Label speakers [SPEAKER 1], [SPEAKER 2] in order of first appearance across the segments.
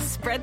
[SPEAKER 1] spread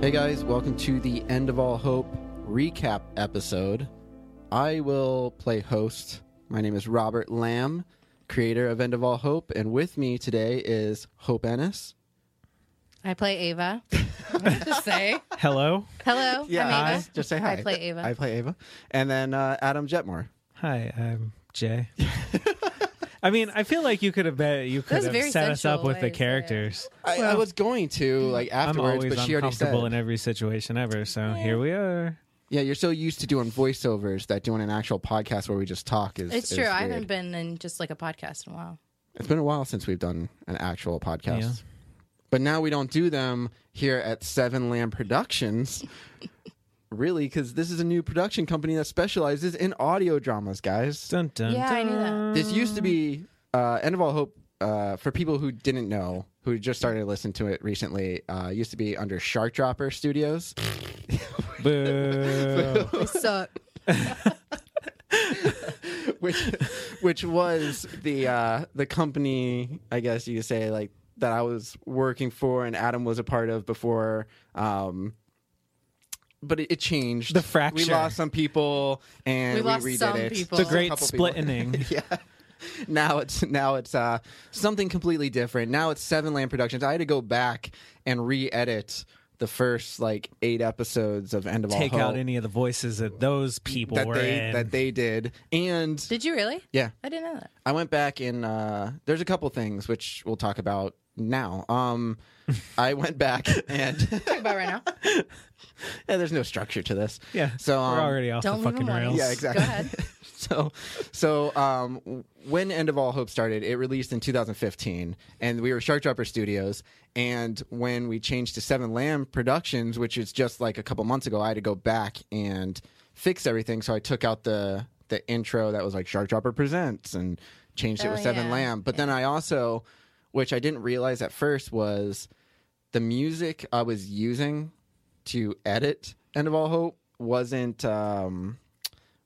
[SPEAKER 2] Hey guys, welcome to the End of All Hope recap episode. I will play host. My name is Robert Lamb, creator of End of All Hope, and with me today is Hope Ennis.
[SPEAKER 3] I play Ava. Just say
[SPEAKER 4] Hello.
[SPEAKER 3] hello. I'm
[SPEAKER 2] I,
[SPEAKER 3] Ava.
[SPEAKER 2] just say hi.
[SPEAKER 3] I play Ava.
[SPEAKER 2] I play Ava, and then uh, Adam Jetmore.
[SPEAKER 4] Hi, I'm Jay. I mean, I feel like you could have been, you could
[SPEAKER 3] was a
[SPEAKER 4] have
[SPEAKER 3] very
[SPEAKER 4] set us
[SPEAKER 3] sensual
[SPEAKER 4] up with
[SPEAKER 3] way
[SPEAKER 4] the
[SPEAKER 3] to say it.
[SPEAKER 4] characters.
[SPEAKER 2] I, I was going to like
[SPEAKER 4] I'm
[SPEAKER 2] afterwards,
[SPEAKER 4] always
[SPEAKER 2] but she already said.
[SPEAKER 4] uncomfortable in every situation ever, so here we are.
[SPEAKER 2] yeah, you're so used to doing voiceovers that doing an actual podcast where we just talk is.
[SPEAKER 3] it's
[SPEAKER 2] is
[SPEAKER 3] true. I
[SPEAKER 2] weird.
[SPEAKER 3] haven't been in just like a podcast in a while.
[SPEAKER 2] It's been a while since we've done an actual podcast.
[SPEAKER 4] Yeah.
[SPEAKER 2] But now we don't do them here at Seven Lamb Productions. really, because this is a new production company that specializes in audio dramas, guys.
[SPEAKER 4] Dun, dun,
[SPEAKER 3] Yeah, I knew that.
[SPEAKER 4] dun.
[SPEAKER 2] This used to be uh, End of All Hope uh, for people who didn't know, who just started to listen to it recently. Uh, used to be under Shark Dropper Studios.
[SPEAKER 4] Boo.
[SPEAKER 3] I suck.
[SPEAKER 2] which which was the uh, the company I guess you could say like that I was working for and Adam was a part of before. Um, but it, it changed.
[SPEAKER 4] The
[SPEAKER 2] We
[SPEAKER 4] fracture.
[SPEAKER 2] lost some people and
[SPEAKER 3] We
[SPEAKER 2] we,
[SPEAKER 3] lost
[SPEAKER 2] redid
[SPEAKER 3] some
[SPEAKER 2] it.
[SPEAKER 3] people.
[SPEAKER 4] the
[SPEAKER 3] Well,
[SPEAKER 4] great
[SPEAKER 2] couple people.
[SPEAKER 4] splitting.
[SPEAKER 2] yeah. Now it's now it's uh, something completely different. Now it's Seven Land Productions. I had to go back and re-edit the first like eight episodes of End of
[SPEAKER 4] Take
[SPEAKER 2] All
[SPEAKER 4] out
[SPEAKER 2] Hope
[SPEAKER 4] any of the voices that those people
[SPEAKER 2] that
[SPEAKER 4] were
[SPEAKER 2] they
[SPEAKER 4] in.
[SPEAKER 2] that they did. And
[SPEAKER 3] Did you really?
[SPEAKER 2] yeah,
[SPEAKER 3] I didn't know that.
[SPEAKER 2] I went back and uh, there's a couple things which we'll talk about now. Um, I went back and
[SPEAKER 3] Talk about right now.
[SPEAKER 2] yeah, there's no structure to this.
[SPEAKER 4] yeah,
[SPEAKER 2] So um,
[SPEAKER 4] we're already off
[SPEAKER 3] Don't
[SPEAKER 4] the
[SPEAKER 3] leave
[SPEAKER 4] fucking
[SPEAKER 3] him
[SPEAKER 4] rails.
[SPEAKER 3] wanting.
[SPEAKER 2] Yeah, exactly.
[SPEAKER 3] Go ahead.
[SPEAKER 2] so so um, w- when End of All Hope started, it released in 2015, and we were Shark Dropper Studios. And when we changed to Seven Lamb Productions, which is just like a couple months ago, I had to go back and fix everything. So I took out the the intro that was like Shark Dropper Presents and changed it
[SPEAKER 3] Oh,
[SPEAKER 2] with Seven
[SPEAKER 3] yeah.
[SPEAKER 2] Lamb. But then I also, which I didn't realize at first, was the music I was using to edit End of All Hope wasn't um,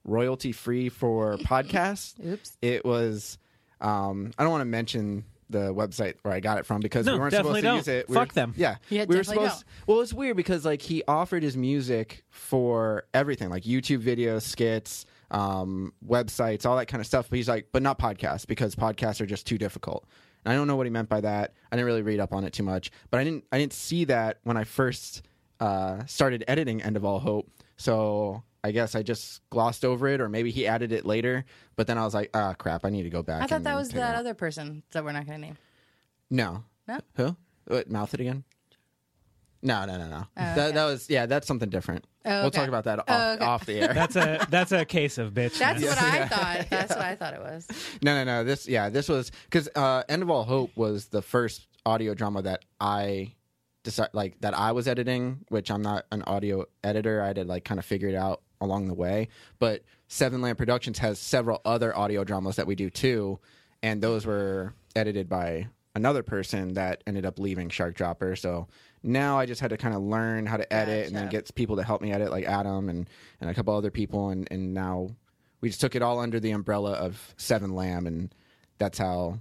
[SPEAKER 2] royalty free for podcasts.
[SPEAKER 3] Oops.
[SPEAKER 2] It was. Um, I don't want to mention the website where I got it from because
[SPEAKER 4] No,
[SPEAKER 2] we weren't
[SPEAKER 4] definitely
[SPEAKER 2] supposed to
[SPEAKER 4] don't.
[SPEAKER 2] use it. We
[SPEAKER 4] Fuck
[SPEAKER 2] were-
[SPEAKER 4] them.
[SPEAKER 2] Yeah,
[SPEAKER 3] Yeah,
[SPEAKER 2] we were
[SPEAKER 3] definitely
[SPEAKER 2] supposed. Well, it's weird because like he offered his music for everything, like YouTube videos, skits, um, websites, all that kind of stuff. But he's like, but not podcasts because podcasts are just too difficult. And I don't know what he meant by that. I didn't really read up on it too much, but I didn't. I didn't see that when I first uh, started editing End of All Hope. So I guess I just glossed over it, or maybe he added it later. But then I was like, ah, crap, I need to go back.
[SPEAKER 3] I thought
[SPEAKER 2] and
[SPEAKER 3] that was
[SPEAKER 2] figure
[SPEAKER 3] that
[SPEAKER 2] out.
[SPEAKER 3] other person that we're not going to name.
[SPEAKER 2] No.
[SPEAKER 3] No?
[SPEAKER 2] Who? What, mouth it again? No, no, no, no. that, that was yeah. That's something different.
[SPEAKER 3] Oh,
[SPEAKER 2] We'll
[SPEAKER 3] okay.
[SPEAKER 2] talk about that off,
[SPEAKER 3] Oh, okay.
[SPEAKER 2] off the air.
[SPEAKER 4] That's a that's a case of bitch.
[SPEAKER 3] That's what I thought. That's what I thought it was.
[SPEAKER 2] no, no, no. This yeah. This was because uh, End of All Hope was the first audio drama that I decided like that I was editing, which I'm not an audio editor. I had to like kind of figure it out along the way. But Seven Land Productions has several other audio dramas that we do too, and those were edited by another person that ended up leaving Shark Dropper. So now I just had to kind of learn how to edit and then
[SPEAKER 3] Gotcha.
[SPEAKER 2] get people to help me edit, like Adam and, and a couple other people. And, and now we just took it all under the umbrella of Seven Lamb, and that's how,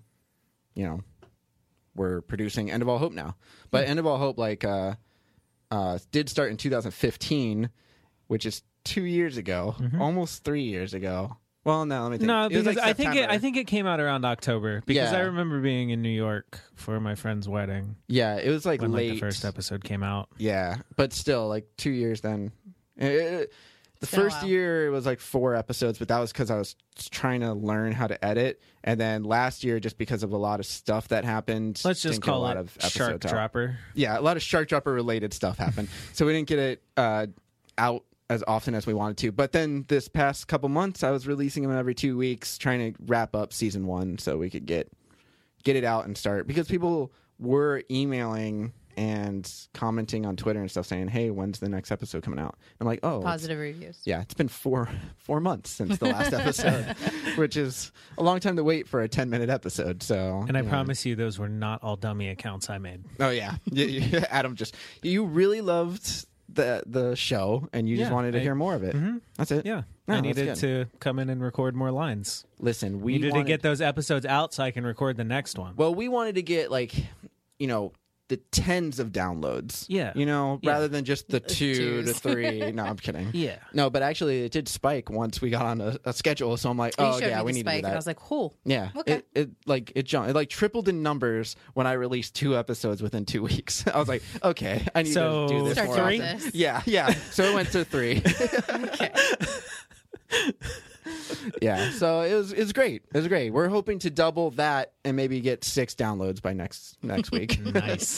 [SPEAKER 2] you know, we're producing End of All Hope now. But
[SPEAKER 4] Hmm.
[SPEAKER 2] End of All Hope, like, uh, uh, did start in 2015, which is two years ago, almost three years ago. Well, no, let me think.
[SPEAKER 4] Mm-hmm. No,
[SPEAKER 2] It was,
[SPEAKER 4] because
[SPEAKER 2] like,
[SPEAKER 4] I think it,
[SPEAKER 2] September.
[SPEAKER 4] I think it came out around October because
[SPEAKER 2] Yeah.
[SPEAKER 4] I remember being in New York for my friend's wedding
[SPEAKER 2] yeah, it was like
[SPEAKER 4] when
[SPEAKER 2] late
[SPEAKER 4] like the first episode came out.
[SPEAKER 2] Yeah, but still, like two years then. Eh, eh, eh, the
[SPEAKER 3] been a
[SPEAKER 2] first
[SPEAKER 3] while.
[SPEAKER 2] year it was like four episodes, but that was because I was trying to learn how to edit. And then last year, just because of a lot of stuff that happened,
[SPEAKER 4] Let's just
[SPEAKER 2] didn't get
[SPEAKER 4] call
[SPEAKER 2] a lot
[SPEAKER 4] it
[SPEAKER 2] of
[SPEAKER 4] Shark
[SPEAKER 2] episodes out.
[SPEAKER 4] Dropper.
[SPEAKER 2] Yeah, a lot of Shark Dropper related stuff happened, so we didn't get it uh, out as often as we wanted to. But then this past couple months, I was releasing them every two weeks, trying to wrap up season one so we could get get it out and start because people were emailing and commenting on Twitter and stuff saying, "Hey, when's the next episode coming out?" I'm like, "Oh, it's-
[SPEAKER 3] Positive reviews.
[SPEAKER 2] yeah, it's been four four months since the last episode, which is a long time to wait for a ten minute episode. So,
[SPEAKER 4] And I
[SPEAKER 2] you know.
[SPEAKER 4] promise you, those were not all dummy accounts I made.
[SPEAKER 2] oh yeah, You- you- Adam just you really loved the the show, and you just
[SPEAKER 4] Yeah,
[SPEAKER 2] wanted to
[SPEAKER 4] I- Mm-hmm.
[SPEAKER 2] hear more of it. That's it.
[SPEAKER 4] Yeah.
[SPEAKER 2] No,
[SPEAKER 4] I
[SPEAKER 2] that's
[SPEAKER 4] needed
[SPEAKER 2] good.
[SPEAKER 4] to come in and record more lines.
[SPEAKER 2] listen. We
[SPEAKER 4] Needed
[SPEAKER 2] wanted,
[SPEAKER 4] to get those episodes out so I can record the next one.
[SPEAKER 2] well, we wanted to get like you know the tens of downloads.
[SPEAKER 4] Yeah.
[SPEAKER 2] you know,
[SPEAKER 4] Yeah.
[SPEAKER 2] rather than just the two to
[SPEAKER 3] twos.
[SPEAKER 2] three. no, I'm kidding.
[SPEAKER 4] Yeah.
[SPEAKER 2] No, but actually, it did spike once we got on a, a schedule. So I'm like,
[SPEAKER 3] You
[SPEAKER 2] oh
[SPEAKER 3] showed
[SPEAKER 2] yeah,
[SPEAKER 3] me
[SPEAKER 2] we
[SPEAKER 3] the
[SPEAKER 2] need
[SPEAKER 3] spike,
[SPEAKER 2] to do that.
[SPEAKER 3] and I was like, "Cool."
[SPEAKER 2] Yeah,
[SPEAKER 3] Okay.
[SPEAKER 2] it, it like it jumped. It like tripled in numbers when I released two episodes within two weeks. I was like, okay, I need
[SPEAKER 4] So-
[SPEAKER 2] to do this
[SPEAKER 3] Start
[SPEAKER 2] more
[SPEAKER 3] doing
[SPEAKER 2] often.
[SPEAKER 3] this.
[SPEAKER 2] Yeah, yeah. So it went to three.
[SPEAKER 3] Okay.
[SPEAKER 2] yeah. So it was it was great. It was great. We're hoping to double that and maybe get six downloads by next next week.
[SPEAKER 4] Nice.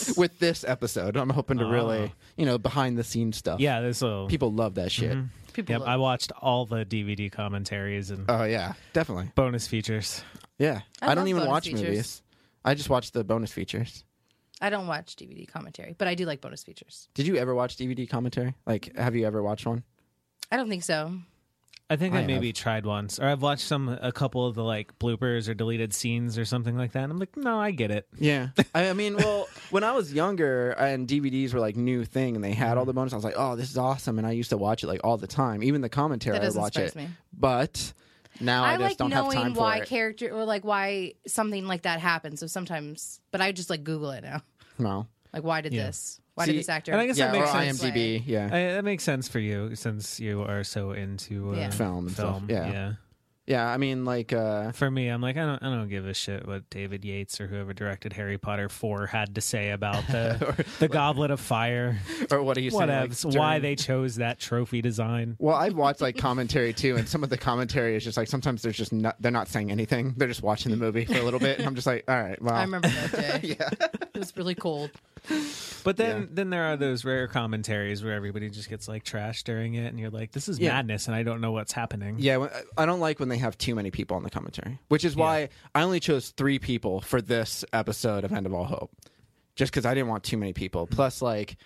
[SPEAKER 4] Oh.
[SPEAKER 2] With this episode, I'm hoping to really you know behind the scenes stuff.
[SPEAKER 4] yeah, Mm-hmm. this will.
[SPEAKER 2] people love that shit.
[SPEAKER 3] People.
[SPEAKER 4] Yep,
[SPEAKER 3] love-
[SPEAKER 4] I watched all the DVD commentaries and
[SPEAKER 2] Oh yeah, definitely.
[SPEAKER 4] bonus features.
[SPEAKER 2] Yeah,
[SPEAKER 3] I
[SPEAKER 2] I, don't
[SPEAKER 3] love
[SPEAKER 2] even
[SPEAKER 3] bonus
[SPEAKER 2] watch
[SPEAKER 3] features.
[SPEAKER 2] movies. I just watch the bonus features.
[SPEAKER 3] I don't watch DVD commentary, but I do like bonus features.
[SPEAKER 2] Did you ever watch DVD commentary? Like, have you ever watched one?
[SPEAKER 3] I don't think so.
[SPEAKER 4] I think I,
[SPEAKER 2] I
[SPEAKER 4] maybe tried once, or I've watched some a couple of the like bloopers or deleted scenes or something like that. And I'm like, no, I get it.
[SPEAKER 2] Yeah. I, I mean, well, when I was younger and DVDs were like new thing and they had all the bonus, I was like, oh, this is awesome. And I used to watch it like all the time. Even the commentary,
[SPEAKER 3] That
[SPEAKER 2] I
[SPEAKER 3] doesn't
[SPEAKER 2] watch it.
[SPEAKER 3] surprise me.
[SPEAKER 2] But now I,
[SPEAKER 3] I
[SPEAKER 2] just
[SPEAKER 3] like
[SPEAKER 2] don't have time
[SPEAKER 3] knowing why
[SPEAKER 2] for it.
[SPEAKER 3] character or like why something like that happens. So sometimes, but I just like Google it now.
[SPEAKER 2] no.
[SPEAKER 3] Like, why did
[SPEAKER 4] Yeah.
[SPEAKER 3] this? Why
[SPEAKER 2] See,
[SPEAKER 3] did this actor?
[SPEAKER 4] and I guess
[SPEAKER 2] Yeah,
[SPEAKER 4] that
[SPEAKER 2] or
[SPEAKER 4] makes sense.
[SPEAKER 2] IMDb. Yeah.
[SPEAKER 4] I, that makes sense for you since you are so into uh,
[SPEAKER 3] Yeah.
[SPEAKER 2] Film and stuff,
[SPEAKER 4] Film,
[SPEAKER 2] yeah. yeah. I mean, like, uh,
[SPEAKER 4] For me, I'm like, I don't, I don't give a shit what David Yates or whoever directed Harry Potter four had to say about the the Goblet of Fire.
[SPEAKER 2] or what are you saying? like,
[SPEAKER 4] Whatevs. why
[SPEAKER 2] during-
[SPEAKER 4] they chose that trophy design.
[SPEAKER 2] Well, I've watched like commentary too, and some of the commentary is just like sometimes there's just not, they're not saying anything. They're just watching the movie for a little bit, and I'm just like, all right, well,
[SPEAKER 3] I remember that day. It was really cold.
[SPEAKER 4] But then, then there are those rare commentaries where everybody just gets like trash during it, and you're like, "This is
[SPEAKER 2] Yeah.
[SPEAKER 4] madness," and I don't know what's happening.
[SPEAKER 2] Yeah, when- I don't like when they have too many people in the commentary, which is why I only chose three people for this episode of End of All Hope, just because I didn't want too many people.
[SPEAKER 3] Mm-hmm.
[SPEAKER 2] Plus, like,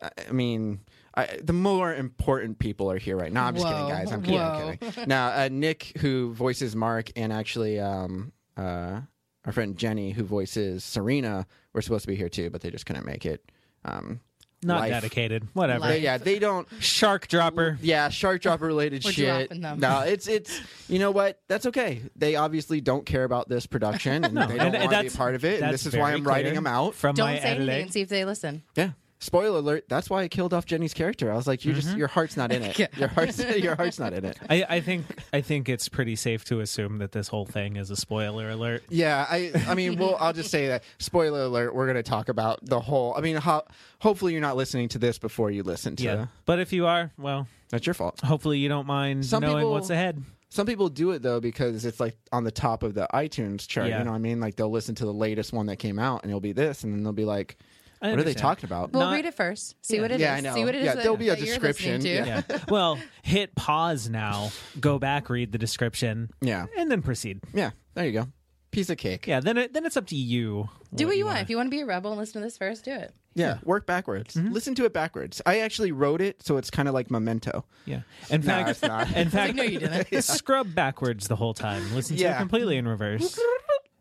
[SPEAKER 2] I I mean, I, the more important people are here right now. I'm just
[SPEAKER 3] Whoa.
[SPEAKER 2] kidding, guys. I'm kidding. I'm
[SPEAKER 3] Whoa.
[SPEAKER 2] kidding. now, uh, Nick, who voices Mark, and actually um, uh, our friend Jenny, who voices Serena, were supposed to be here too, but they just couldn't make it. Um,
[SPEAKER 4] not
[SPEAKER 2] life-
[SPEAKER 4] dedicated. Whatever.
[SPEAKER 2] They- yeah, they don't.
[SPEAKER 4] Shark dropper.
[SPEAKER 2] Yeah, shark dropper related
[SPEAKER 3] We're
[SPEAKER 2] shit.
[SPEAKER 3] dropping them.
[SPEAKER 2] No, it's it's you know what? That's okay. They obviously don't care about this production and they don't want
[SPEAKER 4] and
[SPEAKER 2] to be a
[SPEAKER 4] that's-
[SPEAKER 2] part of it. And
[SPEAKER 4] that's
[SPEAKER 2] this is why
[SPEAKER 4] very
[SPEAKER 2] I'm writing
[SPEAKER 4] clear
[SPEAKER 2] them out.
[SPEAKER 4] from
[SPEAKER 3] Don't
[SPEAKER 4] my
[SPEAKER 3] say anything
[SPEAKER 4] editing.
[SPEAKER 3] and see if they listen.
[SPEAKER 2] yeah. Spoiler alert. That's why I killed off Jenny's character. I was like, you
[SPEAKER 4] Mm-hmm.
[SPEAKER 2] just your heart's not in it. Your heart's your heart's not in it.
[SPEAKER 4] I, I think I think it's pretty safe to assume that this whole thing is a spoiler alert.
[SPEAKER 2] Yeah, I I mean, well, I'll just say that spoiler alert. We're going to talk about the whole. I mean, ho- hopefully you're not listening to this before you listen to.
[SPEAKER 4] Yeah, but if you are, well,
[SPEAKER 2] That's your fault.
[SPEAKER 4] hopefully you don't mind
[SPEAKER 2] Some
[SPEAKER 4] knowing
[SPEAKER 2] people-
[SPEAKER 4] what's ahead.
[SPEAKER 2] Some people do it though because it's like on the top of the iTunes chart.
[SPEAKER 4] Yeah.
[SPEAKER 2] You know what I mean? Like they'll listen to the latest one that came out and it'll be this, and then they'll be like,
[SPEAKER 4] I
[SPEAKER 2] "What are they
[SPEAKER 4] understand.
[SPEAKER 2] talking about?"
[SPEAKER 3] Well,
[SPEAKER 4] Not-
[SPEAKER 3] read it first. See what it is.
[SPEAKER 2] Yeah, I know.
[SPEAKER 3] See what it is.
[SPEAKER 2] Yeah,
[SPEAKER 3] that-
[SPEAKER 2] there'll be a
[SPEAKER 3] that you're
[SPEAKER 2] description,
[SPEAKER 3] listening to.
[SPEAKER 2] yeah.
[SPEAKER 4] Yeah. well, hit pause now. Go back, read the description.
[SPEAKER 2] Yeah.
[SPEAKER 4] and then proceed.
[SPEAKER 2] Yeah, there you go. Piece of cake.
[SPEAKER 4] Yeah, then it, then it's up to you.
[SPEAKER 3] Do what you want.
[SPEAKER 4] wanna-
[SPEAKER 3] If you want to be a rebel and listen to this first, do it.
[SPEAKER 2] Yeah, work backwards.
[SPEAKER 4] Mm-hmm.
[SPEAKER 2] Listen to it backwards. I actually wrote it, so it's kind of like memento.
[SPEAKER 4] Yeah. In
[SPEAKER 2] Nah,
[SPEAKER 4] fact,
[SPEAKER 2] it's not.
[SPEAKER 4] in fact,
[SPEAKER 3] no, you didn't.
[SPEAKER 4] scrub backwards the whole time. Listen to
[SPEAKER 2] Yeah.
[SPEAKER 4] it completely in reverse.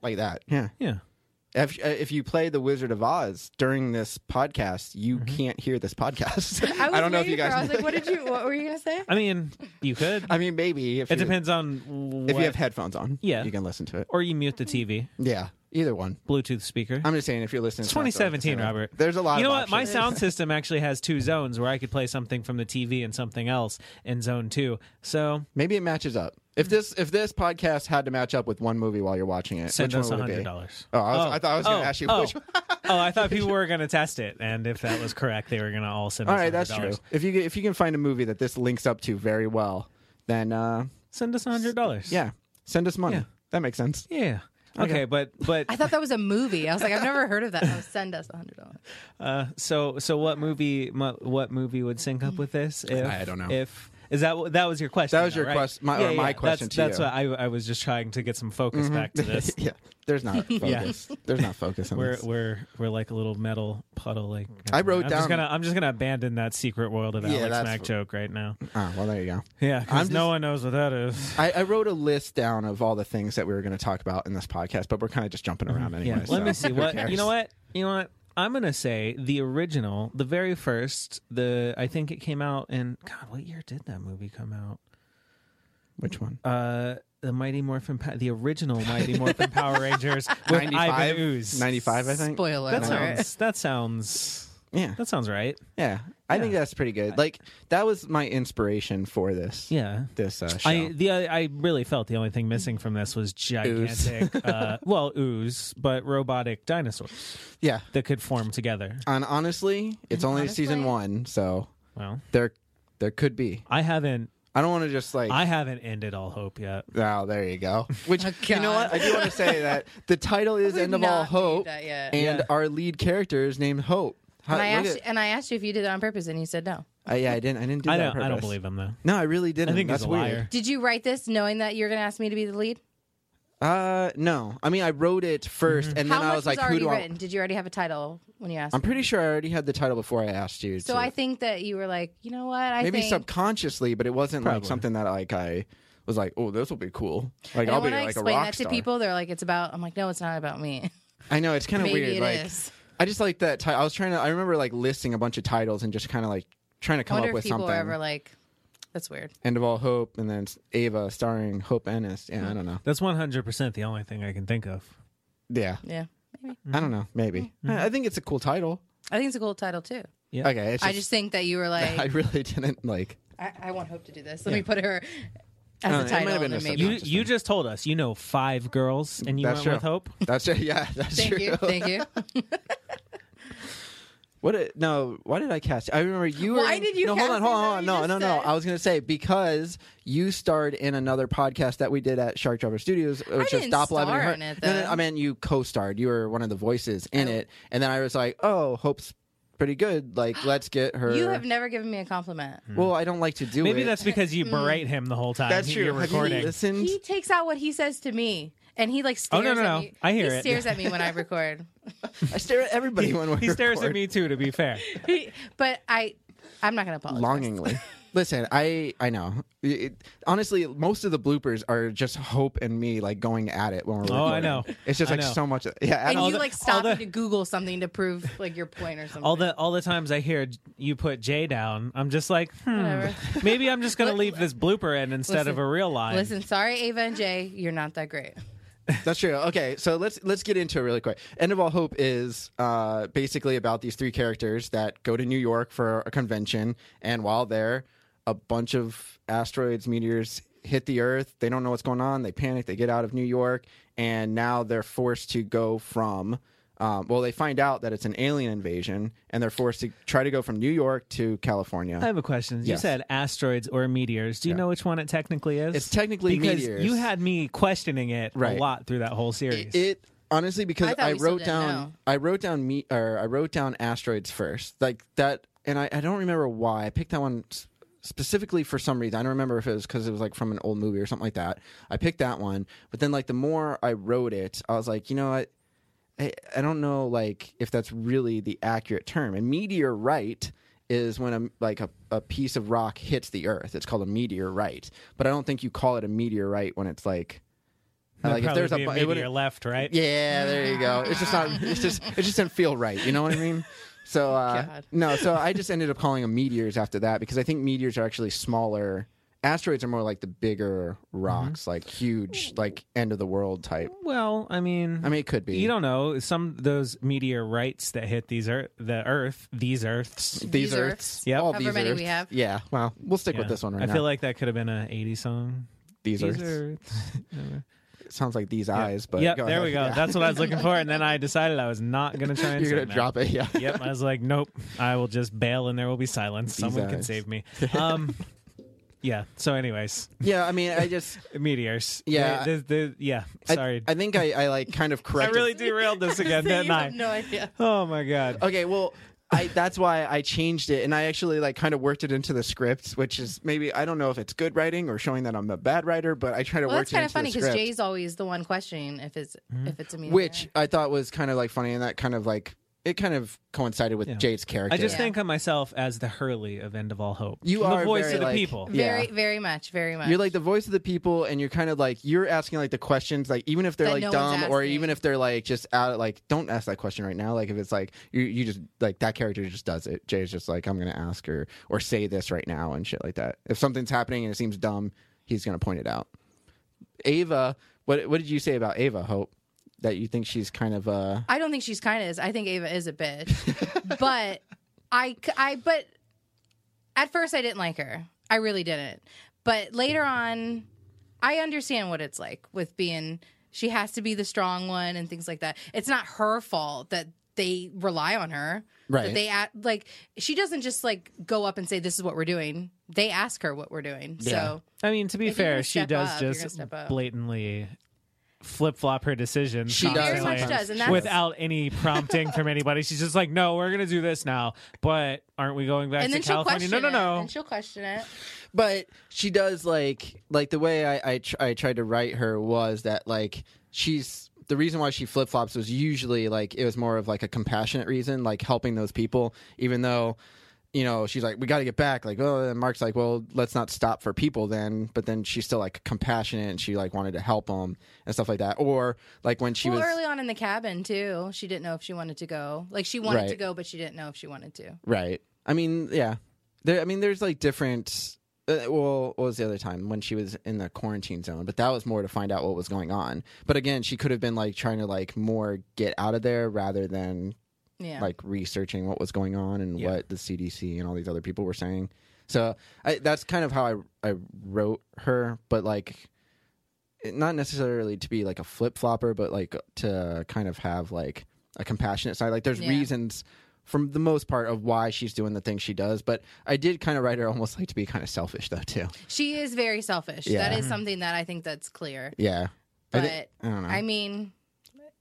[SPEAKER 2] Like that. Yeah.
[SPEAKER 4] Yeah.
[SPEAKER 2] If, uh, if you play The Wizard of Oz during this podcast, you
[SPEAKER 4] Mm-hmm.
[SPEAKER 2] can't hear this podcast.
[SPEAKER 3] I, was
[SPEAKER 2] don't know if you
[SPEAKER 3] waiting for-
[SPEAKER 2] guys.
[SPEAKER 3] I was
[SPEAKER 2] know
[SPEAKER 3] like, what did you? What were you gonna say?
[SPEAKER 4] I mean, you could.
[SPEAKER 2] I mean, maybe if
[SPEAKER 4] It
[SPEAKER 2] you,
[SPEAKER 4] depends on what,
[SPEAKER 2] If you have headphones on,
[SPEAKER 4] Yeah.
[SPEAKER 2] you can listen to it.
[SPEAKER 4] or you mute the TV,
[SPEAKER 2] Yeah, either one.
[SPEAKER 4] Bluetooth speaker.
[SPEAKER 2] I'm just saying, if you're listening,
[SPEAKER 4] it's
[SPEAKER 2] to myself,
[SPEAKER 4] 2017,
[SPEAKER 2] so
[SPEAKER 4] Robert.
[SPEAKER 2] There's a lot.
[SPEAKER 4] You know
[SPEAKER 2] of
[SPEAKER 4] what? My
[SPEAKER 2] options.
[SPEAKER 4] sound system actually has two zones where I could play something from the TV and something else in zone two. So
[SPEAKER 2] Maybe it matches up. If this if this podcast had to match up with one movie while you're watching it,
[SPEAKER 4] send
[SPEAKER 2] which
[SPEAKER 4] us
[SPEAKER 2] one would it
[SPEAKER 4] hundred
[SPEAKER 2] be?
[SPEAKER 4] dollars.
[SPEAKER 2] Oh, I was- I thought I was gonna ask you
[SPEAKER 4] oh,
[SPEAKER 2] which one.
[SPEAKER 4] oh, I thought people were going to test it, and if that was correct, they were going to all send.
[SPEAKER 2] All
[SPEAKER 4] us
[SPEAKER 2] right, that's true.
[SPEAKER 4] $100.
[SPEAKER 2] If you get- if you can find a movie that this links up to very well, then uh,
[SPEAKER 4] Send us hundred dollars.
[SPEAKER 2] yeah, send us money.
[SPEAKER 4] Yeah.
[SPEAKER 2] That makes sense.
[SPEAKER 4] Yeah. Okay, but but
[SPEAKER 3] I thought that was a movie. I was like, I've never heard of that. Oh, send us a hundred dollars.
[SPEAKER 4] uh, so so what movie mo- what movie would sync up with this? If,
[SPEAKER 2] I don't know.
[SPEAKER 4] If is that what- that was your question?
[SPEAKER 2] That was
[SPEAKER 4] though,
[SPEAKER 2] your
[SPEAKER 4] right?
[SPEAKER 2] quest- my- or my question
[SPEAKER 4] that's,
[SPEAKER 2] to
[SPEAKER 4] that's
[SPEAKER 2] you. Mm-hmm.
[SPEAKER 4] what I, I was just trying to get some focus back to this.
[SPEAKER 2] yeah, there's not focus. There's not focus on
[SPEAKER 4] We're
[SPEAKER 2] this.
[SPEAKER 4] we're we're like a little metal puddle. Like
[SPEAKER 2] I wrote
[SPEAKER 4] I'm just
[SPEAKER 2] down-
[SPEAKER 4] gonna I'm just gonna abandon that secret world of
[SPEAKER 2] Yeah,
[SPEAKER 4] Alex
[SPEAKER 2] that's-
[SPEAKER 4] Mack joke right now.
[SPEAKER 2] Ah, well, there you go.
[SPEAKER 4] Yeah,
[SPEAKER 2] I'm
[SPEAKER 4] because no
[SPEAKER 2] just-
[SPEAKER 4] one knows what that is.
[SPEAKER 2] I, I wrote a list down of all the things that we were going to talk about in this podcast, but we're kind of just jumping around anyway.
[SPEAKER 4] Mm-hmm. Yeah. Let me
[SPEAKER 2] so
[SPEAKER 4] see
[SPEAKER 2] who
[SPEAKER 4] what
[SPEAKER 2] cares?
[SPEAKER 4] you know. What you know? What I'm gonna say the original, the very first. The I think it came out in God. What year did that movie come out?
[SPEAKER 2] Which one?
[SPEAKER 4] Uh, the Mighty Morphin, pa- the original Mighty Morphin Power Rangers with Ivan Ooze.
[SPEAKER 2] 95, I think.
[SPEAKER 3] Spoiler.
[SPEAKER 4] That
[SPEAKER 3] alert.
[SPEAKER 4] sounds. That sounds.
[SPEAKER 2] Yeah.
[SPEAKER 4] That sounds right.
[SPEAKER 2] Yeah. I think that's pretty good. Like that was my inspiration for this.
[SPEAKER 4] Yeah.
[SPEAKER 2] This uh, show.
[SPEAKER 4] I the I I really felt the only thing missing from this was gigantic, uh, well ooze, but robotic dinosaurs
[SPEAKER 2] yeah.
[SPEAKER 4] that could form together.
[SPEAKER 2] And honestly, it's only season
[SPEAKER 3] Mm-hmm. Honestly.
[SPEAKER 2] 1, so
[SPEAKER 4] Well,
[SPEAKER 2] there there could be.
[SPEAKER 4] I haven't
[SPEAKER 2] I don't want to just like
[SPEAKER 4] I haven't ended all hope yet.
[SPEAKER 2] Oh, there you go. Which
[SPEAKER 3] Oh,
[SPEAKER 2] you know what?
[SPEAKER 3] God.
[SPEAKER 2] I do want to say that the title is
[SPEAKER 3] We've
[SPEAKER 2] End of All
[SPEAKER 3] not made
[SPEAKER 2] Hope
[SPEAKER 3] that yet.
[SPEAKER 2] and
[SPEAKER 4] Yeah.
[SPEAKER 2] our lead character is named Hope. How-
[SPEAKER 3] And I,
[SPEAKER 2] look
[SPEAKER 3] asked,
[SPEAKER 2] at-
[SPEAKER 3] and I asked you if you did that on purpose, and you said no.
[SPEAKER 2] I- yeah, I didn't I didn't do
[SPEAKER 4] I
[SPEAKER 2] that on
[SPEAKER 4] don't I don't
[SPEAKER 2] purpose.
[SPEAKER 4] believe him though.
[SPEAKER 2] No, I really didn't.
[SPEAKER 4] I think he's
[SPEAKER 2] That's
[SPEAKER 4] a
[SPEAKER 2] weird.
[SPEAKER 4] liar.
[SPEAKER 3] Did you write this knowing that you're going to ask me to be the lead?
[SPEAKER 2] Uh, no. I mean, I wrote it 1st and
[SPEAKER 3] How
[SPEAKER 2] then
[SPEAKER 3] much
[SPEAKER 2] I was like, "Who
[SPEAKER 3] already
[SPEAKER 2] do I?"
[SPEAKER 3] written? Did you already have a title when you asked?
[SPEAKER 2] I'm
[SPEAKER 3] me?
[SPEAKER 2] pretty sure I already had the title before I asked you.
[SPEAKER 3] so
[SPEAKER 2] to-
[SPEAKER 3] I think that you were like, you know what? I
[SPEAKER 2] maybe
[SPEAKER 3] think
[SPEAKER 2] subconsciously, but it wasn't like
[SPEAKER 4] Probably.
[SPEAKER 2] something that like I was like, "Oh, this will be cool." Like
[SPEAKER 3] And
[SPEAKER 2] I'll be
[SPEAKER 3] when I
[SPEAKER 2] like a
[SPEAKER 3] explain
[SPEAKER 2] rock
[SPEAKER 3] that to
[SPEAKER 2] star.
[SPEAKER 3] people, they're like, it's about. I'm like, no, it's not about me.
[SPEAKER 2] I know it's kind of
[SPEAKER 3] Maybe
[SPEAKER 2] weird.
[SPEAKER 3] it
[SPEAKER 2] like
[SPEAKER 3] is.
[SPEAKER 2] I just like that. Ti- I was trying to. I remember like listing a bunch of titles and just kind of like trying to
[SPEAKER 3] I
[SPEAKER 2] come
[SPEAKER 3] wonder
[SPEAKER 2] up
[SPEAKER 3] if
[SPEAKER 2] with
[SPEAKER 3] people
[SPEAKER 2] something.
[SPEAKER 3] are ever like, that's weird.
[SPEAKER 2] End of all hope, and then it's Ava starring Hope Ennis. Yeah,
[SPEAKER 3] Mm.
[SPEAKER 2] I don't know.
[SPEAKER 4] That's one hundred percent the only thing I can think of.
[SPEAKER 2] Yeah,
[SPEAKER 3] Yeah,
[SPEAKER 2] I don't know. Maybe I, I think it's a cool title.
[SPEAKER 3] I think it's a cool title too.
[SPEAKER 4] Yeah.
[SPEAKER 2] Okay, it's
[SPEAKER 3] I just think that you were like,
[SPEAKER 2] I really didn't like.
[SPEAKER 3] I, I want Hope to do this. Let me put her as
[SPEAKER 2] Uh, it
[SPEAKER 3] a
[SPEAKER 2] might
[SPEAKER 3] title,
[SPEAKER 2] have been
[SPEAKER 3] and then
[SPEAKER 2] a
[SPEAKER 3] maybe.
[SPEAKER 4] You
[SPEAKER 2] Not just
[SPEAKER 4] you just told us you know five girls and you
[SPEAKER 2] That's
[SPEAKER 4] went
[SPEAKER 2] true.
[SPEAKER 4] with hope.
[SPEAKER 2] That's yeah. That's
[SPEAKER 3] Thank
[SPEAKER 2] true.
[SPEAKER 3] you, thank you.
[SPEAKER 2] What? A, no. Why did I cast? I remember you. Were
[SPEAKER 3] Why
[SPEAKER 2] in-
[SPEAKER 3] did you
[SPEAKER 2] No,
[SPEAKER 3] cast
[SPEAKER 2] hold on,
[SPEAKER 3] me?
[SPEAKER 2] hold
[SPEAKER 3] Is that
[SPEAKER 2] on,
[SPEAKER 3] what
[SPEAKER 2] hold on.
[SPEAKER 3] you
[SPEAKER 2] No, no,
[SPEAKER 3] just
[SPEAKER 2] no.
[SPEAKER 3] said?
[SPEAKER 2] I was going to say because you starred in another podcast that we did at Shark Driver Studios, which is
[SPEAKER 3] didn't
[SPEAKER 2] Stop Loving
[SPEAKER 3] star
[SPEAKER 2] Her.
[SPEAKER 3] in it,
[SPEAKER 2] no, no,
[SPEAKER 3] though. Oh.
[SPEAKER 2] I mean you co-starred. You were one of the voices in it, and then I was like, oh, Hope's pretty good. Like, let's get her.
[SPEAKER 3] You have never given me a compliment.
[SPEAKER 2] well, I don't like to do it.
[SPEAKER 4] Maybe that's because you berate him the whole time.
[SPEAKER 2] Hmm. that's
[SPEAKER 4] you're
[SPEAKER 2] true. Have you
[SPEAKER 4] recording.
[SPEAKER 2] listened?
[SPEAKER 3] He takes out what he says to me, and he like
[SPEAKER 4] Oh,
[SPEAKER 3] stares.
[SPEAKER 4] no, no, no.
[SPEAKER 3] At me.
[SPEAKER 4] I hear
[SPEAKER 3] he
[SPEAKER 4] it.
[SPEAKER 3] stares at me when I record.
[SPEAKER 2] I stare at everybody when we
[SPEAKER 4] he stares at
[SPEAKER 2] record.
[SPEAKER 4] me too. To be fair,
[SPEAKER 3] He- but I, I'm not gonna apologize.
[SPEAKER 2] longingly. Listen, I I know. It- honestly, most of the bloopers are just Hope and me like going at it when we're.
[SPEAKER 4] Oh, I
[SPEAKER 2] recording.
[SPEAKER 4] know.
[SPEAKER 2] It's just
[SPEAKER 4] I
[SPEAKER 2] like
[SPEAKER 4] know.
[SPEAKER 2] so much. Yeah,
[SPEAKER 3] And
[SPEAKER 2] all
[SPEAKER 3] you
[SPEAKER 4] the-
[SPEAKER 3] like
[SPEAKER 4] all
[SPEAKER 3] stop
[SPEAKER 4] the-
[SPEAKER 3] to Google something to prove like your point or something.
[SPEAKER 4] all the all the times I hear you put Jay down, I'm just like, hmm,
[SPEAKER 3] Whatever.
[SPEAKER 4] maybe I'm just gonna leave this blooper in instead of
[SPEAKER 3] Listen,
[SPEAKER 4] a real line.
[SPEAKER 3] Listen, sorry, Ava and Jay, you're not that great.
[SPEAKER 2] That's true. Okay, so let's let's get into it really quick. End of All Hope is uh, basically about these three characters that go to New York for a convention, and while there, a bunch of asteroids, meteors hit the Earth. They don't know what's going on. They panic. They get out of New York, and now they're forced to go from. Um, well, they find out that it's an alien invasion, and they're forced to try to go from New York to California.
[SPEAKER 4] I have a question. You
[SPEAKER 2] Yes.
[SPEAKER 4] said asteroids or meteors. Do you know which one it technically is?
[SPEAKER 2] It's technically
[SPEAKER 4] because
[SPEAKER 2] meteors.
[SPEAKER 4] you had me questioning it
[SPEAKER 2] Right.
[SPEAKER 4] a lot through that whole series.
[SPEAKER 2] It, it- honestly because
[SPEAKER 3] I thought
[SPEAKER 2] I,
[SPEAKER 3] we still
[SPEAKER 2] wrote
[SPEAKER 3] didn't
[SPEAKER 2] down
[SPEAKER 3] know.
[SPEAKER 2] I wrote down me or I wrote down asteroids first like that and I, I don't remember why I picked that one s- specifically for some reason I don't remember if it was because it was like from an old movie or something like that I picked that one but then like the more I wrote it I was like you know what I, I don't know like if that's really the accurate term. A meteorite is when a like a, a piece of rock hits the earth. It's called a meteorite. But I don't think you call it a meteorite when it's like
[SPEAKER 4] There'd
[SPEAKER 2] like if
[SPEAKER 4] probably
[SPEAKER 2] there's a,
[SPEAKER 4] be
[SPEAKER 2] bu-
[SPEAKER 4] a
[SPEAKER 2] it
[SPEAKER 4] meteor
[SPEAKER 2] wouldn't-
[SPEAKER 4] left, right?
[SPEAKER 2] yeah, there you go. It's just not. It's just. It just didn't feel right. You know what I mean? So uh,
[SPEAKER 3] God.
[SPEAKER 2] no. So I just ended up calling them meteors after that because I think meteors are actually smaller. Asteroids are more like the bigger rocks,
[SPEAKER 4] Mm-hmm.
[SPEAKER 2] like huge, like end of the world type.
[SPEAKER 4] Well, I mean,
[SPEAKER 2] I mean, it could be.
[SPEAKER 4] you don't know. Some those meteorites that hit these earth, the Earth, these Earths.
[SPEAKER 2] these,
[SPEAKER 3] These
[SPEAKER 2] Earths.
[SPEAKER 3] Earths.
[SPEAKER 2] yeah,
[SPEAKER 4] Yep.
[SPEAKER 2] All
[SPEAKER 3] However
[SPEAKER 2] these
[SPEAKER 3] many
[SPEAKER 2] Earths.
[SPEAKER 3] we have.
[SPEAKER 2] Yeah. Well, we'll stick with
[SPEAKER 4] Yeah.
[SPEAKER 2] this one right
[SPEAKER 4] I
[SPEAKER 2] now.
[SPEAKER 4] feel like that could have been an '80s song.
[SPEAKER 2] these, Earths.
[SPEAKER 4] These Earths.
[SPEAKER 2] It sounds like these eyes, but
[SPEAKER 4] yep,
[SPEAKER 2] go
[SPEAKER 4] there
[SPEAKER 2] ahead.
[SPEAKER 4] we go.
[SPEAKER 2] Yeah.
[SPEAKER 4] That's what I was looking for, and then I decided I was not going to try and
[SPEAKER 2] You're
[SPEAKER 4] sing
[SPEAKER 2] gonna
[SPEAKER 4] that.
[SPEAKER 2] drop it. Yeah.
[SPEAKER 4] Yep, I was like, nope, I will just bail, and there will be silence. Someone can
[SPEAKER 2] eyes.
[SPEAKER 4] save me. Um, yeah. So, anyways,
[SPEAKER 2] Yeah, I mean, I just
[SPEAKER 4] meteors.
[SPEAKER 2] Yeah.
[SPEAKER 4] They- they- they- yeah.
[SPEAKER 2] I-
[SPEAKER 4] Sorry,
[SPEAKER 2] I, think I, I like kind of
[SPEAKER 4] I,
[SPEAKER 2] corrected.
[SPEAKER 4] really derailed this again,
[SPEAKER 3] you
[SPEAKER 4] didn't I?
[SPEAKER 3] have no idea.
[SPEAKER 4] oh my god.
[SPEAKER 2] okay. Well, I that's why I changed it, and I actually like kind of worked it into the script, which is maybe I don't know if it's good writing or showing that I'm a bad writer, but I try to
[SPEAKER 3] Well,
[SPEAKER 2] work
[SPEAKER 3] that's
[SPEAKER 2] it
[SPEAKER 3] kind
[SPEAKER 2] into
[SPEAKER 3] of funny
[SPEAKER 2] the
[SPEAKER 3] because
[SPEAKER 2] script.
[SPEAKER 3] Jay's always the one questioning if it's if it's a meteor.
[SPEAKER 2] which I thought was kind of like funny, and that kind of like it kind of coincided with Jade's character.
[SPEAKER 4] I just
[SPEAKER 3] Yeah.
[SPEAKER 4] think of myself as the Hurley of End of All Hope.
[SPEAKER 2] You
[SPEAKER 4] the
[SPEAKER 2] are
[SPEAKER 4] voice
[SPEAKER 2] very,
[SPEAKER 4] of the
[SPEAKER 2] like-
[SPEAKER 4] people.
[SPEAKER 3] very
[SPEAKER 2] yeah.
[SPEAKER 3] very much very much.
[SPEAKER 2] You're like the voice of the people, and you're kind of like you're asking like the questions, like even if they're
[SPEAKER 3] That
[SPEAKER 2] like
[SPEAKER 3] no one's
[SPEAKER 2] dumb, or
[SPEAKER 3] asking.
[SPEAKER 2] even if they're like just out, like don't ask that question right now. Like if it's like you, you just like that character just does it. Jay's just like I'm gonna ask her or say this right now and shit like that. If something's happening and it seems dumb, he's gonna point it out. Ava, what what did you say about Ava? Hope that you think she's kind of uh
[SPEAKER 3] I don't think she's kind of is. I think Ava is a bitch. but I, c- I, but at first I didn't like her. I really didn't. But later on, I understand what it's like with being, she has to be the strong one and things like that. It's not her fault that they rely on her.
[SPEAKER 2] Right.
[SPEAKER 3] That they act like, she doesn't just like go up and say, this is what we're doing. They ask her what we're doing. So
[SPEAKER 4] I mean, to be
[SPEAKER 3] If you're
[SPEAKER 4] fair,
[SPEAKER 3] gonna
[SPEAKER 4] she
[SPEAKER 3] step
[SPEAKER 4] does
[SPEAKER 3] up, you're gonna
[SPEAKER 4] just
[SPEAKER 3] step up.
[SPEAKER 4] blatantly flip flop her decisions.
[SPEAKER 2] She does
[SPEAKER 3] very much
[SPEAKER 4] constantly
[SPEAKER 3] does. And that's,
[SPEAKER 4] Without any prompting from anybody, she's just like, "No, we're gonna do this now." But aren't we going back
[SPEAKER 3] and
[SPEAKER 4] to
[SPEAKER 3] then she'll
[SPEAKER 4] California?
[SPEAKER 3] question
[SPEAKER 4] No, no,
[SPEAKER 3] it.
[SPEAKER 4] no.
[SPEAKER 3] And she'll question it.
[SPEAKER 2] but she does like like the way I I, tr- I tried to write her was that like she's the reason why she flip flops was usually like it was more of like a compassionate reason, like helping those people, even though. You know, she's like, we got to get back. Like, oh, and Mark's like, well, let's not stop for people then. But then she's still like compassionate and she like wanted to help them and stuff like that. Or like when she
[SPEAKER 3] well,
[SPEAKER 2] was
[SPEAKER 3] early on in the cabin too. She didn't know if she wanted to go. Like she wanted to
[SPEAKER 2] Right.
[SPEAKER 3] go, but she didn't know if she wanted to.
[SPEAKER 2] Right. I mean, yeah. There. I mean, there's like different. Uh, well, what was the other time when she was in the quarantine zone? But that was more to find out what was going on. But again, she could have been like trying to like more get out of there rather than
[SPEAKER 3] Yeah.
[SPEAKER 2] like researching what was going on and
[SPEAKER 4] Yeah.
[SPEAKER 2] what the CDC and all these other people were saying. So I, that's kind of how I I wrote her, but like it- not necessarily to be like a flip flopper, but like to kind of have like a compassionate side. Like there's
[SPEAKER 3] Yeah.
[SPEAKER 2] reasons from the most part of why she's doing the things she does, but I did kind of write her almost like to be kind of selfish though too.
[SPEAKER 3] she is very selfish.
[SPEAKER 2] Yeah.
[SPEAKER 3] That is something that I think that's clear.
[SPEAKER 2] Yeah, I,
[SPEAKER 3] But
[SPEAKER 2] thi-
[SPEAKER 3] I,
[SPEAKER 2] I don't know.
[SPEAKER 3] mean,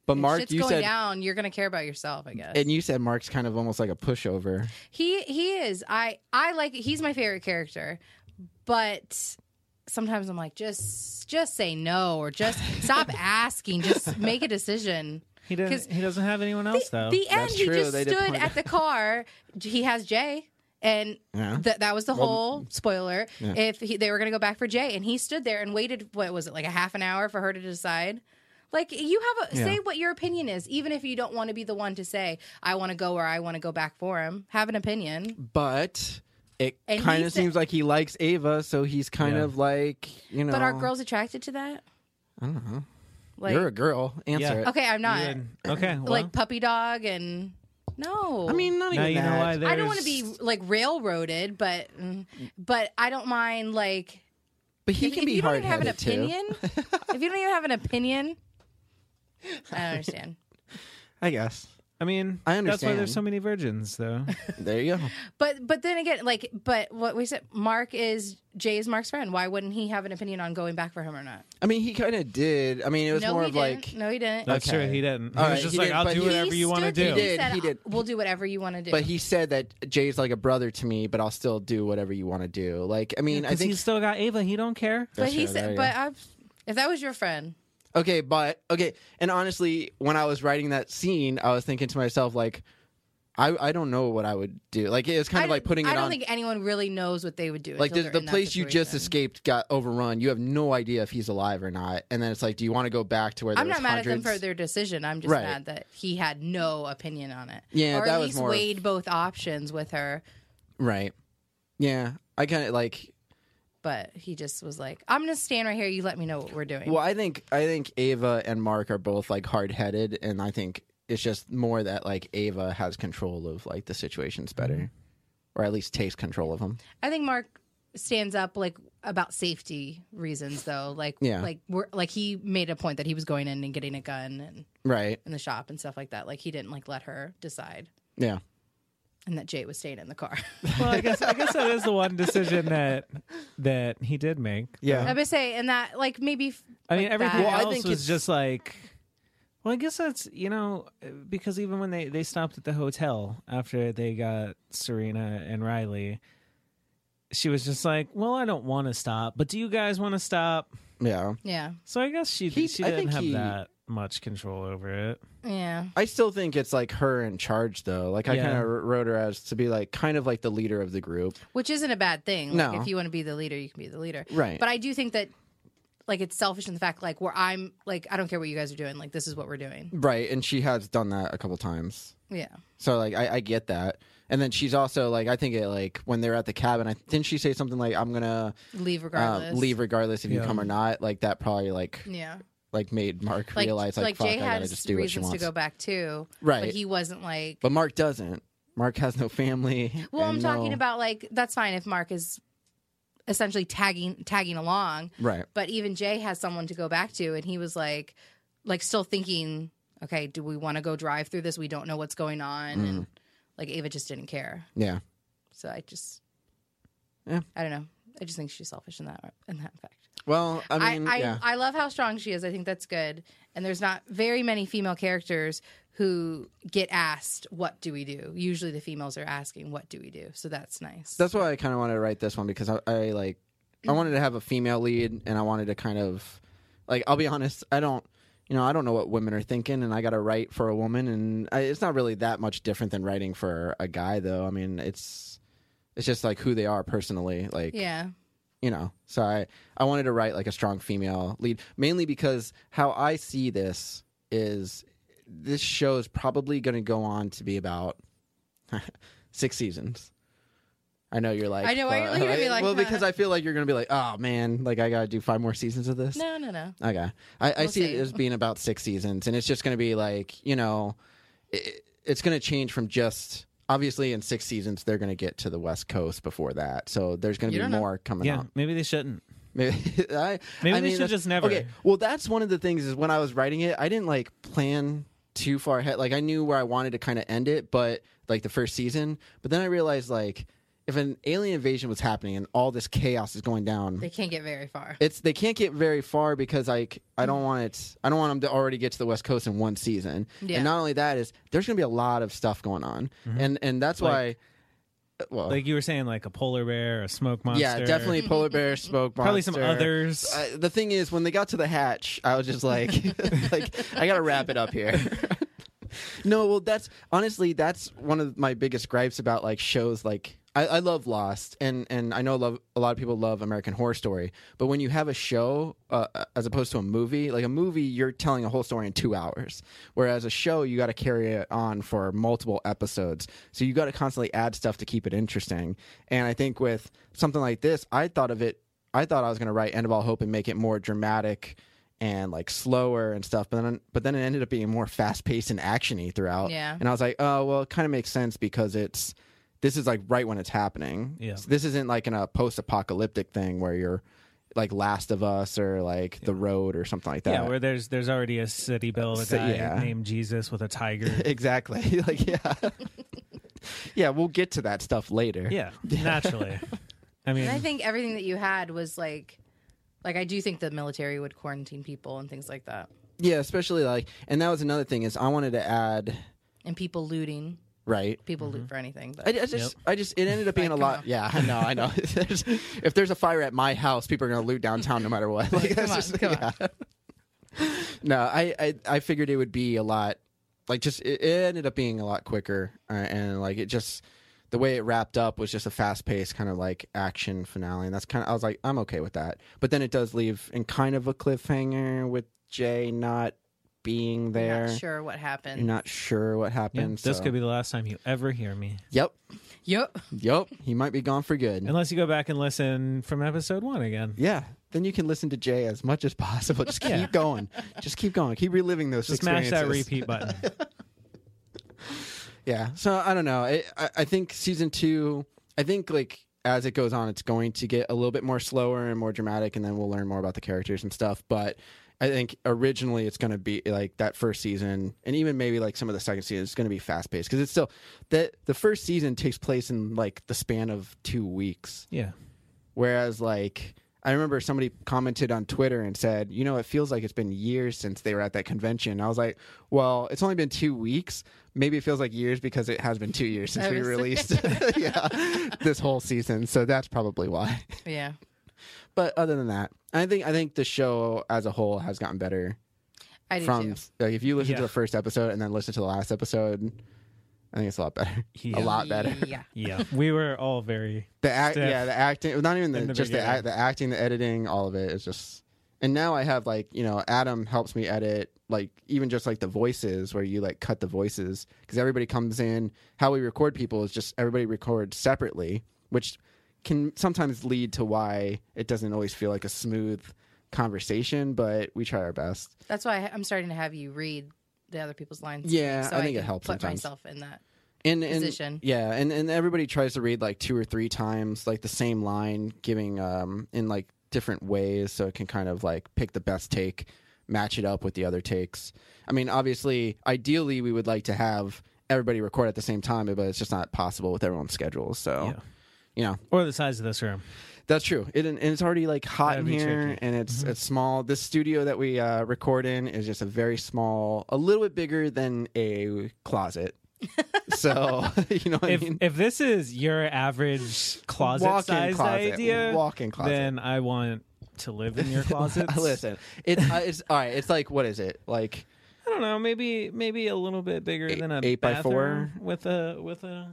[SPEAKER 2] but
[SPEAKER 3] if
[SPEAKER 2] Mark,
[SPEAKER 3] shit's
[SPEAKER 2] you
[SPEAKER 3] going
[SPEAKER 2] said.
[SPEAKER 3] down. You're gonna care about yourself, I guess.
[SPEAKER 2] And you said Mark's kind of almost like a pushover.
[SPEAKER 3] he he is. I I like. He's my favorite character, but. Sometimes I'm like, just just say no or just stop asking. Just make a decision.
[SPEAKER 4] He doesn't.
[SPEAKER 3] 'Cause
[SPEAKER 4] He doesn't have anyone else though.
[SPEAKER 3] The end,
[SPEAKER 2] That's
[SPEAKER 3] he
[SPEAKER 2] true.
[SPEAKER 3] just
[SPEAKER 2] They did
[SPEAKER 3] stood
[SPEAKER 2] point
[SPEAKER 3] at the car. He has Jay, and
[SPEAKER 2] Yeah.
[SPEAKER 3] th- that was the whole spoiler.
[SPEAKER 2] Yeah.
[SPEAKER 3] If he, they were going to go back for Jay, and he stood there and waited, what was it, like a half an hour for her to decide? Like you have a
[SPEAKER 2] Yeah.
[SPEAKER 3] say what your opinion is, even if you don't want to be the one to say I want to go or I want to go back for him. Have an opinion.
[SPEAKER 2] but it
[SPEAKER 3] And he
[SPEAKER 2] kind of
[SPEAKER 3] said-
[SPEAKER 2] seems like he likes Ava, so he's kind
[SPEAKER 4] Yeah.
[SPEAKER 2] of like you know.
[SPEAKER 3] But are girls attracted to that?
[SPEAKER 2] I don't know.
[SPEAKER 3] Like
[SPEAKER 2] You're a girl. Answer
[SPEAKER 4] Yeah.
[SPEAKER 2] it.
[SPEAKER 3] okay, I'm not
[SPEAKER 4] Good. Okay. Well,
[SPEAKER 3] uh, like puppy dog and no.
[SPEAKER 2] I mean, not
[SPEAKER 4] now
[SPEAKER 2] even
[SPEAKER 4] you know
[SPEAKER 2] that.
[SPEAKER 4] why.
[SPEAKER 3] I don't want to
[SPEAKER 4] there's-
[SPEAKER 3] be like railroaded, but mm, but I don't mind like
[SPEAKER 2] but he
[SPEAKER 3] if,
[SPEAKER 2] can
[SPEAKER 3] if
[SPEAKER 2] be
[SPEAKER 3] you don't
[SPEAKER 2] hard
[SPEAKER 3] even have an
[SPEAKER 2] headed too.
[SPEAKER 3] opinion. if you don't even have an opinion, I don't understand.
[SPEAKER 2] I guess.
[SPEAKER 4] I mean,
[SPEAKER 2] I
[SPEAKER 4] That's why
[SPEAKER 2] understand.
[SPEAKER 4] there's so many virgins, though.
[SPEAKER 2] There you go.
[SPEAKER 3] But but then again, like but what we said, Mark is Jay is Mark's friend. Why wouldn't he have an opinion on going back for him or not?
[SPEAKER 2] I mean, he kind of did. I mean, it was
[SPEAKER 3] no,
[SPEAKER 2] more
[SPEAKER 3] he
[SPEAKER 2] of
[SPEAKER 3] didn't.
[SPEAKER 2] like,
[SPEAKER 3] no, he didn't.
[SPEAKER 4] That's
[SPEAKER 2] Okay.
[SPEAKER 4] true. He didn't.
[SPEAKER 2] All
[SPEAKER 4] he was
[SPEAKER 2] right,
[SPEAKER 4] just
[SPEAKER 2] he
[SPEAKER 4] like,
[SPEAKER 2] did,
[SPEAKER 4] "I'll
[SPEAKER 2] but
[SPEAKER 4] do
[SPEAKER 2] he-
[SPEAKER 4] whatever you want to
[SPEAKER 3] stood
[SPEAKER 4] do."
[SPEAKER 3] there. He
[SPEAKER 2] did,
[SPEAKER 3] said,
[SPEAKER 2] he did.
[SPEAKER 3] We'll do whatever you want to do.
[SPEAKER 2] but he said that Jay's like a brother to me, but I'll still do whatever you want to do. Like, I mean, I
[SPEAKER 4] Because
[SPEAKER 2] think
[SPEAKER 4] he's still got Ava. He don't care.
[SPEAKER 3] but he
[SPEAKER 2] That's true, there
[SPEAKER 3] said,
[SPEAKER 2] you
[SPEAKER 3] but
[SPEAKER 2] go.
[SPEAKER 3] I, if that was your friend,
[SPEAKER 2] okay, but okay. And honestly, when I was writing that scene, I was thinking to myself like, I I don't know what I would do. Like, it was kind
[SPEAKER 3] I
[SPEAKER 2] of like
[SPEAKER 3] don't-
[SPEAKER 2] putting it
[SPEAKER 3] I don't
[SPEAKER 2] on.
[SPEAKER 3] think anyone really knows what they would do.
[SPEAKER 2] like
[SPEAKER 3] until
[SPEAKER 2] the,
[SPEAKER 3] they're
[SPEAKER 2] the
[SPEAKER 3] in that
[SPEAKER 2] place you just
[SPEAKER 3] situation.
[SPEAKER 2] escaped got overrun. You have no idea if he's alive or not. And then it's like, do you want to go back to where there
[SPEAKER 3] I'm
[SPEAKER 2] was
[SPEAKER 3] not mad at them
[SPEAKER 2] hundreds?
[SPEAKER 3] for their decision. I'm just
[SPEAKER 2] Right.
[SPEAKER 3] mad that he had no opinion on it.
[SPEAKER 2] Yeah,
[SPEAKER 3] or
[SPEAKER 2] that
[SPEAKER 3] at
[SPEAKER 2] was
[SPEAKER 3] least
[SPEAKER 2] more of-
[SPEAKER 3] weighed both options with her,
[SPEAKER 2] Right. Yeah. I kind of like.
[SPEAKER 3] but he just was like, "I'm gonna stand right here. You let me know what we're doing."
[SPEAKER 2] Well, I think I think Ava and Mark are both like hard headed, and I think it's just more that like Ava has control of like the situations better, or at least takes control of them.
[SPEAKER 3] I think Mark stands up like about safety reasons, though. Like,
[SPEAKER 2] Yeah.
[SPEAKER 3] like we're like he made a point that he was going in and getting a gun and
[SPEAKER 2] Right.
[SPEAKER 3] in the shop and stuff like that. Like he didn't like let her decide.
[SPEAKER 2] Yeah.
[SPEAKER 3] and that Jay was staying in the car.
[SPEAKER 4] Well, I guess I guess that is the one decision that that he did make.
[SPEAKER 2] Yeah.
[SPEAKER 3] I would say, and that like maybe. f-
[SPEAKER 4] I mean,
[SPEAKER 3] like
[SPEAKER 4] everything
[SPEAKER 3] that.
[SPEAKER 2] Well, I
[SPEAKER 4] else
[SPEAKER 2] think
[SPEAKER 4] was
[SPEAKER 2] it's-
[SPEAKER 4] just like. Well, I guess that's you know because even when they they stopped at the hotel after they got Serena and Riley, she was just like, "Well, I don't want to stop, but do you guys want to stop?"
[SPEAKER 2] yeah.
[SPEAKER 3] Yeah,
[SPEAKER 4] So I guess she
[SPEAKER 2] He-
[SPEAKER 4] she
[SPEAKER 2] I
[SPEAKER 4] didn't
[SPEAKER 2] think
[SPEAKER 4] have
[SPEAKER 2] he-
[SPEAKER 4] that much control over it.
[SPEAKER 3] yeah.
[SPEAKER 2] I still think it's like her in charge though. Like I
[SPEAKER 4] Yeah.
[SPEAKER 2] kind of wrote her as to be like kind of like the leader of the group.
[SPEAKER 3] Which isn't a bad thing. Like,
[SPEAKER 2] No.
[SPEAKER 3] if you want to be the leader, you can be the leader.
[SPEAKER 2] Right.
[SPEAKER 3] But I do think that, like, it's selfish in the fact, like, where I'm, like, I don't care what you guys are doing. Like, this is what we're doing.
[SPEAKER 2] Right, and she has done that a couple times.
[SPEAKER 3] Yeah.
[SPEAKER 2] So like I, I get that. And then she's also like I think it like when they're at the cabin, I didn't she say something like I'm gonna
[SPEAKER 3] Leave
[SPEAKER 2] uh,
[SPEAKER 3] regardless.
[SPEAKER 2] leave regardless if you
[SPEAKER 4] Yeah.
[SPEAKER 2] come or not. Like that probably like
[SPEAKER 3] Yeah.
[SPEAKER 2] like made Mark
[SPEAKER 3] Like,
[SPEAKER 2] realize like,
[SPEAKER 3] like,
[SPEAKER 2] fuck
[SPEAKER 3] Jay
[SPEAKER 2] I gotta
[SPEAKER 3] has
[SPEAKER 2] just do what she
[SPEAKER 3] reasons
[SPEAKER 2] wants.
[SPEAKER 3] to go back to. But
[SPEAKER 2] Right.
[SPEAKER 3] he wasn't like.
[SPEAKER 2] But Mark doesn't. Mark has no family.
[SPEAKER 3] well, I'm
[SPEAKER 2] and
[SPEAKER 3] talking
[SPEAKER 2] no-
[SPEAKER 3] about like that's fine if Mark is essentially tagging tagging along,
[SPEAKER 2] right.
[SPEAKER 3] but even Jay has someone to go back to, and he was like, like still thinking, okay, do we want to go drive through this? We don't know what's going on,
[SPEAKER 2] Mm.
[SPEAKER 3] and like Ava just didn't care.
[SPEAKER 2] Yeah.
[SPEAKER 3] So I just,
[SPEAKER 2] Yeah.
[SPEAKER 3] I don't know. I just think she's selfish in that in that fact.
[SPEAKER 2] Well, I
[SPEAKER 3] I
[SPEAKER 2] mean,
[SPEAKER 3] I,
[SPEAKER 2] yeah.
[SPEAKER 3] I love how strong she is. I think that's good. And there's not very many female characters who get asked, "What do we do?" Usually, the females are asking, "What do we do?" So that's nice.
[SPEAKER 2] That's why I kind of wanted to write this one because I, I like I wanted to have a female lead and I wanted to kind of like I'll be honest, I don't you know, I don't know what women are thinking and I got to write for a woman and I, it's not really that much different than writing for a guy though. I mean, it's it's just like who they are personally, like
[SPEAKER 3] yeah,
[SPEAKER 2] you know. So I I wanted to write like a strong female lead mainly because how I see this is this show is probably going to go on to be about six seasons. I know you're like
[SPEAKER 3] I know why you're
[SPEAKER 2] "Fuck."
[SPEAKER 3] looking at me like
[SPEAKER 2] well
[SPEAKER 3] that.
[SPEAKER 2] because I feel like you're going to be like oh man like I got to do five more seasons of this.
[SPEAKER 3] no, no, no.
[SPEAKER 2] Okay. I, I
[SPEAKER 3] We'll
[SPEAKER 2] see
[SPEAKER 3] see.
[SPEAKER 2] it as being about six seasons, and it's just going to be like, you know, it, it's going to change from just. Obviously, in six seasons, they're going to get to the West Coast before that. So there's going
[SPEAKER 3] You
[SPEAKER 2] to be
[SPEAKER 3] don't know.
[SPEAKER 2] more coming
[SPEAKER 4] Yeah,
[SPEAKER 2] up.
[SPEAKER 4] maybe they shouldn't.
[SPEAKER 2] Maybe, I,
[SPEAKER 4] Maybe
[SPEAKER 2] I
[SPEAKER 4] they
[SPEAKER 2] mean,
[SPEAKER 4] should
[SPEAKER 2] that's-
[SPEAKER 4] just never.
[SPEAKER 2] Okay. Well, that's one of the things is when I was writing it, I didn't like plan too far ahead. Like I knew where I wanted to kind of end it, but like the first season. But then I realized like if an alien invasion was happening and all this chaos is going down,
[SPEAKER 3] They can't get very far.
[SPEAKER 2] it's they can't get very far because like I don't want it. I don't want them to already get to the West Coast in one season.
[SPEAKER 3] Yeah.
[SPEAKER 2] And not only that is there's going to be a lot of stuff going on, and and that's why. uh, Well,
[SPEAKER 4] Mm-hmm. Like you were saying, like a polar bear, a smoke monster.
[SPEAKER 2] Oh. yeah, definitely polar bear smoke.
[SPEAKER 4] Probably some
[SPEAKER 2] monster.
[SPEAKER 4] others.
[SPEAKER 2] I, the thing is, when they got to the hatch, I was just like, like I gotta wrap it up here. no, well, that's honestly that's one of my biggest gripes about like shows like. I, I love Lost, and, and I know love, a lot of people love American Horror Story, but when you have a show uh, as opposed to a movie, like a movie, you're telling a whole story in two hours, whereas a show you got to carry it on for multiple episodes, so you got to constantly add stuff to keep it interesting. And I think with something like this, I thought of it I thought I was going to write End of All Hope and make it more dramatic and like slower and stuff, but then but then it ended up being more fast paced and actiony throughout.
[SPEAKER 3] Yeah.
[SPEAKER 2] And I was like, oh well, it kind of makes sense because it's this is like right when it's happening.
[SPEAKER 4] Yeah.
[SPEAKER 2] So this isn't like in a post apocalyptic thing where you're like Last of Us or like The Road or something like that.
[SPEAKER 4] Yeah, where there's there's already a city built a
[SPEAKER 2] So-
[SPEAKER 4] guy
[SPEAKER 2] yeah.
[SPEAKER 4] named Jesus with a tiger.
[SPEAKER 2] exactly. like yeah. yeah, we'll get to that stuff later.
[SPEAKER 4] yeah, naturally. I mean,
[SPEAKER 3] And I think everything that you had was like, like I do think the military would quarantine people and things like that,
[SPEAKER 2] Yeah, especially like and that was another thing is I wanted to add
[SPEAKER 3] and people looting.
[SPEAKER 2] right
[SPEAKER 3] People loot for anything, but
[SPEAKER 2] Mm-hmm. I, I just, I just, it ended up being a
[SPEAKER 3] Like,
[SPEAKER 2] lot.
[SPEAKER 3] come on.
[SPEAKER 2] Yeah, I know, I know. There's- if there's a fire at my house, people are gonna loot downtown no matter what. Like,
[SPEAKER 3] come
[SPEAKER 2] that's
[SPEAKER 3] on,
[SPEAKER 2] just-
[SPEAKER 3] come on.
[SPEAKER 2] yeah. No, I, I, I figured it would be a lot. Like, just it, it ended up being a lot quicker, uh, and like it just the way it wrapped up was just a fast paced kind of like action finale, and that's kind of I was like, I'm okay with that. But then it does leave in kind of a cliffhanger with Jay not being there.
[SPEAKER 3] I'm not sure what happened.
[SPEAKER 2] You're not sure what
[SPEAKER 4] yeah,
[SPEAKER 2] happened.
[SPEAKER 4] this
[SPEAKER 2] so-
[SPEAKER 4] could be the last time you ever hear me,
[SPEAKER 2] Yep,
[SPEAKER 3] Yep.
[SPEAKER 2] yep. He might be gone for good.
[SPEAKER 4] unless you go back and listen from episode one again.
[SPEAKER 2] Yeah. Then you can listen to Jay as much as possible. Just keep going. Just keep going. Keep reliving those
[SPEAKER 4] Just smash
[SPEAKER 2] experiences.
[SPEAKER 4] that repeat button.
[SPEAKER 2] Yeah. So I don't know. I, I, I think season two, I think like as it goes on, it's going to get a little bit more slower and more dramatic, and then we'll learn more about the characters and stuff. But I think originally it's going to be like that first season, and even maybe like some of the second season. It's going to be fast paced because it's still that the first season takes place in like the span of two weeks.
[SPEAKER 4] Yeah.
[SPEAKER 2] Whereas, like, I remember somebody commented on Twitter and said, you know, it feels like it's been years since they were at that convention. I was like, well, it's only been two weeks. Maybe it feels like years because it has been two years since
[SPEAKER 3] I
[SPEAKER 2] we
[SPEAKER 3] was-
[SPEAKER 2] released yeah, this whole season. So that's probably why.
[SPEAKER 3] Yeah.
[SPEAKER 2] But other than that, I think I think the show as a whole has gotten better.
[SPEAKER 3] I do
[SPEAKER 2] From
[SPEAKER 3] too.
[SPEAKER 2] like if you listen to
[SPEAKER 4] Yeah.
[SPEAKER 2] the first episode and then listen to the last episode, I think it's a lot better.
[SPEAKER 4] Yeah.
[SPEAKER 2] A lot better.
[SPEAKER 3] Yeah.
[SPEAKER 4] Yeah. we were all very
[SPEAKER 2] The act,
[SPEAKER 4] Stiff.
[SPEAKER 2] yeah, the acting. Not even the,
[SPEAKER 4] In the
[SPEAKER 2] just the
[SPEAKER 4] beginning.
[SPEAKER 2] act, the acting, the editing, all of it is just. And now I have like you know Adam helps me edit like even just like the voices where you like cut the voices because everybody comes in. How we record people is just everybody records separately, which can sometimes lead to why it doesn't always feel like a smooth conversation. But we try our best.
[SPEAKER 3] That's why I- I'm starting to have you read the other people's lines. to me,
[SPEAKER 2] Yeah,
[SPEAKER 3] so
[SPEAKER 2] I think it
[SPEAKER 3] can
[SPEAKER 2] helps
[SPEAKER 3] Put
[SPEAKER 2] sometimes.
[SPEAKER 3] myself in that.
[SPEAKER 2] and, and-
[SPEAKER 3] position.
[SPEAKER 2] Yeah, and and everybody tries to read like two or three times like the same line, giving um in like different ways, so it can kind of like pick the best take, match it up with the other takes. I mean, obviously, ideally, we would like to have everybody record at the same time, but it's just not possible with everyone's schedules. So,
[SPEAKER 4] Yeah.
[SPEAKER 2] you know,
[SPEAKER 4] or the size of this room.
[SPEAKER 2] that's true. It, and it's already like hot
[SPEAKER 4] That'd
[SPEAKER 2] in
[SPEAKER 4] be
[SPEAKER 2] here,
[SPEAKER 4] tricky. Mm-hmm.
[SPEAKER 2] and it's it's small. This studio that we uh, record in is just a very small, a little bit bigger than a closet. so you know, what
[SPEAKER 4] If
[SPEAKER 2] I mean?
[SPEAKER 4] if this is your average closet
[SPEAKER 2] Walk-in
[SPEAKER 4] size
[SPEAKER 2] closet.
[SPEAKER 4] idea,
[SPEAKER 2] Walk-in closet.
[SPEAKER 4] then I want to live in your closet.
[SPEAKER 2] Listen, it's uh, it's all right. It's like what is it like?
[SPEAKER 4] I don't know, maybe maybe a little bit bigger
[SPEAKER 2] Eight-
[SPEAKER 4] than a
[SPEAKER 2] eight by
[SPEAKER 4] bathroom with a with a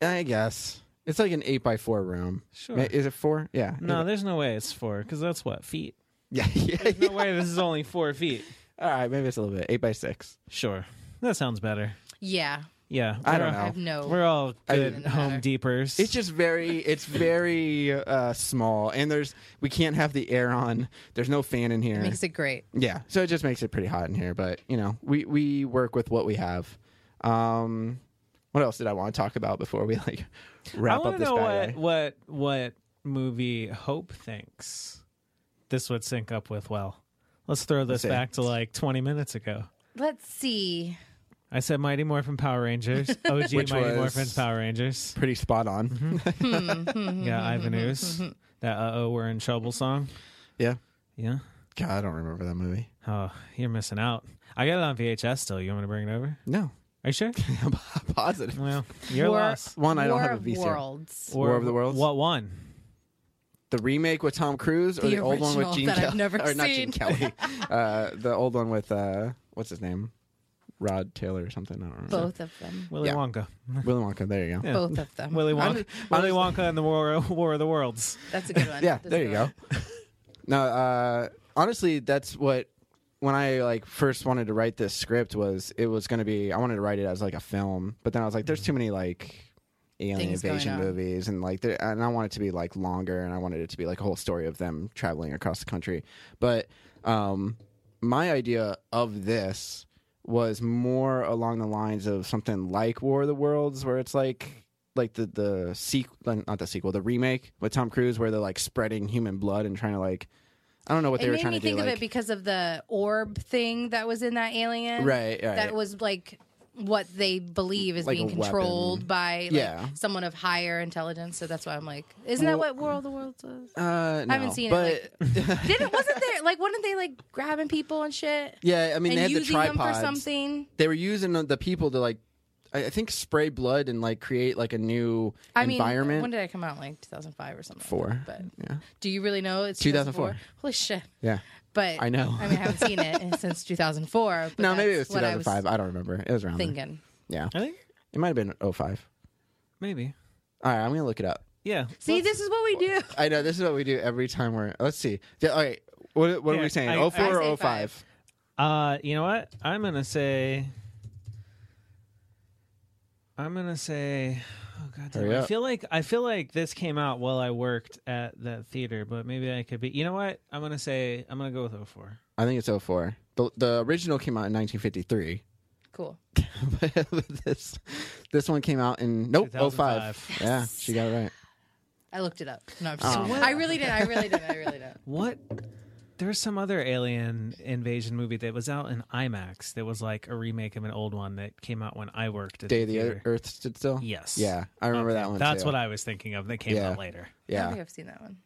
[SPEAKER 2] I guess it's like an eight by four room.
[SPEAKER 4] Sure.
[SPEAKER 2] Ma- Is it four? Yeah.
[SPEAKER 4] No, there's no way it's four because that's what feet.
[SPEAKER 2] Yeah. yeah,
[SPEAKER 4] No way this is only four feet.
[SPEAKER 2] All right. Maybe it's a little bit eight by six.
[SPEAKER 4] Sure, that sounds better.
[SPEAKER 3] Yeah.
[SPEAKER 4] Yeah,
[SPEAKER 2] I
[SPEAKER 4] we're
[SPEAKER 2] don't
[SPEAKER 4] all-
[SPEAKER 2] know.
[SPEAKER 3] I have no.
[SPEAKER 4] We're all good
[SPEAKER 3] doesn't
[SPEAKER 4] home
[SPEAKER 3] matter.
[SPEAKER 4] deepers.
[SPEAKER 2] It's just very, it's very uh, small, and there's we can't have the air on. There's no fan in here.
[SPEAKER 3] makes it great.
[SPEAKER 2] yeah, so it just makes it pretty hot in here. But you know, we we work with what we have. Um, what else did I want to talk about before we like
[SPEAKER 4] I
[SPEAKER 2] wrap
[SPEAKER 4] want
[SPEAKER 2] up
[SPEAKER 4] to
[SPEAKER 2] this
[SPEAKER 4] know
[SPEAKER 2] bad
[SPEAKER 4] what,
[SPEAKER 2] guy?
[SPEAKER 4] what what movie Hope thinks this would sync up with well. Let's throw this
[SPEAKER 2] see.
[SPEAKER 4] back to like 20 minutes ago.
[SPEAKER 3] Let's see.
[SPEAKER 4] I said Mighty Morphin Power Rangers, OG
[SPEAKER 2] Which
[SPEAKER 4] Mighty
[SPEAKER 2] was-
[SPEAKER 4] Morphin's Power Rangers.
[SPEAKER 2] Pretty spot on.
[SPEAKER 4] Mm-hmm. Yeah, Ivanus. That uh oh, we're in trouble song.
[SPEAKER 2] Yeah.
[SPEAKER 4] Yeah.
[SPEAKER 2] God, I don't remember that movie.
[SPEAKER 4] Oh, you're missing out. I got it on VHS still. You want me to bring it over?
[SPEAKER 2] No,
[SPEAKER 4] Are you sure?
[SPEAKER 2] I'm positive.
[SPEAKER 4] Well, your
[SPEAKER 3] War-
[SPEAKER 4] loss.
[SPEAKER 2] One, I don't
[SPEAKER 3] War
[SPEAKER 2] have a
[SPEAKER 3] of
[SPEAKER 2] VCR.
[SPEAKER 3] Worlds.
[SPEAKER 2] War of the Worlds?
[SPEAKER 4] What one?
[SPEAKER 2] The remake with Tom Cruise or the,
[SPEAKER 3] The
[SPEAKER 2] old one with
[SPEAKER 3] original
[SPEAKER 2] Gene
[SPEAKER 3] that
[SPEAKER 2] Kelly?
[SPEAKER 3] I've never
[SPEAKER 2] or not Gene
[SPEAKER 3] seen.
[SPEAKER 2] Kelly. uh, the old one with uh, what's his name? Rod Taylor or something. I don't remember.
[SPEAKER 3] Both of them.
[SPEAKER 4] Willy
[SPEAKER 2] Yeah.
[SPEAKER 4] Wonka.
[SPEAKER 2] Willy Wonka. There you go. Yeah,
[SPEAKER 4] Yeah.
[SPEAKER 3] Both of them.
[SPEAKER 4] Willy Wonka.
[SPEAKER 2] just-
[SPEAKER 4] Willy Wonka and the War, War of the Worlds.
[SPEAKER 3] That's a good one. That's a
[SPEAKER 2] there you
[SPEAKER 3] good
[SPEAKER 2] go.
[SPEAKER 3] one.
[SPEAKER 2] no, uh, honestly, that's what when I like first wanted to write this script was it was going to be I wanted to write it as like a film, but then I was like, there's too many like. Alien
[SPEAKER 3] Mm. Things going
[SPEAKER 2] invasion
[SPEAKER 3] on.
[SPEAKER 2] movies and like there, and I want it to be like longer and I wanted it to be like a whole story of them traveling across the country. But um my idea of this was more along the lines of something like War of the Worlds, where it's like like the the sequel, not the sequel, the remake with Tom Cruise, where they're like spreading human blood and trying to like, I don't know what they
[SPEAKER 3] it
[SPEAKER 2] were
[SPEAKER 3] made
[SPEAKER 2] trying
[SPEAKER 3] me
[SPEAKER 2] to do.
[SPEAKER 3] think of
[SPEAKER 2] like-
[SPEAKER 3] it because of the orb thing that was in that alien.
[SPEAKER 2] right, right.
[SPEAKER 3] That was like what they believe is
[SPEAKER 2] Like
[SPEAKER 3] being
[SPEAKER 2] a weapon.
[SPEAKER 3] controlled by like,
[SPEAKER 2] Yeah.
[SPEAKER 3] someone of higher intelligence. So that's why I'm like, isn't that what World of the Worlds was?
[SPEAKER 2] uh, no,
[SPEAKER 3] I haven't seen it,
[SPEAKER 2] but,
[SPEAKER 3] Didn't wasn't there like wasn't they like grabbing people and shit
[SPEAKER 2] yeah, I mean, they
[SPEAKER 3] and
[SPEAKER 2] had the
[SPEAKER 3] using them for
[SPEAKER 2] tripods.
[SPEAKER 3] something?
[SPEAKER 2] They were using the people to like, I I think spray blood and like create like a new
[SPEAKER 3] I mean,
[SPEAKER 2] environment.
[SPEAKER 3] when did I come out? Like 2005 or something. like
[SPEAKER 2] Four.
[SPEAKER 3] that, but
[SPEAKER 2] yeah,
[SPEAKER 3] do you really know it's
[SPEAKER 2] 2004?
[SPEAKER 3] 2004? Holy shit!
[SPEAKER 2] yeah.
[SPEAKER 3] But
[SPEAKER 2] I know.
[SPEAKER 3] I mean, I haven't seen it since 2004. But
[SPEAKER 2] No, maybe it was
[SPEAKER 3] that's what I was
[SPEAKER 2] 2005. I, don't remember. It was around there.
[SPEAKER 3] Thinking.
[SPEAKER 2] Yeah,
[SPEAKER 4] I think
[SPEAKER 2] it might have been 05.
[SPEAKER 4] maybe.
[SPEAKER 2] All right, I'm gonna look it up.
[SPEAKER 4] Yeah.
[SPEAKER 3] See, this is what we do.
[SPEAKER 2] I know this is what we do every time we're. Let's see. Yeah, all right, what what are
[SPEAKER 4] Yeah,
[SPEAKER 2] we saying?
[SPEAKER 4] I-
[SPEAKER 2] Oh
[SPEAKER 4] I
[SPEAKER 2] four
[SPEAKER 3] say
[SPEAKER 2] or 05?
[SPEAKER 4] Uh, you know what? I'm gonna say. I'm gonna say. Oh god! damn,
[SPEAKER 2] Hurry
[SPEAKER 4] I
[SPEAKER 2] up.
[SPEAKER 4] feel like I feel like this came out while I worked at that theater, but maybe I could be. You know what? I'm gonna say. I'm gonna go with 04.
[SPEAKER 2] I think it's 04. The the original came out in 1953,
[SPEAKER 3] Cool.
[SPEAKER 2] but this this one came out in nope 05.
[SPEAKER 4] 2005.
[SPEAKER 2] Yeah, she got it right.
[SPEAKER 3] I looked it up. No, I'm just
[SPEAKER 2] Oh.
[SPEAKER 3] I really did. I really did. I really did.
[SPEAKER 4] What there was some other alien invasion movie that was out in IMAX that was like a remake of an old one that came out when I worked at
[SPEAKER 2] Day
[SPEAKER 4] the
[SPEAKER 2] the
[SPEAKER 4] theater.
[SPEAKER 2] Earth Stood Still.
[SPEAKER 4] Yes.
[SPEAKER 2] Yeah, I remember
[SPEAKER 4] Okay,
[SPEAKER 2] that one.
[SPEAKER 4] That's
[SPEAKER 2] too.
[SPEAKER 4] what I was thinking of that came
[SPEAKER 2] Yeah.
[SPEAKER 4] out later.
[SPEAKER 3] I don't
[SPEAKER 2] Yeah.
[SPEAKER 3] think I've seen that one.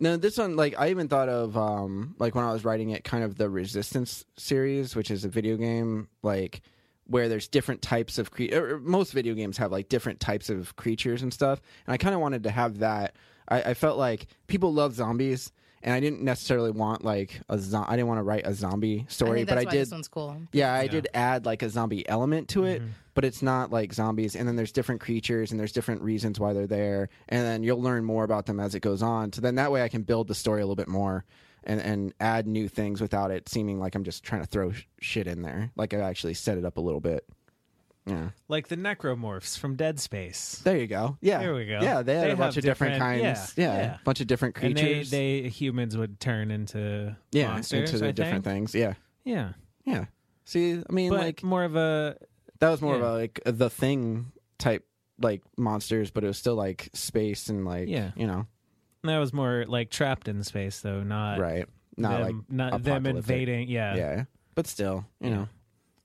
[SPEAKER 2] No, this one, like, I even thought of, um, like, when I was writing it, kind of the Resistance series, which is a video game, like, where there's different types of creatures. Most video games have, like, different types of creatures and stuff. And I kind of wanted to have that. I, I felt like people love zombies, and I didn't necessarily want, like, a zo- I didn't want to write a zombie
[SPEAKER 3] I
[SPEAKER 2] story,
[SPEAKER 3] think that's
[SPEAKER 2] but I
[SPEAKER 3] why
[SPEAKER 2] did.
[SPEAKER 3] this one's cool.
[SPEAKER 2] Yeah, I
[SPEAKER 4] Yeah. Mm-hmm.
[SPEAKER 2] did add like a zombie element to it, but it's not like zombies. And then there's different creatures and there's different reasons why they're there. And then you'll learn more about them as it goes on. So then that way I can build the story a little bit more and, and add new things without it seeming like I'm just trying to throw sh- shit in there. Like I actually set it up a little bit. Yeah.
[SPEAKER 4] Like the necromorphs from Dead Space.
[SPEAKER 2] There you go. Yeah.
[SPEAKER 4] There we go.
[SPEAKER 2] Yeah, they had
[SPEAKER 4] They
[SPEAKER 2] a bunch of
[SPEAKER 4] have
[SPEAKER 2] different,
[SPEAKER 4] different-
[SPEAKER 2] kinds.
[SPEAKER 4] yeah,
[SPEAKER 2] Yeah,
[SPEAKER 4] yeah.
[SPEAKER 2] A bunch of different creatures.
[SPEAKER 4] And they, they humans would turn into
[SPEAKER 2] yeah,
[SPEAKER 4] monsters
[SPEAKER 2] into the
[SPEAKER 4] I
[SPEAKER 2] different
[SPEAKER 4] think.
[SPEAKER 2] things. Yeah.
[SPEAKER 4] Yeah,
[SPEAKER 2] Yeah. See, I mean
[SPEAKER 4] but
[SPEAKER 2] like
[SPEAKER 4] more of a
[SPEAKER 2] That was more
[SPEAKER 4] Yeah.
[SPEAKER 2] of a like the thing type like monsters, but it was still like space and like
[SPEAKER 4] Yeah.
[SPEAKER 2] you know
[SPEAKER 4] that was more like trapped in space though, not
[SPEAKER 2] right, not
[SPEAKER 4] them,
[SPEAKER 2] like
[SPEAKER 4] not them
[SPEAKER 2] apocalyptic.
[SPEAKER 4] invading. Yeah,
[SPEAKER 2] yeah, but still you know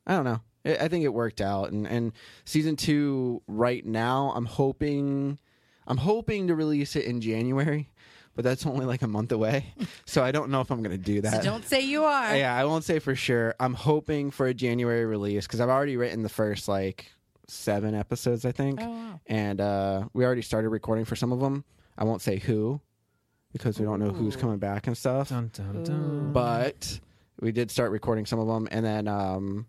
[SPEAKER 2] I don't know. I I think it worked out, and and season two right now I'm hoping I'm hoping to release it in January, but that's only like a month away, so I don't know if I'm gonna do that.
[SPEAKER 3] So don't say you are.
[SPEAKER 2] yeah, I won't say for sure. I'm hoping for a January release because I've already written the first like seven episodes, I think.
[SPEAKER 3] Oh, wow.
[SPEAKER 2] and uh, we already started recording for some of them. I won't say who because we don't know who's
[SPEAKER 3] Ooh.
[SPEAKER 2] coming back and stuff.
[SPEAKER 4] Dun, dun, dun.
[SPEAKER 3] Ooh.
[SPEAKER 2] But we did start recording some of them, and then um,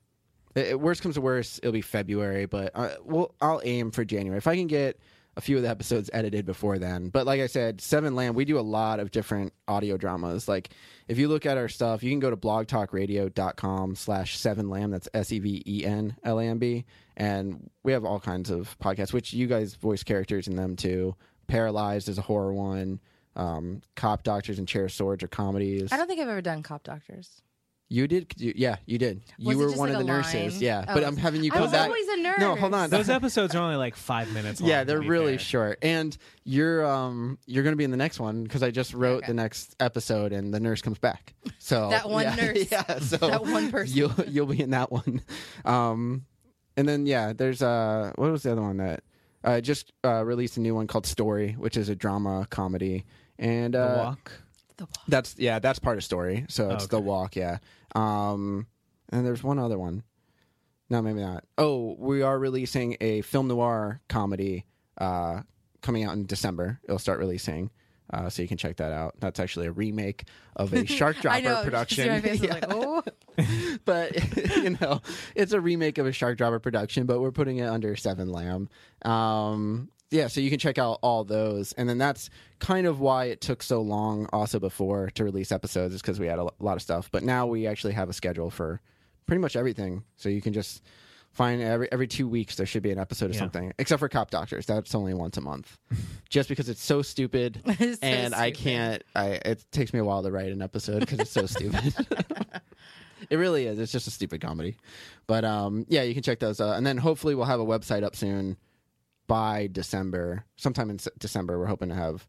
[SPEAKER 2] it, it- worst comes to worst, it'll be February. But uh, we'll, I'll aim for January if I can get a few of the episodes edited before then. But like I said, Seven Land, we do a lot of different audio dramas. Like if you look at our stuff, you can go to blogtalkradio.com slash seven lamb. That's S E V E N L A M B. And we have all kinds of podcasts, which you guys voice characters in them too. Paralyzed is a horror one. Um, Cop Doctors and Chair of Swords are comedies.
[SPEAKER 3] I don't think I've ever done cop doctors.
[SPEAKER 2] You did, you, yeah, you did.
[SPEAKER 3] Was
[SPEAKER 2] You
[SPEAKER 3] it
[SPEAKER 2] were
[SPEAKER 3] just
[SPEAKER 2] one
[SPEAKER 3] like
[SPEAKER 2] of the
[SPEAKER 3] a
[SPEAKER 2] nurses,
[SPEAKER 3] line?
[SPEAKER 2] yeah.
[SPEAKER 3] Oh,
[SPEAKER 2] but
[SPEAKER 3] it
[SPEAKER 2] I'm
[SPEAKER 3] was-
[SPEAKER 2] having you
[SPEAKER 3] I
[SPEAKER 2] come
[SPEAKER 3] was
[SPEAKER 2] back.
[SPEAKER 3] always a nerd.
[SPEAKER 2] No, hold on.
[SPEAKER 4] Those episodes are only like five minutes. long,
[SPEAKER 2] yeah,
[SPEAKER 4] to
[SPEAKER 2] they're
[SPEAKER 4] be
[SPEAKER 2] really
[SPEAKER 4] fair.
[SPEAKER 2] short. And you're um you're gonna be in the next one because I just wrote
[SPEAKER 3] Okay.
[SPEAKER 2] the next episode and the nurse comes back. So
[SPEAKER 3] That one
[SPEAKER 2] yeah,
[SPEAKER 3] nurse.
[SPEAKER 2] yeah. So
[SPEAKER 3] That one person.
[SPEAKER 2] You'll you'll be in that one. Um, and then yeah, there's uh what was the other one that uh, just uh, released a new one called Story, which is a drama comedy. And
[SPEAKER 4] The
[SPEAKER 2] uh,
[SPEAKER 4] walk.
[SPEAKER 3] The Walk.
[SPEAKER 2] that's yeah, that's part of story. So it's the
[SPEAKER 4] Okay.
[SPEAKER 2] walk, yeah. Um, and there's one other one. No, maybe not. Oh, we are releasing a film noir comedy uh, coming out in December. It'll start releasing, uh, so you can check that out. That's actually a remake of a Shark Dropper
[SPEAKER 3] I know. you can see
[SPEAKER 2] production.
[SPEAKER 3] my face, I was
[SPEAKER 2] Yeah
[SPEAKER 3] like, oh.
[SPEAKER 2] but you know, it's a remake of a Shark Dropper production, but we're putting it under Seven Lamb. Um, yeah, so you can check out all those, and then that's kind of why it took so long, also before to release episodes, is because we had a lo- lot of stuff. But now we actually have a schedule for pretty much everything, so you can just find every every two weeks there should be an episode of
[SPEAKER 4] Yeah.
[SPEAKER 2] something, except for Cop Doctors. That's only once a month, just because it's so stupid,
[SPEAKER 3] It's so
[SPEAKER 2] and I
[SPEAKER 3] stupid.
[SPEAKER 2] can't. I it takes me a while to write an episode because it's so stupid. It really is. It's just a stupid comedy. But um, yeah, you can check those out. And then hopefully we'll have a website up soon by December. Sometime in S- December, we're hoping to have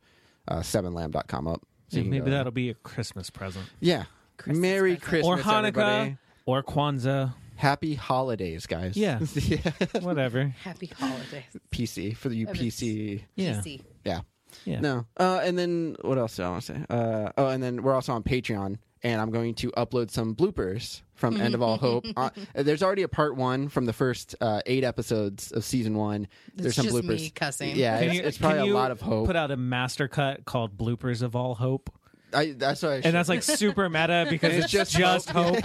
[SPEAKER 2] uh, 7lamb.com up. So you can
[SPEAKER 4] Maybe
[SPEAKER 2] go-
[SPEAKER 4] that'll be a Christmas present,
[SPEAKER 2] Yeah. Merry
[SPEAKER 3] present.
[SPEAKER 2] Christmas.
[SPEAKER 4] or Hanukkah,
[SPEAKER 2] everybody.
[SPEAKER 4] or Kwanzaa,
[SPEAKER 2] Happy holidays, guys.
[SPEAKER 4] Yeah.
[SPEAKER 2] yeah.
[SPEAKER 4] whatever.
[SPEAKER 3] Happy holidays.
[SPEAKER 2] PC. For the you
[SPEAKER 3] If it's-
[SPEAKER 2] PC.
[SPEAKER 4] yeah,
[SPEAKER 3] PC.
[SPEAKER 2] Yeah.
[SPEAKER 4] yeah.
[SPEAKER 2] No. Uh, and then what else did I want to say? Uh, oh, and then we're also on Patreon, and I'm going to upload some bloopers from
[SPEAKER 3] Mm-hmm,
[SPEAKER 2] End of All Hope. Uh, there's already a part one from the first uh, eight episodes of season one. there's some
[SPEAKER 3] just
[SPEAKER 2] bloopers.
[SPEAKER 3] me cussing.
[SPEAKER 2] Yeah,
[SPEAKER 4] Can
[SPEAKER 2] it's,
[SPEAKER 4] you-
[SPEAKER 2] it's
[SPEAKER 4] can
[SPEAKER 2] probably a
[SPEAKER 4] you
[SPEAKER 2] lot of hope.
[SPEAKER 4] Put out a master cut called "Bloopers of All Hope,"
[SPEAKER 2] I, that's what I.
[SPEAKER 4] and that's like super meta because
[SPEAKER 2] It's
[SPEAKER 4] it's just
[SPEAKER 2] just
[SPEAKER 4] just hope.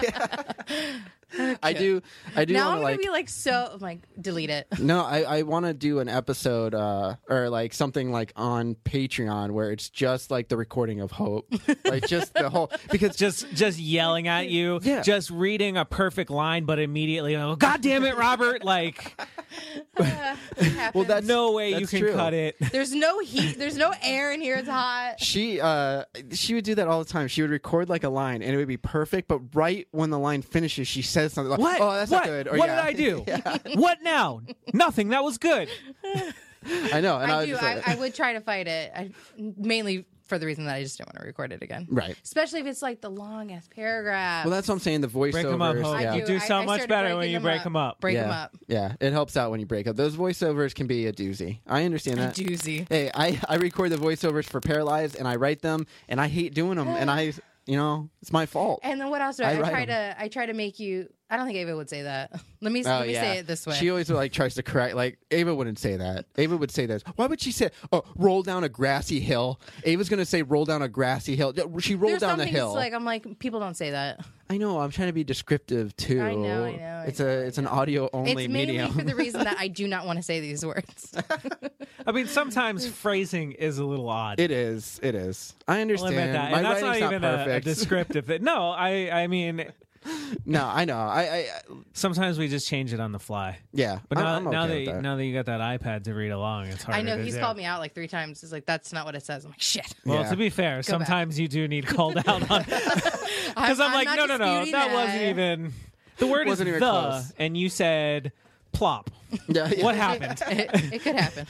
[SPEAKER 2] I do. I do
[SPEAKER 3] Now
[SPEAKER 2] want
[SPEAKER 3] I'm
[SPEAKER 2] to
[SPEAKER 3] gonna
[SPEAKER 2] like.
[SPEAKER 3] be like so I'm like delete it.
[SPEAKER 2] No, I, I want to do an episode uh, or like something like on Patreon where it's just like the recording of Hope, like just the whole because
[SPEAKER 4] just just yelling at you,
[SPEAKER 2] Yeah.
[SPEAKER 4] just reading a perfect line, but immediately, oh, God damn it, Robert! Like,
[SPEAKER 2] well that's
[SPEAKER 4] no way you
[SPEAKER 2] that's
[SPEAKER 4] can
[SPEAKER 2] true.
[SPEAKER 4] cut it.
[SPEAKER 3] There's no heat. There's no air in here. It's hot.
[SPEAKER 2] she uh she would do that all the time. She would record like a line and it would be perfect, but right when the line finishes, she says something like,
[SPEAKER 4] What?
[SPEAKER 2] "Oh, that's
[SPEAKER 4] what?
[SPEAKER 2] not good." Or,
[SPEAKER 4] what
[SPEAKER 2] yeah.
[SPEAKER 4] did I do? What now? Nothing. That was good.
[SPEAKER 2] I know, and I,
[SPEAKER 3] I
[SPEAKER 2] was
[SPEAKER 3] do.
[SPEAKER 2] just
[SPEAKER 3] I,
[SPEAKER 2] like,
[SPEAKER 3] I would try to fight it. I mainly for the reason that I just don't want to record it again.
[SPEAKER 2] Right.
[SPEAKER 3] Especially if it's like the long ass paragraph.
[SPEAKER 2] Well, that's what I'm saying. The voiceovers.
[SPEAKER 4] Break 'em up, Hope.
[SPEAKER 3] I
[SPEAKER 2] yeah.
[SPEAKER 4] You do sound much
[SPEAKER 3] started
[SPEAKER 4] better when
[SPEAKER 3] breaking
[SPEAKER 4] you break 'em up.
[SPEAKER 3] Break
[SPEAKER 2] yeah.
[SPEAKER 3] them up.
[SPEAKER 2] Yeah, it helps out when you break up. Those voiceovers can be a doozy. I understand that.
[SPEAKER 3] Doozy.
[SPEAKER 2] Hey, I, I record the voiceovers for Paralyzed and I write them and I hate doing them and I, you know, it's my fault.
[SPEAKER 3] And then what else do I,
[SPEAKER 2] I
[SPEAKER 3] I,
[SPEAKER 2] write
[SPEAKER 3] try
[SPEAKER 2] 'em.
[SPEAKER 3] to? I try to make you. I don't think Ava would say that. Let me
[SPEAKER 2] Oh,
[SPEAKER 3] let me
[SPEAKER 2] yeah.
[SPEAKER 3] say it this way.
[SPEAKER 2] She always like tries to correct. Like Ava wouldn't say that. Ava would say this. Why would she say, "Oh, roll down a grassy hill"? Ava's gonna say, "Roll down a grassy hill." She rolled
[SPEAKER 3] There's
[SPEAKER 2] down
[SPEAKER 3] some
[SPEAKER 2] the
[SPEAKER 3] things
[SPEAKER 2] hill.
[SPEAKER 3] Like I'm like people don't say that.
[SPEAKER 2] I know. I'm trying to be descriptive too.
[SPEAKER 3] I know, I know, I
[SPEAKER 2] it's
[SPEAKER 3] know,
[SPEAKER 2] a it's an audio only
[SPEAKER 3] it's mainly
[SPEAKER 2] medium.
[SPEAKER 3] for the reason that I do not want to say these words.
[SPEAKER 4] I mean, sometimes phrasing is a little odd.
[SPEAKER 2] it is. It is. I
[SPEAKER 4] I'll admit
[SPEAKER 2] understand.
[SPEAKER 4] that.
[SPEAKER 2] My
[SPEAKER 4] And that's not
[SPEAKER 2] writing's
[SPEAKER 4] even a- a,
[SPEAKER 2] perfect.
[SPEAKER 4] descriptive thing. No, I, I mean,
[SPEAKER 2] no, I know. I, I
[SPEAKER 4] sometimes we just change it on the fly.
[SPEAKER 2] yeah.
[SPEAKER 4] But now,
[SPEAKER 2] I'm, I'm okay
[SPEAKER 4] now
[SPEAKER 2] with
[SPEAKER 4] that,
[SPEAKER 2] that.
[SPEAKER 4] now that you got that iPad to read along, it's hard.
[SPEAKER 3] I know
[SPEAKER 4] to
[SPEAKER 3] he's
[SPEAKER 4] do.
[SPEAKER 3] called me out like three times. He's like, "That's not what it says." I'm like, "Shit."
[SPEAKER 4] Well,
[SPEAKER 2] Yeah.
[SPEAKER 4] to be fair, sometimes you do need called out on because I'm, like,
[SPEAKER 3] not
[SPEAKER 4] no, no, no, that,
[SPEAKER 3] disputing
[SPEAKER 4] wasn't even the word
[SPEAKER 2] Wasn't
[SPEAKER 4] is
[SPEAKER 2] even
[SPEAKER 4] the,
[SPEAKER 2] close.
[SPEAKER 4] and you said plop.
[SPEAKER 2] Yeah, yeah.
[SPEAKER 4] What happened?
[SPEAKER 3] It, it could happen.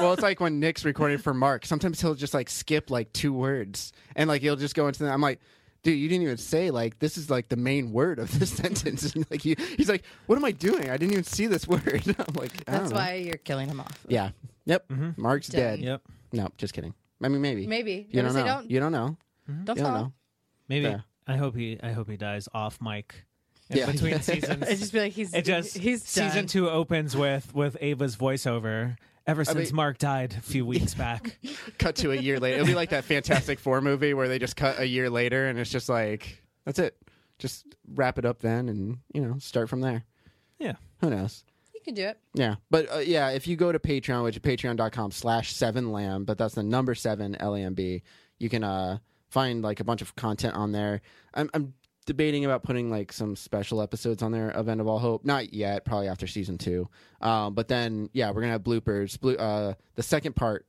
[SPEAKER 2] well, it's like when Nick's recording for Mark. Sometimes he'll just like skip like two words, and like he'll just go into. The, I'm like, dude, you didn't even say like this is like the main word of this sentence. And, like he, he's like, what am I doing? I didn't even see this word. I'm like, I
[SPEAKER 3] That's
[SPEAKER 2] don't know.
[SPEAKER 3] why you're killing him off.
[SPEAKER 2] Yeah. Yep. Mark's
[SPEAKER 3] Done.
[SPEAKER 2] dead.
[SPEAKER 4] yep.
[SPEAKER 2] No, just kidding. I mean, maybe.
[SPEAKER 3] Maybe.
[SPEAKER 2] You
[SPEAKER 3] Never
[SPEAKER 2] don't
[SPEAKER 3] say
[SPEAKER 2] know.
[SPEAKER 3] don't.
[SPEAKER 2] You don't know.
[SPEAKER 3] Don't
[SPEAKER 2] You don't
[SPEAKER 3] tell him.
[SPEAKER 2] know.
[SPEAKER 4] Maybe
[SPEAKER 2] Fair.
[SPEAKER 4] I hope he I hope he dies off mic in
[SPEAKER 2] Yeah.
[SPEAKER 4] between
[SPEAKER 3] I'd
[SPEAKER 4] seasons.
[SPEAKER 3] just be like, "He's
[SPEAKER 4] it just
[SPEAKER 3] he's
[SPEAKER 4] season
[SPEAKER 3] done.
[SPEAKER 4] two opens with with Ava's voiceover. Ever since
[SPEAKER 2] mean-
[SPEAKER 4] Mark died a few weeks back,
[SPEAKER 2] Cut to a year later. It'll be like that Fantastic Four movie where they just cut a year later, and it's just like that's it. Just wrap it up then, and you know, start from there.
[SPEAKER 4] yeah,
[SPEAKER 2] Who knows?
[SPEAKER 3] You can do it.
[SPEAKER 2] Yeah, but uh, yeah, if you go to Patreon, which is patreon.com slash seven lamb, but that's the number seven L A M B, you can uh, find like a bunch of content on there. I'm, I'm debating about putting like some special episodes on there of End of All Hope. Not yet, probably after season two. Um, but then, yeah, we're going to have bloopers. Blo- uh, the second part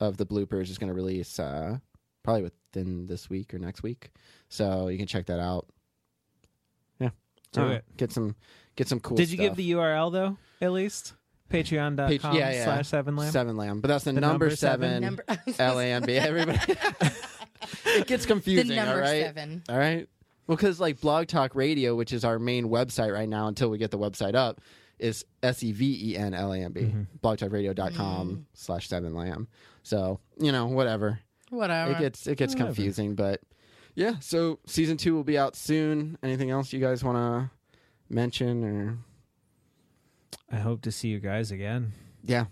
[SPEAKER 2] of the bloopers is going to release uh, probably within this week or next week. So you can check that out. Yeah.
[SPEAKER 4] Do
[SPEAKER 2] I don't know.
[SPEAKER 4] it.
[SPEAKER 2] Get some get some cool
[SPEAKER 4] Did you
[SPEAKER 2] stuff.
[SPEAKER 4] give the URL though? At least patreon.com
[SPEAKER 2] Page- yeah, yeah.
[SPEAKER 4] slash seven lamb.
[SPEAKER 2] Seven lamb, but that's the,
[SPEAKER 4] The
[SPEAKER 2] number,
[SPEAKER 4] number seven.
[SPEAKER 2] seven.
[SPEAKER 3] Number
[SPEAKER 2] L A M B. Everybody, it gets
[SPEAKER 3] the
[SPEAKER 2] confusing. all
[SPEAKER 3] number
[SPEAKER 2] right,
[SPEAKER 3] seven.
[SPEAKER 2] all right. Well, because like Blog Talk Radio, which is our main website right now until we get the website up, is S E V E N L A M B.
[SPEAKER 4] Mm-hmm.
[SPEAKER 2] BlogTalkRadio.com slash seven lamb. So you know, whatever.
[SPEAKER 3] Whatever.
[SPEAKER 2] It gets it gets
[SPEAKER 4] Whatever.
[SPEAKER 2] confusing, but yeah. So season two will be out soon. Anything else you guys want to mention or
[SPEAKER 4] I hope to see you guys again.
[SPEAKER 2] yeah?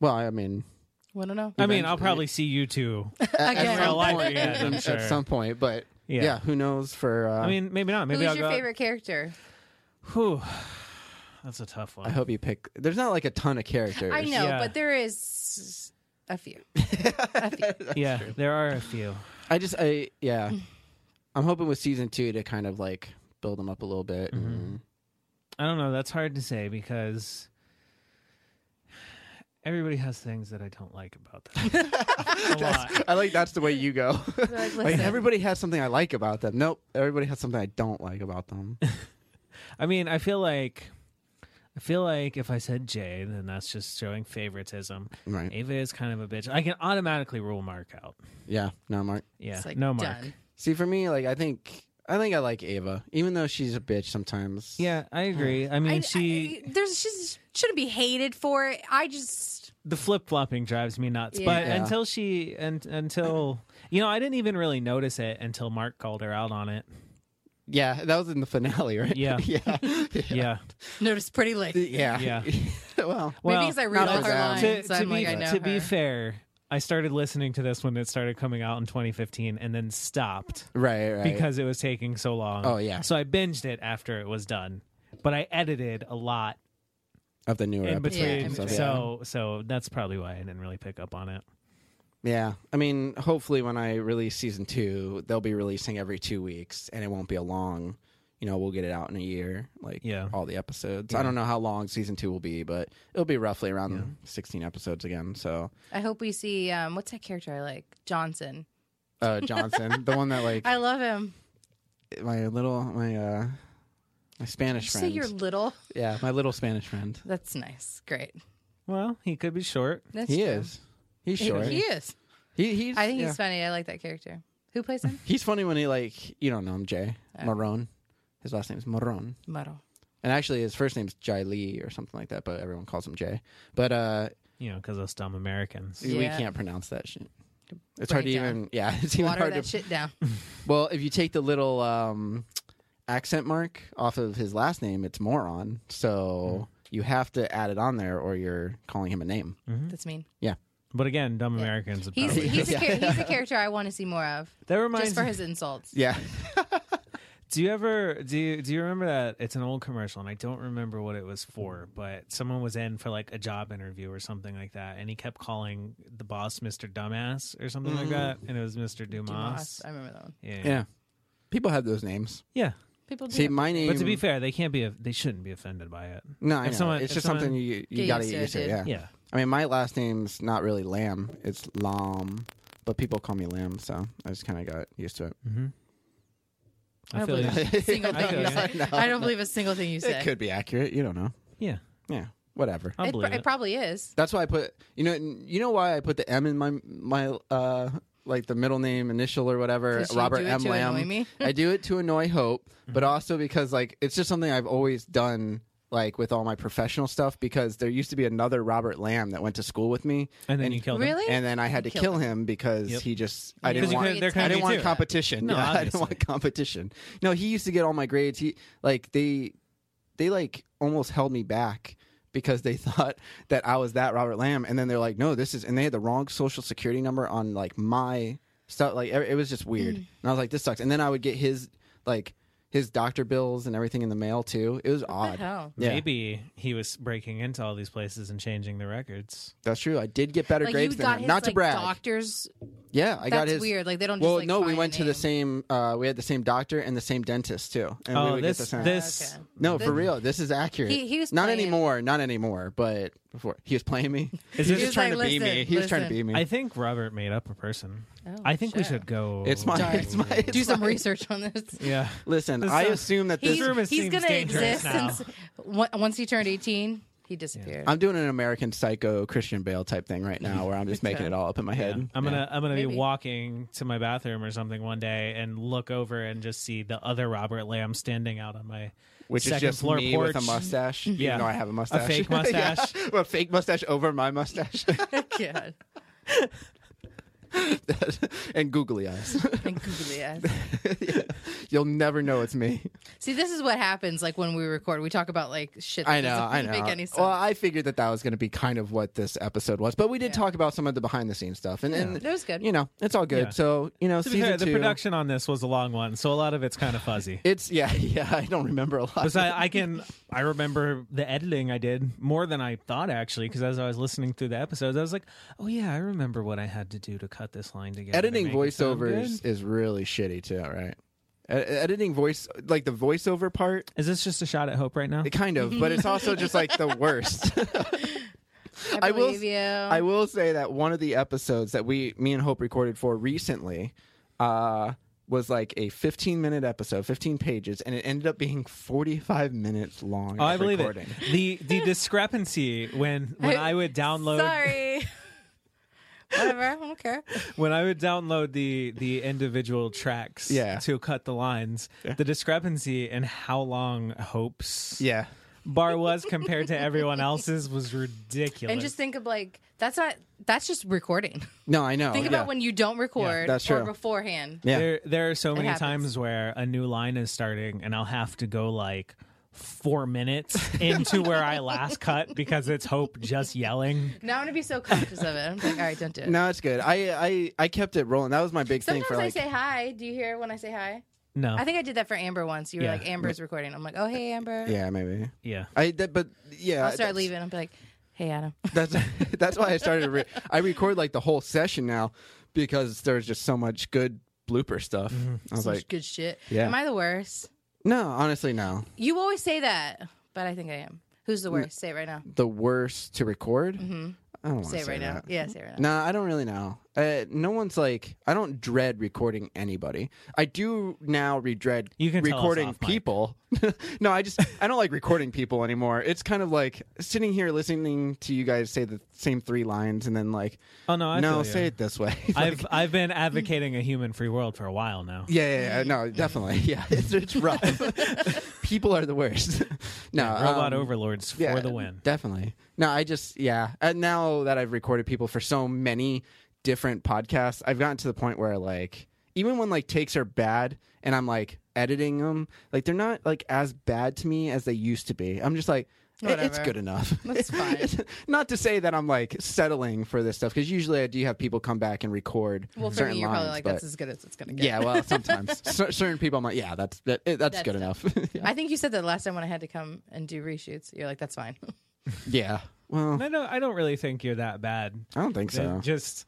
[SPEAKER 2] Well, I mean,
[SPEAKER 3] I don't know.
[SPEAKER 4] I mean, I'll
[SPEAKER 2] Eventually.
[SPEAKER 4] probably see you two.
[SPEAKER 2] at, at
[SPEAKER 3] Again.
[SPEAKER 2] some
[SPEAKER 3] Real
[SPEAKER 4] life
[SPEAKER 2] point,
[SPEAKER 4] again, I'm
[SPEAKER 2] at
[SPEAKER 4] sure.
[SPEAKER 2] some point, but yeah.
[SPEAKER 4] Yeah.
[SPEAKER 2] who knows? For uh,
[SPEAKER 4] I mean, maybe not. Maybe
[SPEAKER 3] Who's
[SPEAKER 4] I'll
[SPEAKER 3] your
[SPEAKER 4] go.
[SPEAKER 3] favorite character?
[SPEAKER 4] Whew. That's a tough one.
[SPEAKER 2] I hope you pick. There's not like a ton of characters.
[SPEAKER 3] I know,
[SPEAKER 4] Yeah.
[SPEAKER 3] but there is a few.
[SPEAKER 4] yeah, there are a few.
[SPEAKER 2] I just, I yeah, I'm hoping with season two to kind of like build them up a little bit. and-
[SPEAKER 4] I don't know. That's hard to say because everybody has things that I don't like about them. a lot.
[SPEAKER 2] I like that's the way you go.
[SPEAKER 3] Like,
[SPEAKER 2] like
[SPEAKER 3] listen.
[SPEAKER 2] everybody has something I like about them. Nope, everybody has something I don't like about them.
[SPEAKER 4] I mean, I feel like I feel like if I said Jay, then that's just showing favoritism.
[SPEAKER 2] right?
[SPEAKER 4] Ava is kind of a bitch. I can automatically rule Mark out.
[SPEAKER 2] Yeah. No, Mark.
[SPEAKER 4] Yeah.
[SPEAKER 3] It's like,
[SPEAKER 4] no Mark.
[SPEAKER 3] done.
[SPEAKER 2] See, for me, like I think, I think I like Ava, even though she's a bitch sometimes.
[SPEAKER 4] Yeah, I agree. I mean,
[SPEAKER 3] I,
[SPEAKER 4] she
[SPEAKER 3] I, there's she shouldn't be hated for it. I just
[SPEAKER 4] the flip flopping drives me nuts.
[SPEAKER 3] Yeah.
[SPEAKER 4] But
[SPEAKER 2] Yeah.
[SPEAKER 4] until she and until you know, I didn't even really notice it until Mark called her out on it.
[SPEAKER 2] Yeah, that was in the finale, right?
[SPEAKER 4] Yeah.
[SPEAKER 2] yeah.
[SPEAKER 4] Yeah.
[SPEAKER 3] noticed pretty late.
[SPEAKER 2] Yeah.
[SPEAKER 4] Yeah.
[SPEAKER 2] well,
[SPEAKER 4] Well,
[SPEAKER 3] Maybe because I read
[SPEAKER 2] not
[SPEAKER 3] all
[SPEAKER 2] for
[SPEAKER 3] her
[SPEAKER 2] them.
[SPEAKER 3] lines,
[SPEAKER 4] to, to
[SPEAKER 3] I'm
[SPEAKER 4] be,
[SPEAKER 3] like, I know
[SPEAKER 4] to be
[SPEAKER 3] her.
[SPEAKER 4] fair, I started listening to this when it started coming out in 2015 and then stopped
[SPEAKER 2] right, right.
[SPEAKER 4] because it was taking so long.
[SPEAKER 2] Oh, yeah.
[SPEAKER 4] So I binged it after it was done, but I edited a lot
[SPEAKER 2] of the newer
[SPEAKER 4] in between.
[SPEAKER 3] Yeah, in
[SPEAKER 2] episodes,
[SPEAKER 3] between.
[SPEAKER 4] So so that's probably why I didn't really pick up on it.
[SPEAKER 2] Yeah, I mean, hopefully when I release season two, they'll be releasing every two weeks, and it won't be a long. You know, we'll get it out in a year, like
[SPEAKER 4] Yeah.
[SPEAKER 2] all the episodes. I don't know how long season two will be, but it'll be roughly around sixteen episodes again. So,
[SPEAKER 3] I hope we see um, what's that character I like? Johnson.
[SPEAKER 2] uh, Johnson, the one that like
[SPEAKER 3] I love him.
[SPEAKER 2] my little my uh my Spanish
[SPEAKER 3] Did you say
[SPEAKER 2] friend,
[SPEAKER 3] you're little.
[SPEAKER 2] yeah, my little Spanish friend.
[SPEAKER 3] That's nice. Great.
[SPEAKER 4] Well, he could be short.
[SPEAKER 3] That's
[SPEAKER 2] He
[SPEAKER 3] true.
[SPEAKER 2] is, he's
[SPEAKER 3] He-
[SPEAKER 2] short.
[SPEAKER 3] He is.
[SPEAKER 2] He, he's,
[SPEAKER 3] I think
[SPEAKER 2] yeah.
[SPEAKER 3] he's funny. I like that character. Who plays him?
[SPEAKER 2] He's funny when he like you don't know him, Jay Marone. His last name's Marone,
[SPEAKER 3] Muddle.
[SPEAKER 2] and actually his first name's Jai Lee or something like that, but everyone calls him Jay. But uh,
[SPEAKER 4] you know, because those dumb Americans.
[SPEAKER 2] we
[SPEAKER 3] Yeah.
[SPEAKER 2] can't pronounce that shit. It's hard to
[SPEAKER 3] it down.
[SPEAKER 2] even yeah. It's even
[SPEAKER 3] Water
[SPEAKER 2] hard
[SPEAKER 3] that
[SPEAKER 2] to
[SPEAKER 3] shit down.
[SPEAKER 2] well if you take the little um, accent mark off of his last name, it's moron. So you have to add it on there, or you're calling him a name.
[SPEAKER 3] That's mean.
[SPEAKER 4] But again, dumb Americans. would
[SPEAKER 3] He's
[SPEAKER 4] probably-
[SPEAKER 3] he's a, char- he's a character I want to see more of,
[SPEAKER 4] that reminds
[SPEAKER 3] just for
[SPEAKER 4] me-
[SPEAKER 3] his insults.
[SPEAKER 2] Yeah,
[SPEAKER 4] Do you ever do you, do you remember that it's an old commercial and I don't remember what it was for, but someone was in for like a job interview or something like that, and he kept calling the boss Mr. Dumbass or something like that, and it was Mr. Dumas.
[SPEAKER 3] Dumas. I remember that one.
[SPEAKER 4] Yeah,
[SPEAKER 2] Mm-hmm. yeah. People have those names.
[SPEAKER 4] yeah.
[SPEAKER 3] People do.
[SPEAKER 2] See,
[SPEAKER 3] have-
[SPEAKER 2] my name.
[SPEAKER 4] But to be fair, they can't be they shouldn't be offended by it.
[SPEAKER 2] no, I
[SPEAKER 4] if
[SPEAKER 2] know.
[SPEAKER 4] someone-
[SPEAKER 2] it's
[SPEAKER 4] if
[SPEAKER 2] just
[SPEAKER 4] someone-
[SPEAKER 2] something you you
[SPEAKER 3] Get
[SPEAKER 2] gotta
[SPEAKER 3] used
[SPEAKER 2] get
[SPEAKER 3] to it,
[SPEAKER 2] used to.
[SPEAKER 3] dude.
[SPEAKER 2] Yeah.
[SPEAKER 4] Yeah,
[SPEAKER 2] I mean, my last name's not really Lamb. It's Lam, but people call me Lamb, so I just kind of got used to it.
[SPEAKER 3] I
[SPEAKER 4] I
[SPEAKER 3] don't
[SPEAKER 4] feel
[SPEAKER 3] believe
[SPEAKER 4] you.
[SPEAKER 3] a single
[SPEAKER 4] I
[SPEAKER 3] thing you
[SPEAKER 4] feel
[SPEAKER 3] said. I don't believe a single thing you said.
[SPEAKER 2] It could be accurate. You don't know.
[SPEAKER 4] Yeah,
[SPEAKER 2] Yeah, whatever.
[SPEAKER 4] I
[SPEAKER 3] It pr-
[SPEAKER 4] believe
[SPEAKER 3] it
[SPEAKER 4] it.
[SPEAKER 3] probably is.
[SPEAKER 2] That's why I put. You know. You know why I put the M in my my uh like the middle name initial or whatever.
[SPEAKER 3] 'Cause you
[SPEAKER 2] Robert
[SPEAKER 3] do it
[SPEAKER 2] M
[SPEAKER 3] to
[SPEAKER 2] Lamb.
[SPEAKER 3] annoy me? Mm-hmm.
[SPEAKER 2] I do it to annoy Hope, but also because like it's just something I've always done. Like with all my professional stuff, because there used to be another Robert Lamb that went to school with me,
[SPEAKER 4] And then you killed him.
[SPEAKER 3] Really?
[SPEAKER 2] and then I had to
[SPEAKER 3] Killed
[SPEAKER 2] kill him because
[SPEAKER 4] Yep.
[SPEAKER 2] he just I
[SPEAKER 3] Yeah.
[SPEAKER 2] didn't
[SPEAKER 4] you
[SPEAKER 2] want
[SPEAKER 4] could- there could
[SPEAKER 2] I
[SPEAKER 4] be
[SPEAKER 2] didn't want
[SPEAKER 4] two.
[SPEAKER 2] competition.
[SPEAKER 4] No,
[SPEAKER 2] yeah, I didn't
[SPEAKER 4] obviously.
[SPEAKER 2] want competition. No, he used to get all my grades. He like they they like almost held me back because they thought that I was that Robert Lamb, and then they're like, no, this is, and they had the wrong social security number on like my stuff. Like it it was just weird,
[SPEAKER 3] Mm.
[SPEAKER 2] and I was like, this sucks. And then I would get his like his doctor bills and everything in the mail too. It was
[SPEAKER 3] What the
[SPEAKER 2] odd.
[SPEAKER 3] hell?
[SPEAKER 2] Yeah,
[SPEAKER 4] Maybe he was breaking into all these places and changing the records.
[SPEAKER 2] that's true. I did get better
[SPEAKER 3] Like you
[SPEAKER 2] grades than
[SPEAKER 3] got
[SPEAKER 2] him.
[SPEAKER 3] his
[SPEAKER 2] Not
[SPEAKER 3] like,
[SPEAKER 2] to brag.
[SPEAKER 3] doctors.
[SPEAKER 2] yeah, I got
[SPEAKER 3] That's
[SPEAKER 2] his.
[SPEAKER 3] weird. Like they don't.
[SPEAKER 2] Well,
[SPEAKER 3] just, like,
[SPEAKER 2] no, we
[SPEAKER 3] find
[SPEAKER 2] went to the same.
[SPEAKER 3] name.
[SPEAKER 2] Uh, we had the same doctor and the same dentist too, and we
[SPEAKER 4] oh,
[SPEAKER 2] would
[SPEAKER 4] this
[SPEAKER 2] get the same.
[SPEAKER 4] this
[SPEAKER 3] Okay.
[SPEAKER 2] no, for real, this is accurate.
[SPEAKER 3] He- he was
[SPEAKER 2] not
[SPEAKER 3] playing-
[SPEAKER 2] anymore, not anymore. But before he was playing me,
[SPEAKER 4] Is
[SPEAKER 2] he
[SPEAKER 4] this-
[SPEAKER 2] was
[SPEAKER 4] He
[SPEAKER 2] just
[SPEAKER 4] was
[SPEAKER 2] trying
[SPEAKER 3] like,
[SPEAKER 2] to be
[SPEAKER 3] "Listen,
[SPEAKER 2] me. He was trying to
[SPEAKER 3] listen."
[SPEAKER 2] be me.
[SPEAKER 4] I think Robert made up a person.
[SPEAKER 3] Oh,
[SPEAKER 4] I think we
[SPEAKER 3] shit.
[SPEAKER 4] should go.
[SPEAKER 2] it's my, it's my, it's
[SPEAKER 3] Do some
[SPEAKER 2] my-
[SPEAKER 3] research on this.
[SPEAKER 4] Yeah.
[SPEAKER 2] Listen,
[SPEAKER 4] This
[SPEAKER 2] I
[SPEAKER 4] sounds-
[SPEAKER 2] assume that this.
[SPEAKER 3] He's,
[SPEAKER 4] This room is-
[SPEAKER 3] he's
[SPEAKER 4] seems
[SPEAKER 3] gonna
[SPEAKER 4] dangerous
[SPEAKER 3] exist
[SPEAKER 4] now.
[SPEAKER 3] since on- once he turned eighteen. He disappeared.
[SPEAKER 2] I'm doing an American Psycho Christian Bale type thing right now, where I'm just making it all up in my head.
[SPEAKER 4] I'm gonna I'm gonna
[SPEAKER 3] Maybe.
[SPEAKER 4] be walking to my bathroom or something one day and look over and just see the other Robert Lamb standing out on my
[SPEAKER 2] Which is
[SPEAKER 4] second
[SPEAKER 2] just
[SPEAKER 4] floor
[SPEAKER 2] me
[SPEAKER 4] porch.
[SPEAKER 2] with a mustache.
[SPEAKER 4] Yeah.
[SPEAKER 2] even though I have a
[SPEAKER 4] A
[SPEAKER 2] mustache,
[SPEAKER 4] fake
[SPEAKER 2] Yeah,
[SPEAKER 4] mustache.
[SPEAKER 2] a fake mustache over my mustache,
[SPEAKER 3] God.
[SPEAKER 2] and googly eyes.
[SPEAKER 3] And googly eyes.
[SPEAKER 2] You'll never know it's me.
[SPEAKER 3] See, this is what happens. Like when we record, we talk about like shit. That
[SPEAKER 2] I know,
[SPEAKER 3] doesn't
[SPEAKER 2] I know.
[SPEAKER 3] Make any sense.
[SPEAKER 2] Well, I figured that that was going to be kind of what this episode was, but we did
[SPEAKER 3] Yeah.
[SPEAKER 2] talk about some of the behind the scenes stuff, and, and
[SPEAKER 3] That was good.
[SPEAKER 2] You know, it's all good.
[SPEAKER 4] Yeah.
[SPEAKER 2] So you know,
[SPEAKER 4] To be
[SPEAKER 2] season
[SPEAKER 4] fair, the
[SPEAKER 2] two,
[SPEAKER 4] production on this was a long one, so a lot of it's kind of fuzzy.
[SPEAKER 2] It's yeah, yeah. I don't remember a lot.
[SPEAKER 4] Because I, I can, I remember the editing I did more than I thought actually. Because as I was listening through the episodes, I was like, "Oh yeah, I remember what I had to do to cut this line together." to
[SPEAKER 2] editing
[SPEAKER 4] make it sound
[SPEAKER 2] voiceovers
[SPEAKER 4] good."
[SPEAKER 2] is really shitty too, right? E- editing voice, like the voiceover part,
[SPEAKER 4] Is this just a shot at hope right now?
[SPEAKER 2] it kind of, but it's also just like the worst.
[SPEAKER 3] I
[SPEAKER 2] I will-
[SPEAKER 3] believe you.
[SPEAKER 2] I will say that one of the episodes that we, me and Hope recorded for recently, uh, was like a 15 minute episode, 15 pages, and it ended up being 45 minutes long.
[SPEAKER 4] Oh, I
[SPEAKER 2] of
[SPEAKER 4] believe
[SPEAKER 2] recording.
[SPEAKER 4] it. The the discrepancy when when I, would download
[SPEAKER 3] Sorry. Whatever. I don't care.
[SPEAKER 4] when I would download the the individual tracks
[SPEAKER 2] Yeah.
[SPEAKER 4] to cut the lines, the discrepancy in how long Hope's
[SPEAKER 2] Yeah.
[SPEAKER 4] bar was compared to everyone else's was ridiculous.
[SPEAKER 3] And just think of like that's not that's just recording.
[SPEAKER 2] No, I know.
[SPEAKER 3] think
[SPEAKER 2] Oh, yeah.
[SPEAKER 3] about when you don't record
[SPEAKER 2] that's
[SPEAKER 3] or
[SPEAKER 2] true.
[SPEAKER 3] beforehand.
[SPEAKER 2] Yeah.
[SPEAKER 4] there there are so many
[SPEAKER 3] happens.
[SPEAKER 4] times where a new line is starting and I'll have to go like four minutes into where I last cut because it's Hope just yelling.
[SPEAKER 3] Now I'm gonna be so conscious of it. I'm like, all right, don't do it.
[SPEAKER 2] No, it's good. I, I I kept it rolling. That was my big
[SPEAKER 3] Sometimes
[SPEAKER 2] thing for like.
[SPEAKER 3] I say hi. Do you hear when I say hi?
[SPEAKER 4] No,
[SPEAKER 3] I think I did that for Amber once. You were
[SPEAKER 4] Yeah.
[SPEAKER 3] like, Amber's recording. I'm like, oh hey Amber.
[SPEAKER 2] yeah, maybe.
[SPEAKER 4] yeah.
[SPEAKER 2] I that, but yeah.
[SPEAKER 3] I'll start
[SPEAKER 2] that's-
[SPEAKER 3] leaving. I'll be like, hey Adam.
[SPEAKER 2] That's that's why I started. To re- I record like the whole session now because there's just so much good blooper stuff.
[SPEAKER 4] Mm-hmm.
[SPEAKER 2] I was
[SPEAKER 3] Some
[SPEAKER 2] like,
[SPEAKER 3] good shit.
[SPEAKER 2] Yeah.
[SPEAKER 3] Am I the worst?
[SPEAKER 2] no, honestly, no.
[SPEAKER 3] You always say that, but I think I am. Who's the worst? Say it right now.
[SPEAKER 2] The worst to record. I don't want to
[SPEAKER 3] Mm-hmm. Say
[SPEAKER 2] say,
[SPEAKER 3] it right now.
[SPEAKER 2] that.
[SPEAKER 3] Yeah, say it right now.
[SPEAKER 2] Nah, I don't really know. Uh, no one's like, I don't dread recording anybody. I do now re dread
[SPEAKER 4] You can tell us
[SPEAKER 2] recording
[SPEAKER 4] off mic.
[SPEAKER 2] people. no, I just, I don't like recording people anymore. It's kind of like sitting here listening to you guys say the same three lines and then like,
[SPEAKER 4] Oh no, I
[SPEAKER 2] no,
[SPEAKER 4] feel ya.
[SPEAKER 2] say it this way. Like,
[SPEAKER 4] I've I've been advocating a human free world for a while now.
[SPEAKER 2] yeah, yeah, yeah, no, definitely. Yeah, it's, it's rough. people are the worst. no,
[SPEAKER 4] Robot
[SPEAKER 2] um,
[SPEAKER 4] overlords for the win.
[SPEAKER 2] Definitely. No, I just yeah. And now that I've recorded people for so many different podcasts, I've gotten to the point where like even when like takes are bad and I'm like editing them, like they're not like as bad to me as they used to be. I'm just like "It- it's
[SPEAKER 3] Whatever.
[SPEAKER 2] good enough.
[SPEAKER 3] That's fine.
[SPEAKER 2] not to say that I'm like settling for this stuff because usually I do have people come back and record.
[SPEAKER 3] Well, for
[SPEAKER 2] certain
[SPEAKER 3] me, you're
[SPEAKER 2] lines,
[SPEAKER 3] probably like,
[SPEAKER 2] but-
[SPEAKER 3] that's as good as it's going to get.
[SPEAKER 2] yeah, well, sometimes Cer- certain people, I'm like, yeah, that's that, eh, that's,
[SPEAKER 3] That's
[SPEAKER 2] good
[SPEAKER 3] done.
[SPEAKER 2] enough. yeah.
[SPEAKER 3] I think you said that last time when I had to come and do reshoots. You're like, that's fine.
[SPEAKER 2] yeah, well,
[SPEAKER 4] I don't I don't really think you're that bad.
[SPEAKER 2] I don't think so.
[SPEAKER 4] Then Just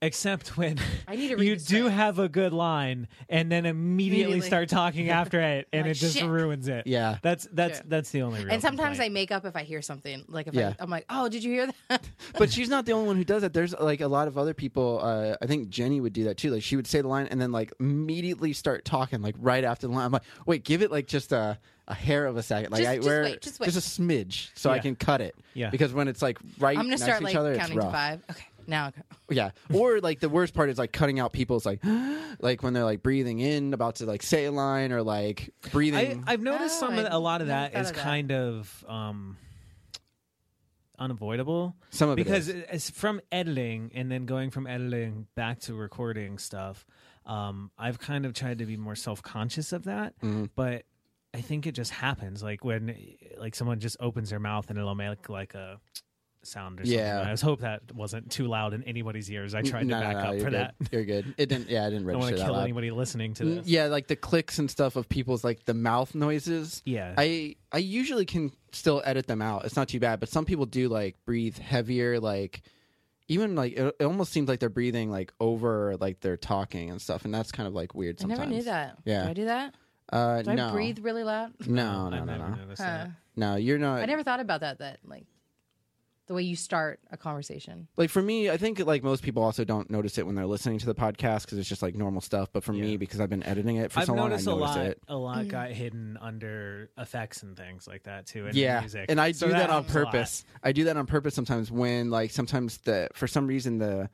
[SPEAKER 4] except when
[SPEAKER 3] I need to read
[SPEAKER 4] you
[SPEAKER 3] this
[SPEAKER 4] do
[SPEAKER 3] right.
[SPEAKER 4] have a good line and then immediately,
[SPEAKER 3] Immediately.
[SPEAKER 4] start talking after it and
[SPEAKER 3] Like,
[SPEAKER 4] it just
[SPEAKER 3] "Shit."
[SPEAKER 4] ruins it.
[SPEAKER 2] Yeah.
[SPEAKER 4] That's that's
[SPEAKER 3] Yeah.
[SPEAKER 4] that's the only real
[SPEAKER 3] and sometimes I
[SPEAKER 4] complaint.
[SPEAKER 3] make up if I hear something. Like, if
[SPEAKER 2] Yeah.
[SPEAKER 3] I, I'm like, oh, did you hear that?
[SPEAKER 2] but she's not the only one who does that. There's like a lot of other people. Uh, I think Jenny would do that too. Like she would say the line and then like immediately start talking like right after the line. I'm like, wait, give it like just a, a hair of a second. Like
[SPEAKER 3] Just-
[SPEAKER 2] I
[SPEAKER 3] just
[SPEAKER 2] where
[SPEAKER 3] wait, just wait.
[SPEAKER 2] a smidge so I
[SPEAKER 4] Yeah.
[SPEAKER 2] can cut it.
[SPEAKER 4] Yeah.
[SPEAKER 2] Because when it's like right
[SPEAKER 3] I'm going to
[SPEAKER 2] next
[SPEAKER 3] start
[SPEAKER 2] to each
[SPEAKER 3] like
[SPEAKER 2] other, it's
[SPEAKER 3] counting to
[SPEAKER 2] rough.
[SPEAKER 3] five. Okay, now I'll go.
[SPEAKER 2] Yeah. Or like the worst part is like cutting out people's like like when they're like breathing in, about to like say a line or like breathing.
[SPEAKER 4] I, I've noticed
[SPEAKER 3] Oh,
[SPEAKER 4] some of
[SPEAKER 3] I
[SPEAKER 4] the- a lot of
[SPEAKER 3] never
[SPEAKER 4] that
[SPEAKER 3] thought
[SPEAKER 4] is
[SPEAKER 3] of that.
[SPEAKER 4] kind of um, unavoidable.
[SPEAKER 2] Some of it
[SPEAKER 4] because
[SPEAKER 2] is.
[SPEAKER 4] it's from editing and then going from editing back to recording stuff. Um, I've kind of tried to be more self conscious of that,
[SPEAKER 2] Mm-hmm.
[SPEAKER 4] but I think it just happens. Like when like someone just opens their mouth and it'll make like a sound or something.
[SPEAKER 2] Yeah.
[SPEAKER 4] I just hope that wasn't too loud in anybody's ears. I tried
[SPEAKER 2] No,
[SPEAKER 4] to
[SPEAKER 2] no,
[SPEAKER 4] back
[SPEAKER 2] no,
[SPEAKER 4] up
[SPEAKER 2] you're
[SPEAKER 4] for
[SPEAKER 2] good.
[SPEAKER 4] that.
[SPEAKER 2] You're good. It didn't yeah, I didn't
[SPEAKER 4] I
[SPEAKER 2] register
[SPEAKER 4] don't want to
[SPEAKER 2] that
[SPEAKER 4] kill
[SPEAKER 2] loud.
[SPEAKER 4] anybody listening to
[SPEAKER 2] Mm,
[SPEAKER 4] this.
[SPEAKER 2] Yeah, like the clicks and stuff of people's like the mouth noises.
[SPEAKER 4] Yeah.
[SPEAKER 2] I I usually can still edit them out. It's not too bad, but some people do like breathe heavier like even like it, it almost seems like they're breathing like over like they're talking and stuff and that's kind of like weird
[SPEAKER 3] I
[SPEAKER 2] sometimes.
[SPEAKER 3] never knew that.
[SPEAKER 2] Yeah.
[SPEAKER 3] Do I do that?
[SPEAKER 2] Uh
[SPEAKER 3] Do
[SPEAKER 2] no.
[SPEAKER 3] I breathe really loud?
[SPEAKER 2] No,
[SPEAKER 4] I've
[SPEAKER 2] no, no,
[SPEAKER 4] never
[SPEAKER 2] no.
[SPEAKER 4] noticed
[SPEAKER 3] Huh.
[SPEAKER 4] that.
[SPEAKER 2] No, you're not
[SPEAKER 3] I never thought about that. That like the way you start a conversation.
[SPEAKER 2] like for me i think like most people also don't notice it when they're listening to the podcast because it's just like normal stuff but for me
[SPEAKER 4] Yeah.
[SPEAKER 2] because i've been editing it for
[SPEAKER 4] I've
[SPEAKER 2] so long i
[SPEAKER 4] noticed
[SPEAKER 2] notice
[SPEAKER 4] a lot.
[SPEAKER 2] it
[SPEAKER 4] A lot got hidden under effects and things like that too. And
[SPEAKER 2] yeah,
[SPEAKER 4] music.
[SPEAKER 2] and I
[SPEAKER 4] So
[SPEAKER 2] do that, on
[SPEAKER 4] helps a lot.
[SPEAKER 2] purpose. I do that on purpose sometimes when like sometimes the for some reason the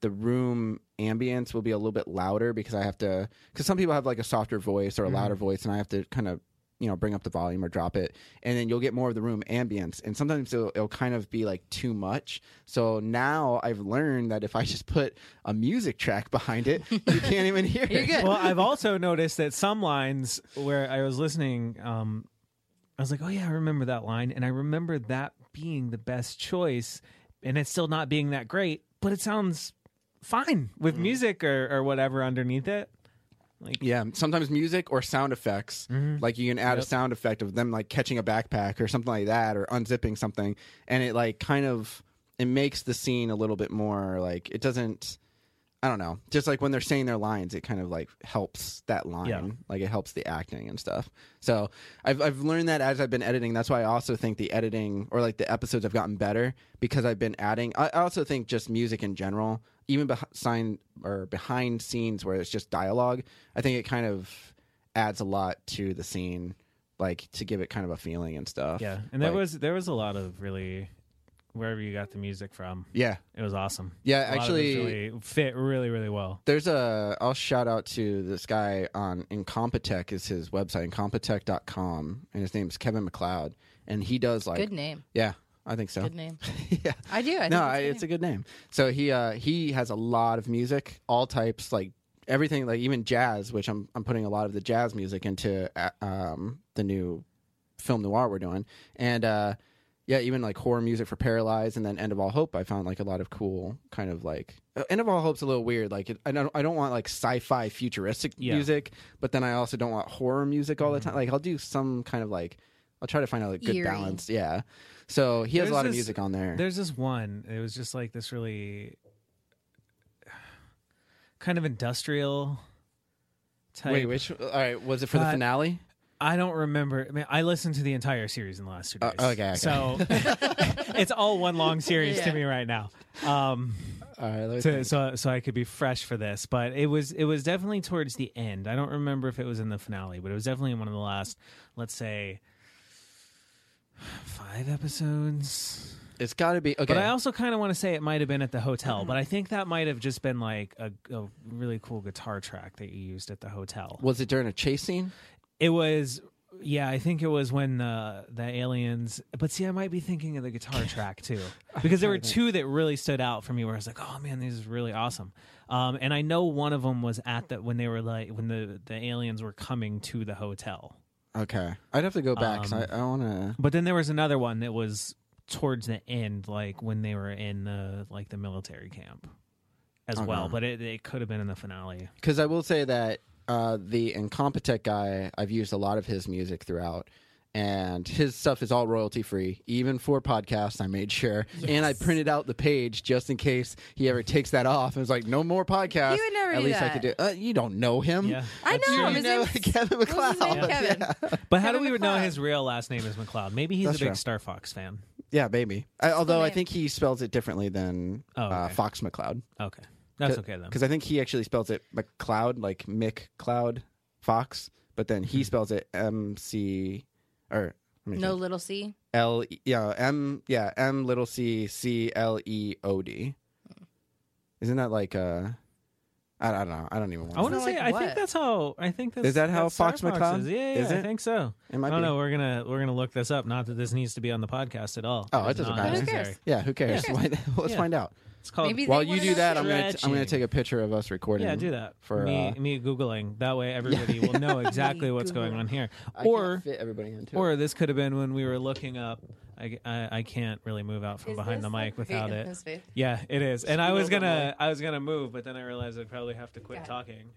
[SPEAKER 2] the room ambience will be a little bit louder because I have to because some people have like a softer voice
[SPEAKER 4] Mm-hmm.
[SPEAKER 2] or a louder voice and I have to kind of you know bring up the volume or drop it and then you'll get more of the room ambience and sometimes it'll, it'll kind of be like too much so now i've learned that if i just put a music track behind it you can't even hear
[SPEAKER 3] You're
[SPEAKER 2] it
[SPEAKER 3] good.
[SPEAKER 4] Well, I've also noticed that some lines where I was listening, um, I was like, "Oh yeah, I remember that line," and I remember that being the best choice, and it's still not being that great, but it sounds
[SPEAKER 2] Mm.
[SPEAKER 4] fine with music or, or whatever underneath it.
[SPEAKER 2] Yeah, sometimes music or sound effects. Like you can add a sound effect of them like catching a backpack or something like that, or unzipping something, and it like kind of it makes the scene a little bit more like it doesn't. I don't know. Just like when they're saying their lines, it kind of like helps that line.
[SPEAKER 4] Yeah.
[SPEAKER 2] Like it helps the acting and stuff. So I've I've learned that as I've been editing. That's why I also think the editing or like the episodes have gotten better because I've been adding. I I also think just music in general, even behind or behind scenes where it's just dialogue. I think it kind of adds a lot to the scene, like to give it kind of a feeling and stuff.
[SPEAKER 4] Yeah, and there
[SPEAKER 2] Like-
[SPEAKER 4] was there was a lot of really wherever you got the music from,
[SPEAKER 2] yeah.
[SPEAKER 4] it was awesome.
[SPEAKER 2] Yeah,
[SPEAKER 4] A lot of it
[SPEAKER 2] actually-
[SPEAKER 4] really fit really really well.
[SPEAKER 2] There's a I'll shout out to this guy on Incompetech is his website incompetech.com and his name's Kevin McLeod and he does like
[SPEAKER 3] Good name.
[SPEAKER 2] Yeah, I think so.
[SPEAKER 3] Good name.
[SPEAKER 2] yeah.
[SPEAKER 3] I do. I think
[SPEAKER 2] no,
[SPEAKER 3] that's
[SPEAKER 2] I,
[SPEAKER 3] good
[SPEAKER 2] it's a good name. So he uh he has a lot of music, all types like everything like even jazz, which I'm I'm putting a lot of the jazz music into uh, um the new film noir we're doing. And uh yeah, even like horror music for Paralyzed and then End of All Hope, I found like a lot of cool kind of like uh, End of All Hope's a little weird. Like it, I don't I don't want like sci-fi futuristic
[SPEAKER 4] Yeah. Mm-hmm.
[SPEAKER 2] music, but then I also don't want horror music all the time. Like I'll do some kind of like I'll try to find a like, good
[SPEAKER 3] Eerie.
[SPEAKER 2] balance. Yeah. So he has a
[SPEAKER 4] There's
[SPEAKER 2] lot of
[SPEAKER 4] this-
[SPEAKER 2] music on there.
[SPEAKER 4] There's this one. It was just like this really kind of industrial type.
[SPEAKER 2] Wait, which? All right, was it for the
[SPEAKER 4] Uh,
[SPEAKER 2] finale?
[SPEAKER 4] I don't remember. I mean, I listened to the entire series in the last two days.
[SPEAKER 2] Oh, okay, okay.
[SPEAKER 4] So it's all one long series to
[SPEAKER 3] Yeah.
[SPEAKER 4] me right now. Um,
[SPEAKER 2] All right, let me
[SPEAKER 4] to,
[SPEAKER 2] think.
[SPEAKER 4] so so I could be fresh for this, but it was it was definitely towards the end. I don't remember if it was in the finale, but it was definitely in one of the last, let's say, five episodes.
[SPEAKER 2] it's got to be okay.
[SPEAKER 4] But I also kind of want to say it might have been at the hotel, but I think that might have just been like a, a really cool guitar track that you used at the hotel.
[SPEAKER 2] was it during a chase scene?
[SPEAKER 4] It was, yeah, I think it was when the the aliens. But see, I might be thinking of the guitar track too, because there were two that really stood out for me. Where I was like, oh man, this is really awesome. Um, and I know one of them was at the when they were like when the the aliens were coming to the hotel.
[SPEAKER 2] Okay, I'd have to go back. 'cause
[SPEAKER 4] Um,
[SPEAKER 2] I, I want to.
[SPEAKER 4] But then there was another one that was towards the end, like when they were in the like the military camp as well. But it, it could have been in the finale.
[SPEAKER 2] Because I will say that uh, the incompetent guy, I've used a lot of his music throughout, and his stuff is all royalty free, even for podcasts. I made sure, and I printed out the page just in case he ever takes that off. And was like, no more podcasts.
[SPEAKER 3] He would never
[SPEAKER 2] At
[SPEAKER 3] do
[SPEAKER 2] least I
[SPEAKER 3] that.
[SPEAKER 2] could do. Uh, you don't know him.
[SPEAKER 4] Yeah.
[SPEAKER 3] Mm. I
[SPEAKER 4] that's
[SPEAKER 3] know
[SPEAKER 4] true.
[SPEAKER 3] him.
[SPEAKER 2] You
[SPEAKER 3] His
[SPEAKER 2] know
[SPEAKER 3] name's-
[SPEAKER 2] Kevin
[SPEAKER 3] What was his name?
[SPEAKER 2] McCloud.
[SPEAKER 3] Kevin.
[SPEAKER 4] But how do we
[SPEAKER 3] Kevin
[SPEAKER 4] know
[SPEAKER 3] MacLeod.
[SPEAKER 4] his real last name is McLeod? Maybe he's
[SPEAKER 2] That's
[SPEAKER 4] a big
[SPEAKER 2] right.
[SPEAKER 4] Star Fox fan.
[SPEAKER 2] Yeah, baby. I, although I
[SPEAKER 3] name?
[SPEAKER 2] think he spells it differently than
[SPEAKER 4] Oh,
[SPEAKER 2] uh,
[SPEAKER 4] okay.
[SPEAKER 2] Fox McCloud.
[SPEAKER 4] Okay. That's okay then.
[SPEAKER 2] Because I think he actually spells it McCloud, like Mick Cloud Fox, but then
[SPEAKER 4] Hmm.
[SPEAKER 2] he spells it M C or let me
[SPEAKER 3] No
[SPEAKER 2] think.
[SPEAKER 3] little C.
[SPEAKER 2] L E, yeah M yeah M little C C L E O D. Isn't that like uh I, I don't know I don't even
[SPEAKER 4] I
[SPEAKER 2] want to
[SPEAKER 4] want to
[SPEAKER 3] So,
[SPEAKER 4] say
[SPEAKER 3] like,
[SPEAKER 4] I think
[SPEAKER 3] what?
[SPEAKER 4] that's how I think that's
[SPEAKER 2] Is that how
[SPEAKER 4] that's Star
[SPEAKER 2] Fox McCloud?
[SPEAKER 4] is. Yeah,
[SPEAKER 2] Is
[SPEAKER 4] yeah, I
[SPEAKER 2] it?
[SPEAKER 4] think so.
[SPEAKER 2] It might
[SPEAKER 4] I don't
[SPEAKER 2] be.
[SPEAKER 4] know. We're gonna we're gonna look this up. Not that this needs to be on the podcast at all.
[SPEAKER 2] Oh, it
[SPEAKER 4] It's
[SPEAKER 2] doesn't
[SPEAKER 4] not
[SPEAKER 2] matter. Who
[SPEAKER 3] cares?
[SPEAKER 4] necessary.
[SPEAKER 2] yeah who cares
[SPEAKER 3] Yeah.
[SPEAKER 2] Why- let's
[SPEAKER 4] Yeah.
[SPEAKER 2] find out
[SPEAKER 4] It's called
[SPEAKER 3] Maybe
[SPEAKER 2] while
[SPEAKER 3] they
[SPEAKER 2] you
[SPEAKER 3] wanna
[SPEAKER 2] do
[SPEAKER 3] know
[SPEAKER 2] that
[SPEAKER 3] too.
[SPEAKER 2] I'm gonna t- I'm gonna
[SPEAKER 4] Stretching.
[SPEAKER 2] take a picture of us recording
[SPEAKER 4] yeah. Do that
[SPEAKER 2] for
[SPEAKER 4] me.
[SPEAKER 2] uh,
[SPEAKER 4] me googling that way. Everybody will know exactly what's going on here. Or
[SPEAKER 2] fit everybody into
[SPEAKER 4] or this could have been when we were looking up. I, I, I can't really move out from behind the mic without it. Yeah, it is. And I was gonna I was gonna move, but then I realized I'd probably have to quit talking.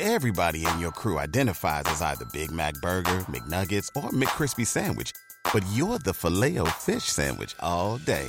[SPEAKER 5] Everybody in your crew identifies as either Big Mac Burger, McNuggets, or McCrispy Sandwich. But you're the filet fish Sandwich all day.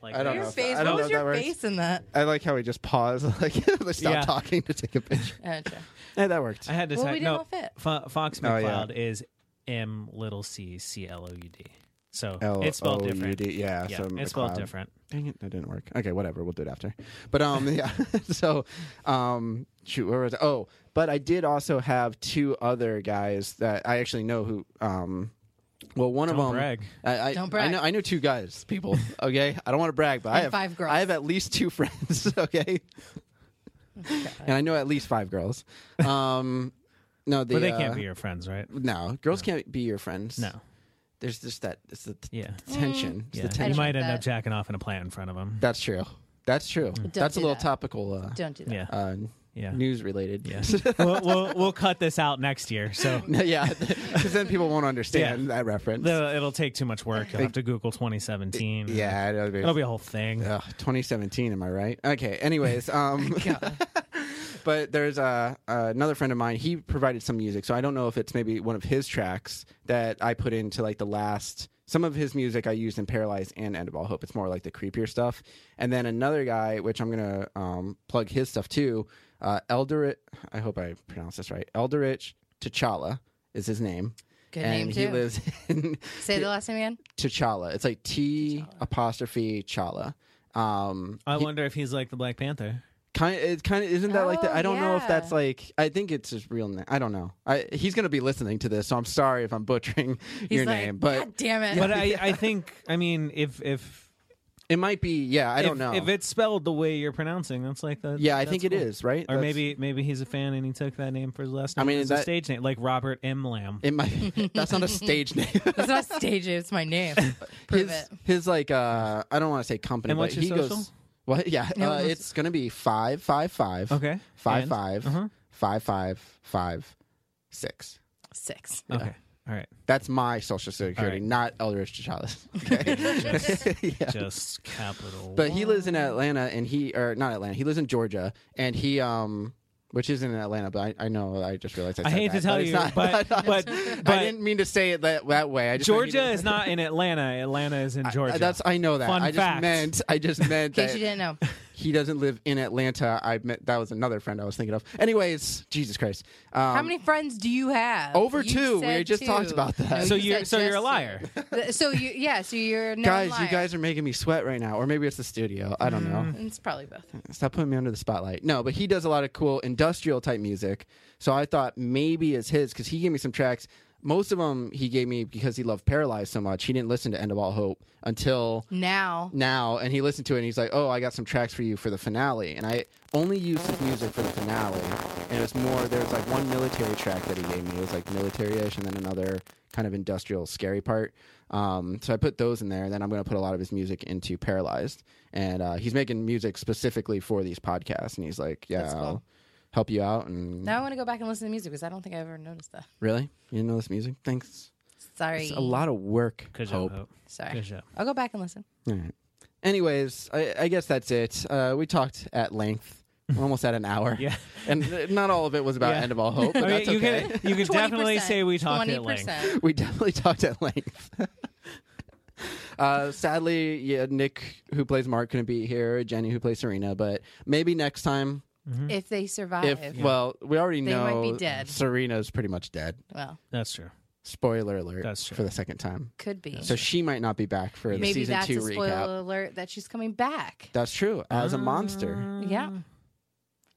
[SPEAKER 4] Like
[SPEAKER 2] I don't
[SPEAKER 3] Your
[SPEAKER 2] know if that-
[SPEAKER 3] face.
[SPEAKER 2] I don't
[SPEAKER 3] What
[SPEAKER 2] know
[SPEAKER 3] was
[SPEAKER 2] if that
[SPEAKER 3] your
[SPEAKER 2] works.
[SPEAKER 3] face in that?
[SPEAKER 2] I like how we just pause like stop
[SPEAKER 4] Yeah.
[SPEAKER 2] talking to take a picture
[SPEAKER 3] Gotcha.
[SPEAKER 2] yeah that worked
[SPEAKER 4] I had to
[SPEAKER 3] Well,
[SPEAKER 4] type-
[SPEAKER 3] we didn't
[SPEAKER 4] no,
[SPEAKER 3] all fit.
[SPEAKER 4] Fo- Fox
[SPEAKER 2] Oh, yeah.
[SPEAKER 4] McCloud is M little C C L O U D. So
[SPEAKER 2] L
[SPEAKER 4] it's spelled
[SPEAKER 2] O U
[SPEAKER 4] different.
[SPEAKER 2] D, yeah,
[SPEAKER 4] Yeah,
[SPEAKER 2] so
[SPEAKER 4] it's spelled
[SPEAKER 2] McLeod.
[SPEAKER 4] different.
[SPEAKER 2] Dang it, that didn't work. Okay, whatever. We'll do it after. But um, yeah. So, um, shoot, where was I? Oh, but I did also have two other guys that I actually know who. Um, well, one of
[SPEAKER 4] Don't
[SPEAKER 2] them.
[SPEAKER 4] brag.
[SPEAKER 2] I, I,
[SPEAKER 3] Don't brag.
[SPEAKER 2] I know. I know two guys. People. Okay. I don't want to brag, but I
[SPEAKER 3] And
[SPEAKER 2] have
[SPEAKER 3] five girls.
[SPEAKER 2] I have at least two friends. Okay.
[SPEAKER 3] Oh,
[SPEAKER 2] And I know at least five girls. Um, no, the,
[SPEAKER 4] But they
[SPEAKER 2] uh,
[SPEAKER 4] can't be your friends, right?
[SPEAKER 2] No, girls can't be your friends.
[SPEAKER 4] No.
[SPEAKER 2] There's just that. It's the t-
[SPEAKER 4] Yeah.
[SPEAKER 2] tension. It's the
[SPEAKER 4] Yeah.
[SPEAKER 2] tension.
[SPEAKER 4] You might end
[SPEAKER 3] that.
[SPEAKER 4] up jacking off in a plant in front of them.
[SPEAKER 2] That's true. That's
[SPEAKER 4] Mm.
[SPEAKER 2] true. That's a
[SPEAKER 3] do
[SPEAKER 2] little
[SPEAKER 3] that.
[SPEAKER 2] topical. Uh,
[SPEAKER 3] Don't do that.
[SPEAKER 4] Yeah.
[SPEAKER 2] uh,
[SPEAKER 4] Yeah.
[SPEAKER 2] News related.
[SPEAKER 4] yeah. we'll, we'll we'll cut this out next year. So
[SPEAKER 2] yeah. Because then people won't understand
[SPEAKER 4] Yeah.
[SPEAKER 2] that reference.
[SPEAKER 4] the, it'll take too much work. You'll have to Google 2017.
[SPEAKER 2] yeah. It'll be,
[SPEAKER 4] It'll be a whole thing.
[SPEAKER 2] Ugh, 2017. Am I right? Okay. Anyways. Um, but there's uh, another friend of mine. He provided some music, so I don't know if it's maybe one of his tracks that I put into like the last. Some of his music I used in Paralyzed and End of All Hope. It's more like the creepier stuff. And then another guy, which I'm gonna um, plug his stuff too. Uh, Elderit. I hope I pronounced this right. Elderich T'Challa is his name.
[SPEAKER 3] Good
[SPEAKER 2] and
[SPEAKER 3] name,
[SPEAKER 2] He
[SPEAKER 3] too.
[SPEAKER 2] lives in
[SPEAKER 3] Say the last name again.
[SPEAKER 2] T'Challa. It's like T apostrophe Chala. Um,
[SPEAKER 4] I wonder if he's like the Black Panther.
[SPEAKER 2] kind it kind of isn't that like the,
[SPEAKER 3] Oh,
[SPEAKER 2] I don't know if
[SPEAKER 3] yeah.
[SPEAKER 2] that's like I think it's his real name. I don't know. I he's gonna be listening to this, so I'm sorry if I'm butchering your
[SPEAKER 3] like,
[SPEAKER 2] name, but
[SPEAKER 3] God damn it.
[SPEAKER 4] But I, I think I mean if if
[SPEAKER 2] it might be. Yeah, I
[SPEAKER 4] if,
[SPEAKER 2] don't know.
[SPEAKER 4] if it's spelled the way you're pronouncing. That's like the
[SPEAKER 2] yeah, I
[SPEAKER 4] that's
[SPEAKER 2] think it
[SPEAKER 4] cool.
[SPEAKER 2] is right.
[SPEAKER 4] Or
[SPEAKER 2] That's-
[SPEAKER 4] maybe maybe he's a fan and he took that name for his last name.
[SPEAKER 2] I mean,
[SPEAKER 4] as
[SPEAKER 2] that-
[SPEAKER 4] a stage name like Robert M. Lamb.
[SPEAKER 2] it might. that's not a stage name.
[SPEAKER 3] it's not stage name. It's my name. Prove
[SPEAKER 2] his
[SPEAKER 3] it.
[SPEAKER 2] his like uh I don't want to say company,
[SPEAKER 4] And
[SPEAKER 2] but
[SPEAKER 4] what's
[SPEAKER 2] he
[SPEAKER 4] your social?
[SPEAKER 2] goes. What? Yeah,
[SPEAKER 3] No,
[SPEAKER 2] uh,
[SPEAKER 3] what's-
[SPEAKER 2] it's gonna be five five five.
[SPEAKER 4] Okay.
[SPEAKER 2] Five
[SPEAKER 4] And?
[SPEAKER 2] five,
[SPEAKER 4] Uh-huh.
[SPEAKER 2] five, five, five, six.
[SPEAKER 3] Six.
[SPEAKER 4] Okay. All right.
[SPEAKER 2] That's my social security,
[SPEAKER 4] All right.
[SPEAKER 2] not Eldridge Chalice. Okay. Yeah.
[SPEAKER 4] Just capital.
[SPEAKER 2] But he lives in Atlanta and he or not Atlanta, he lives in Georgia and he um which isn't in Atlanta, but I, I know I just realized I,
[SPEAKER 4] I
[SPEAKER 2] said
[SPEAKER 4] hate
[SPEAKER 2] that,
[SPEAKER 4] to tell
[SPEAKER 2] but it's
[SPEAKER 4] you,
[SPEAKER 2] not-
[SPEAKER 4] but, but, but
[SPEAKER 2] I didn't mean to say it that, that way. I just
[SPEAKER 4] Georgia
[SPEAKER 2] I needed-
[SPEAKER 4] is not in Atlanta. Atlanta is in Georgia.
[SPEAKER 2] That's I know that.
[SPEAKER 4] Fun
[SPEAKER 2] I just
[SPEAKER 4] fact.
[SPEAKER 2] meant I just meant
[SPEAKER 3] In
[SPEAKER 2] that
[SPEAKER 3] case you didn't know.
[SPEAKER 2] he doesn't live in Atlanta. I met that was another friend I was thinking of. Anyways, Jesus Christ. Um,
[SPEAKER 3] How many friends do you have?
[SPEAKER 2] Over
[SPEAKER 3] You
[SPEAKER 2] two. We
[SPEAKER 3] said
[SPEAKER 2] just talked about that.
[SPEAKER 3] you
[SPEAKER 4] so
[SPEAKER 3] said
[SPEAKER 4] you're so
[SPEAKER 3] just
[SPEAKER 4] you're a
[SPEAKER 3] two.
[SPEAKER 4] liar.
[SPEAKER 3] Th- So you yeah. So you're a known
[SPEAKER 2] guys,
[SPEAKER 3] liar.
[SPEAKER 2] you guys are making me sweat right now, or maybe it's the studio. I don't know.
[SPEAKER 3] It's probably both.
[SPEAKER 2] stop putting me under the spotlight. No, but he does a lot of cool industrial type music. So I thought maybe it's his because he gave me some tracks. Most of them he gave me because he loved Paralyzed so much. He didn't listen to End of All Hope until
[SPEAKER 3] Now
[SPEAKER 2] now, and he listened to it and he's like, "Oh, I got some tracks for you for the finale." And I only used his music for the finale, and it was more. There was like one military track that he gave me. It was like military-ish, and then another kind of industrial, scary part. Um, so I put those in there, and then I'm going to put a lot of his music into Paralyzed. And uh, he's making music specifically for these podcasts, and he's like, "Yeah,
[SPEAKER 3] That's cool.
[SPEAKER 2] I'll help you out." And
[SPEAKER 3] now I want to go back and listen to music because I don't think I ever noticed that.
[SPEAKER 2] really, you didn't know this music? Thanks.
[SPEAKER 3] Sorry.
[SPEAKER 2] It's a lot of work.
[SPEAKER 4] Good job,
[SPEAKER 2] Hope.
[SPEAKER 4] Hope.
[SPEAKER 3] Sorry.
[SPEAKER 4] Good job.
[SPEAKER 3] I'll go back and listen.
[SPEAKER 2] All right. Anyways, I, I guess that's it. Uh, we talked at length. We're almost at an hour.
[SPEAKER 4] Yeah.
[SPEAKER 2] And uh, not all of it was about
[SPEAKER 4] Yeah.
[SPEAKER 2] end of all hope, but
[SPEAKER 4] I mean,
[SPEAKER 2] that's
[SPEAKER 4] you
[SPEAKER 2] okay.
[SPEAKER 4] can you can definitely say we talked at length.
[SPEAKER 3] 20%.
[SPEAKER 2] We definitely talked at length. uh, sadly, yeah, Nick, who plays Mark, couldn't be here. Jenny, who plays Serena, but maybe next time.
[SPEAKER 4] Mm-hmm.
[SPEAKER 3] If they survive,
[SPEAKER 2] If well, we already
[SPEAKER 3] They might
[SPEAKER 2] know
[SPEAKER 3] be dead.
[SPEAKER 2] Serena's pretty much dead.
[SPEAKER 3] well,
[SPEAKER 4] That's true.
[SPEAKER 2] Spoiler alert
[SPEAKER 4] That's true.
[SPEAKER 2] for the second time.
[SPEAKER 3] could be.
[SPEAKER 2] So she might not be back for the
[SPEAKER 3] Maybe
[SPEAKER 2] season
[SPEAKER 3] that's
[SPEAKER 2] two
[SPEAKER 3] a spoiler
[SPEAKER 2] recap.
[SPEAKER 3] alert that she's coming back.
[SPEAKER 2] That's true. As a
[SPEAKER 4] Ah.
[SPEAKER 2] monster.
[SPEAKER 3] yeah.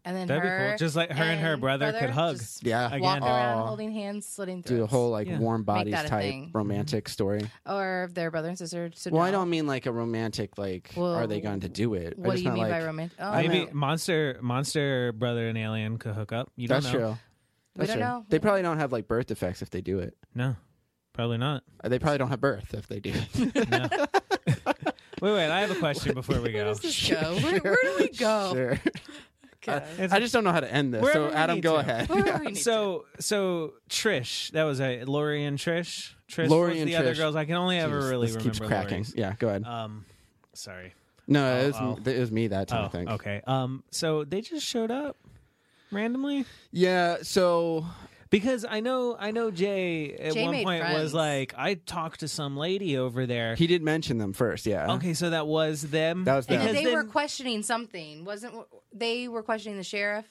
[SPEAKER 3] And then
[SPEAKER 4] That'd be
[SPEAKER 3] her
[SPEAKER 4] cool. Just like her and her brother could hug.
[SPEAKER 3] just
[SPEAKER 2] Yeah.
[SPEAKER 4] Again.
[SPEAKER 3] Walk around
[SPEAKER 2] Oh.
[SPEAKER 3] holding hands, slitting through
[SPEAKER 2] do a whole like
[SPEAKER 4] Yeah. Mm-hmm.
[SPEAKER 2] warm bodies
[SPEAKER 3] that a
[SPEAKER 2] type
[SPEAKER 3] thing.
[SPEAKER 2] romantic story.
[SPEAKER 3] or if their brother and sister. So
[SPEAKER 2] Well, I
[SPEAKER 3] now-
[SPEAKER 2] don't mean like a romantic like are they
[SPEAKER 3] Well,
[SPEAKER 2] going to do it? I
[SPEAKER 3] What do
[SPEAKER 2] just
[SPEAKER 3] you
[SPEAKER 2] meant,
[SPEAKER 3] mean by
[SPEAKER 2] like-
[SPEAKER 3] romantic? Oh,
[SPEAKER 2] I
[SPEAKER 4] Maybe
[SPEAKER 2] know.
[SPEAKER 4] monster monster brother and alien could hook up. You don't
[SPEAKER 2] That's
[SPEAKER 4] know.
[SPEAKER 2] true. That's
[SPEAKER 3] don't
[SPEAKER 2] true.
[SPEAKER 3] know.
[SPEAKER 2] They probably don't have like birth defects if they do it.
[SPEAKER 4] No, probably not.
[SPEAKER 2] Uh, They probably don't have birth if they do it.
[SPEAKER 4] No. wait, wait. I have a question before we
[SPEAKER 3] Where
[SPEAKER 4] go.
[SPEAKER 3] does this go? Where, where do we go?
[SPEAKER 2] Sure.
[SPEAKER 3] God.
[SPEAKER 2] I just don't know how to end this.
[SPEAKER 4] Wherever
[SPEAKER 2] so
[SPEAKER 4] we
[SPEAKER 2] Adam,
[SPEAKER 4] need
[SPEAKER 2] go
[SPEAKER 4] to.
[SPEAKER 2] ahead.
[SPEAKER 3] Where do we need to
[SPEAKER 4] So so Trish, that was a Lori and Trish. Trish
[SPEAKER 2] Lori
[SPEAKER 4] was
[SPEAKER 2] and
[SPEAKER 4] the other
[SPEAKER 2] Trish.
[SPEAKER 4] girls. I can only ever
[SPEAKER 2] Jesus,
[SPEAKER 4] really
[SPEAKER 2] this
[SPEAKER 4] remember
[SPEAKER 2] keeps cracking.
[SPEAKER 4] Lori's.
[SPEAKER 2] Yeah, go ahead.
[SPEAKER 4] Um, sorry.
[SPEAKER 2] no, it,
[SPEAKER 4] oh,
[SPEAKER 2] was,
[SPEAKER 4] oh.
[SPEAKER 2] it was me that time. I
[SPEAKER 4] Oh,
[SPEAKER 2] think.
[SPEAKER 4] okay. Um, so they just showed up randomly
[SPEAKER 2] Yeah. So
[SPEAKER 4] because I know I know Jay at
[SPEAKER 3] Jay
[SPEAKER 4] one
[SPEAKER 3] made
[SPEAKER 4] point was
[SPEAKER 3] friends.
[SPEAKER 4] like, I talked to some lady over there.
[SPEAKER 2] he did mention them first. Yeah.
[SPEAKER 4] okay, so that was them.
[SPEAKER 2] That was them.
[SPEAKER 3] And
[SPEAKER 4] Because
[SPEAKER 3] they
[SPEAKER 4] then-
[SPEAKER 3] were questioning something, wasn't? They were questioning the sheriff.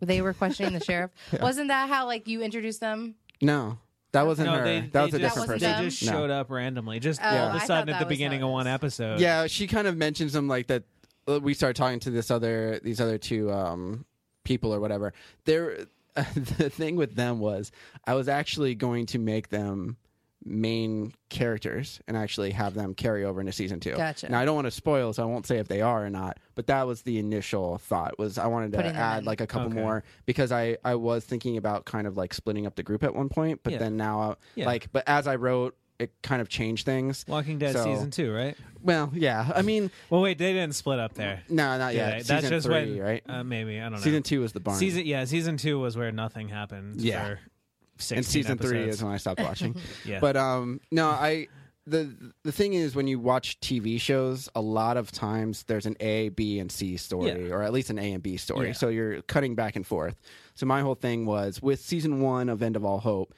[SPEAKER 3] They were questioning the sheriff. Wasn't that how like you introduced them?
[SPEAKER 2] No, that wasn't
[SPEAKER 4] no,
[SPEAKER 2] her.
[SPEAKER 4] they,
[SPEAKER 2] that was
[SPEAKER 4] they
[SPEAKER 2] a
[SPEAKER 4] just,
[SPEAKER 2] different
[SPEAKER 3] That
[SPEAKER 2] person.
[SPEAKER 3] wasn't
[SPEAKER 4] They just
[SPEAKER 2] No.
[SPEAKER 4] showed up randomly, just
[SPEAKER 3] Oh,
[SPEAKER 4] all
[SPEAKER 2] I
[SPEAKER 4] of a
[SPEAKER 3] thought
[SPEAKER 4] sudden at
[SPEAKER 3] that
[SPEAKER 4] the
[SPEAKER 3] was
[SPEAKER 4] beginning
[SPEAKER 3] how
[SPEAKER 4] of
[SPEAKER 3] it
[SPEAKER 4] one
[SPEAKER 3] was.
[SPEAKER 4] episode.
[SPEAKER 2] Yeah, she kind of mentions them like that. uh, We started talking to this other, these other two um, people or whatever. There, the thing with them was I was actually going to make them main characters and actually have them carry over into season two.
[SPEAKER 3] Gotcha.
[SPEAKER 2] Now I don't want to spoil, so I won't say if they are or not. But that was the initial thought was I wanted to
[SPEAKER 3] Putting them
[SPEAKER 2] add
[SPEAKER 3] in.
[SPEAKER 2] like a couple
[SPEAKER 4] Okay.
[SPEAKER 2] more because I I was thinking about kind of like splitting up the group at one point, but
[SPEAKER 4] Yeah.
[SPEAKER 2] then now I,
[SPEAKER 4] Yeah.
[SPEAKER 2] like but as I wrote. It kind of changed things.
[SPEAKER 4] Walking Dead
[SPEAKER 2] So-
[SPEAKER 4] season two, right?
[SPEAKER 2] Well, yeah. I mean,
[SPEAKER 4] Well, wait, they didn't split up there.
[SPEAKER 2] no, not
[SPEAKER 4] Yeah,
[SPEAKER 2] yet.
[SPEAKER 4] that's
[SPEAKER 2] season
[SPEAKER 4] just
[SPEAKER 2] three,
[SPEAKER 4] when,
[SPEAKER 2] right?
[SPEAKER 4] Uh, maybe I don't know.
[SPEAKER 2] season two was the barn.
[SPEAKER 4] Season yeah, season two was where nothing happened.
[SPEAKER 2] Yeah.
[SPEAKER 4] for 16
[SPEAKER 2] and season three
[SPEAKER 4] episodes.
[SPEAKER 2] is when I stopped watching.
[SPEAKER 4] Yeah.
[SPEAKER 2] But um, no, I the the thing is when you watch TV shows, a lot of times there's an A, B, and C story, or at least an A and B story.
[SPEAKER 4] Yeah.
[SPEAKER 2] So you're cutting back and forth. So my whole thing was with season one of End of All Hope.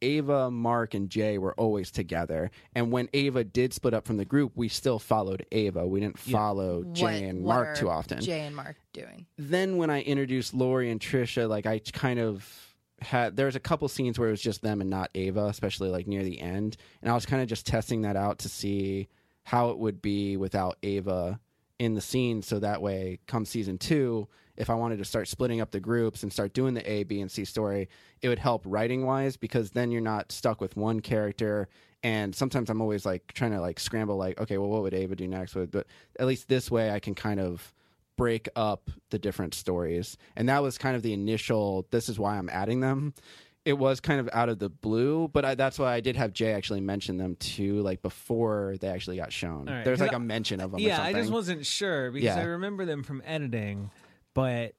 [SPEAKER 2] Ava, Mark, and Jay were always together. And when Ava did split up from the group, we still followed Ava. We didn't follow Jay and
[SPEAKER 3] what
[SPEAKER 2] Mark
[SPEAKER 3] are
[SPEAKER 2] too often.
[SPEAKER 3] Jay and Mark doing.
[SPEAKER 2] then when I introduced Lori and Trisha, like I kind of had there was a couple scenes where it was just them and not Ava, especially like near the end, and I was kind of just testing that out to see how it would be without Ava in the scene, so that way, come season two, if I wanted to start splitting up the groups and start doing the A, B, and C story, it would help writing wise because then you're not stuck with one character. And sometimes I'm always like trying to like scramble, like, okay, well, what would Ava do next? What- But at least this way, I can kind of break up the different stories. And that was kind of the initial, this is why I'm adding them. It was kind of out of the blue, but I, that's why I did have Jay actually mention them too, like before they actually got shown.
[SPEAKER 4] All right.
[SPEAKER 2] There's like
[SPEAKER 4] 'Cause
[SPEAKER 2] a mention of them. or
[SPEAKER 4] yeah, I
[SPEAKER 2] something.
[SPEAKER 4] just wasn't sure because
[SPEAKER 2] Yeah.
[SPEAKER 4] I remember them from editing, but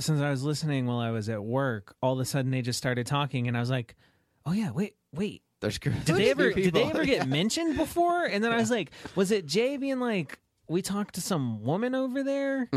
[SPEAKER 4] since I was listening while I was at work, all of a sudden they just started talking, and I was like, oh yeah, wait, wait.
[SPEAKER 2] There's did
[SPEAKER 4] Did they ever did they ever get mentioned before? And then I was like, was it Jay being like, we talked to some woman over there?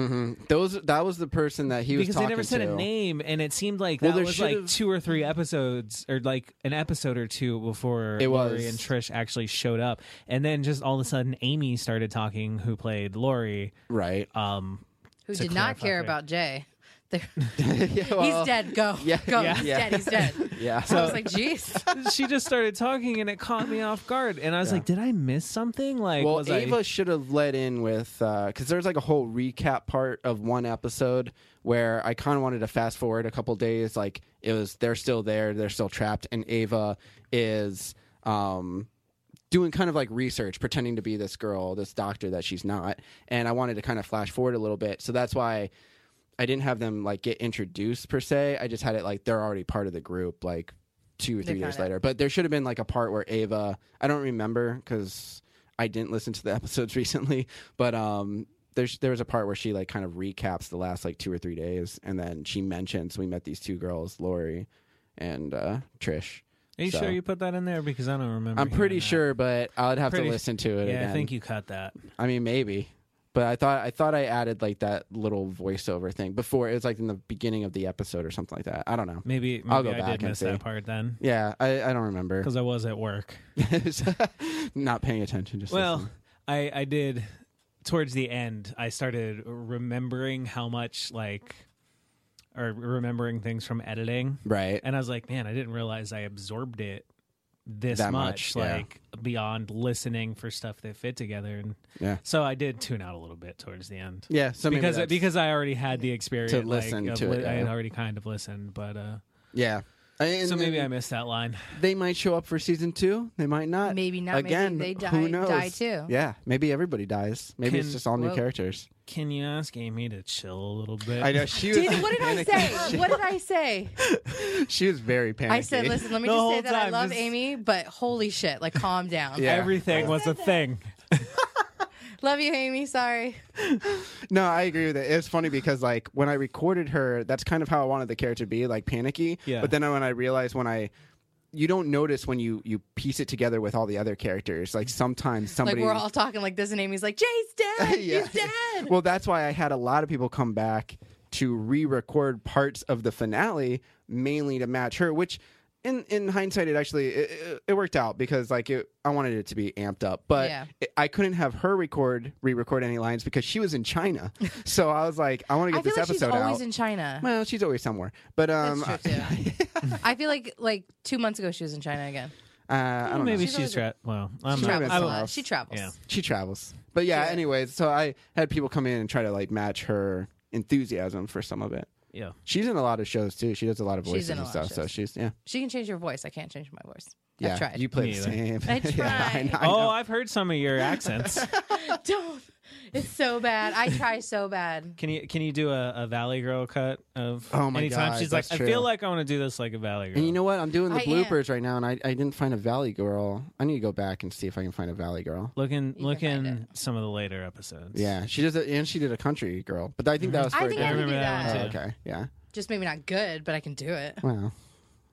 [SPEAKER 2] Those that was the person that Mm-hmm. he was
[SPEAKER 4] because they
[SPEAKER 2] talking
[SPEAKER 4] never said
[SPEAKER 2] to.
[SPEAKER 4] a name, and it seemed like
[SPEAKER 2] Well,
[SPEAKER 4] that
[SPEAKER 2] there
[SPEAKER 4] was like
[SPEAKER 2] should've-
[SPEAKER 4] two or three episodes, or like an episode or two before
[SPEAKER 2] It
[SPEAKER 4] Lori
[SPEAKER 2] was.
[SPEAKER 4] and Trish actually showed up, and then just all of a sudden Amy started talking, who played Lori.
[SPEAKER 2] Right.
[SPEAKER 4] Um,
[SPEAKER 3] Who
[SPEAKER 4] To
[SPEAKER 3] did not
[SPEAKER 4] clarify
[SPEAKER 3] care
[SPEAKER 4] for-
[SPEAKER 3] about Jay? They're-
[SPEAKER 2] yeah, well,
[SPEAKER 3] he's dead. Go.
[SPEAKER 2] yeah,
[SPEAKER 3] Go.
[SPEAKER 2] yeah.
[SPEAKER 3] He's dead. He's dead.
[SPEAKER 2] Yeah.
[SPEAKER 3] I was like, jeez.
[SPEAKER 4] she just started talking, and it caught me off guard, and I was like, did I miss something? Like,
[SPEAKER 2] well,
[SPEAKER 4] was
[SPEAKER 2] Ava
[SPEAKER 4] I...
[SPEAKER 2] should have led in with because there's like a whole recap part of one episode where I kind of wanted to fast forward a couple days. Like it was, they're still there, they're still trapped, and Ava is um, doing kind of like research, pretending to be this girl, this doctor that she's not. And I wanted to kind of flash forward a little bit, so that's why I didn't have them like get introduced per se. I just had it like they're already part of the group, like two or three years later. But there should have been like a part where Ava. I don't remember because I didn't listen to the episodes recently. But um, there's there was a part where she like kind of recaps the last like two or three days, and then she mentions we met these two girls, Lori and uh, Trish.
[SPEAKER 4] Are you
[SPEAKER 2] so.
[SPEAKER 4] sure you put that in there? Because I don't remember.
[SPEAKER 2] I'm
[SPEAKER 4] hearing
[SPEAKER 2] pretty
[SPEAKER 4] that.
[SPEAKER 2] sure, but I'd have
[SPEAKER 4] Pretty-
[SPEAKER 2] to listen to it
[SPEAKER 4] Yeah,
[SPEAKER 2] again.
[SPEAKER 4] I think you cut that.
[SPEAKER 2] I mean, maybe. But I thought I thought I added like that little voiceover thing before. It was like in the beginning of the episode or something like that. I don't know.
[SPEAKER 4] Maybe, maybe
[SPEAKER 2] I'll go
[SPEAKER 4] I
[SPEAKER 2] back
[SPEAKER 4] did
[SPEAKER 2] and
[SPEAKER 4] miss
[SPEAKER 2] see.
[SPEAKER 4] that part then,
[SPEAKER 2] Yeah, I, I don't remember.
[SPEAKER 4] because I was at work.
[SPEAKER 2] Not paying attention. Just
[SPEAKER 4] Well,
[SPEAKER 2] listening.
[SPEAKER 4] I I did towards the end. I started remembering how much like or remembering things from editing,
[SPEAKER 2] right.
[SPEAKER 4] and I was like, man, I didn't realize I absorbed it this
[SPEAKER 2] That
[SPEAKER 4] much,
[SPEAKER 2] much, yeah.
[SPEAKER 4] like beyond listening for stuff that fit together, and
[SPEAKER 2] Yeah.
[SPEAKER 4] so I did tune out a little bit towards the end.
[SPEAKER 2] Yeah. So maybe
[SPEAKER 4] because
[SPEAKER 2] that's-
[SPEAKER 4] because I already had the experience like,
[SPEAKER 2] listen
[SPEAKER 4] of
[SPEAKER 2] to
[SPEAKER 4] li-
[SPEAKER 2] it,
[SPEAKER 4] I had
[SPEAKER 2] yeah.
[SPEAKER 4] already kind of listened, but uh,
[SPEAKER 2] yeah. And-
[SPEAKER 4] so maybe I
[SPEAKER 2] and
[SPEAKER 4] missed that line.
[SPEAKER 2] They might show up for season two. They might not.
[SPEAKER 3] Maybe not. Maybe
[SPEAKER 2] Again,
[SPEAKER 3] they die-
[SPEAKER 2] who knows?
[SPEAKER 3] die too.
[SPEAKER 2] Yeah. Maybe everybody dies. Maybe it's
[SPEAKER 4] Can-
[SPEAKER 2] just all new
[SPEAKER 3] Whoa.
[SPEAKER 2] characters.
[SPEAKER 4] Can you ask Amy to chill a little bit?
[SPEAKER 2] I know she was.
[SPEAKER 3] Did, what did I say? What did I say?
[SPEAKER 2] She was very panicky.
[SPEAKER 3] I said, listen, let me
[SPEAKER 4] The
[SPEAKER 3] just
[SPEAKER 4] whole
[SPEAKER 3] say that I
[SPEAKER 4] time,
[SPEAKER 3] love
[SPEAKER 4] just-
[SPEAKER 3] Amy, but holy shit, like calm down.
[SPEAKER 2] Yeah.
[SPEAKER 4] Everything was a thing.
[SPEAKER 3] Love you, Amy. Sorry.
[SPEAKER 2] No, I agree with it. It's funny because like when I recorded her, that's kind of how I wanted the character to be, like panicky.
[SPEAKER 4] Yeah.
[SPEAKER 2] But then when I realized when I you don't notice when you you piece it together with all the other characters. Like sometimes
[SPEAKER 3] Like
[SPEAKER 2] somebody
[SPEAKER 3] we're all talking like this, and Amy's like, Jay's dead.
[SPEAKER 2] Yeah.
[SPEAKER 3] He's dead.
[SPEAKER 2] Well, that's why I had a lot of people come back to re-record parts of the finale mainly to match her, which in in hindsight it actually it, it- it worked out because like it, I wanted it to be amped up, but
[SPEAKER 3] Yeah.
[SPEAKER 2] it- I couldn't have her record re-record any lines because she was in China. so I was like, I want to
[SPEAKER 3] I
[SPEAKER 2] get
[SPEAKER 3] feel
[SPEAKER 2] this
[SPEAKER 3] like she's
[SPEAKER 2] episode
[SPEAKER 3] always
[SPEAKER 2] out.
[SPEAKER 3] in China.
[SPEAKER 2] Well, she's always somewhere, but um,
[SPEAKER 3] That's true too. I feel like like two months ago she was in China again.
[SPEAKER 2] uh, I don't know.
[SPEAKER 4] Maybe
[SPEAKER 3] She's
[SPEAKER 4] she's tra- well. I'm
[SPEAKER 3] She
[SPEAKER 4] not,
[SPEAKER 3] travels
[SPEAKER 4] I
[SPEAKER 3] a
[SPEAKER 4] will-
[SPEAKER 3] lot. She travels.
[SPEAKER 4] Yeah.
[SPEAKER 2] She travels, but yeah. Anyways, so I had people come in and try to like match her enthusiasm for some of it.
[SPEAKER 4] Yeah.
[SPEAKER 2] She's in a lot of shows too. She does a lot of voices
[SPEAKER 3] She's in a
[SPEAKER 2] and
[SPEAKER 3] lot of
[SPEAKER 2] stuff. So
[SPEAKER 3] shows.
[SPEAKER 2] she's yeah,
[SPEAKER 3] She can change her voice. I can't change my voice.
[SPEAKER 2] yeah.
[SPEAKER 3] I've tried.
[SPEAKER 2] You play
[SPEAKER 4] Me
[SPEAKER 2] the
[SPEAKER 4] either.
[SPEAKER 2] same.
[SPEAKER 3] I
[SPEAKER 2] yeah, I,
[SPEAKER 3] tried.
[SPEAKER 2] know- I
[SPEAKER 4] Oh,
[SPEAKER 2] know.
[SPEAKER 4] I've heard some of your accents.
[SPEAKER 3] Don't. It's so bad. I try so bad.
[SPEAKER 4] can you can you do a, a Valley Girl cut of
[SPEAKER 2] Oh my
[SPEAKER 4] anytime
[SPEAKER 2] God,
[SPEAKER 4] she's like
[SPEAKER 2] that's
[SPEAKER 4] I feel
[SPEAKER 2] true.
[SPEAKER 4] like I want to do this like a Valley Girl.
[SPEAKER 2] and you know what? I'm doing the
[SPEAKER 3] I am.
[SPEAKER 2] bloopers right now, and I, I didn't find a Valley Girl. I need to go back and see if I can find a Valley Girl.
[SPEAKER 4] look in look
[SPEAKER 3] find
[SPEAKER 4] in some of the later episodes.
[SPEAKER 2] Yeah, she does, a, and she did a country girl, but I think
[SPEAKER 4] Mm-hmm.
[SPEAKER 2] that was for
[SPEAKER 3] I
[SPEAKER 2] a
[SPEAKER 3] think I
[SPEAKER 2] different-
[SPEAKER 3] can do
[SPEAKER 4] remember
[SPEAKER 3] that.
[SPEAKER 4] that one,
[SPEAKER 2] Oh,
[SPEAKER 4] too.
[SPEAKER 2] okay, yeah.
[SPEAKER 3] Just maybe not good, but I can do it.
[SPEAKER 2] Wow.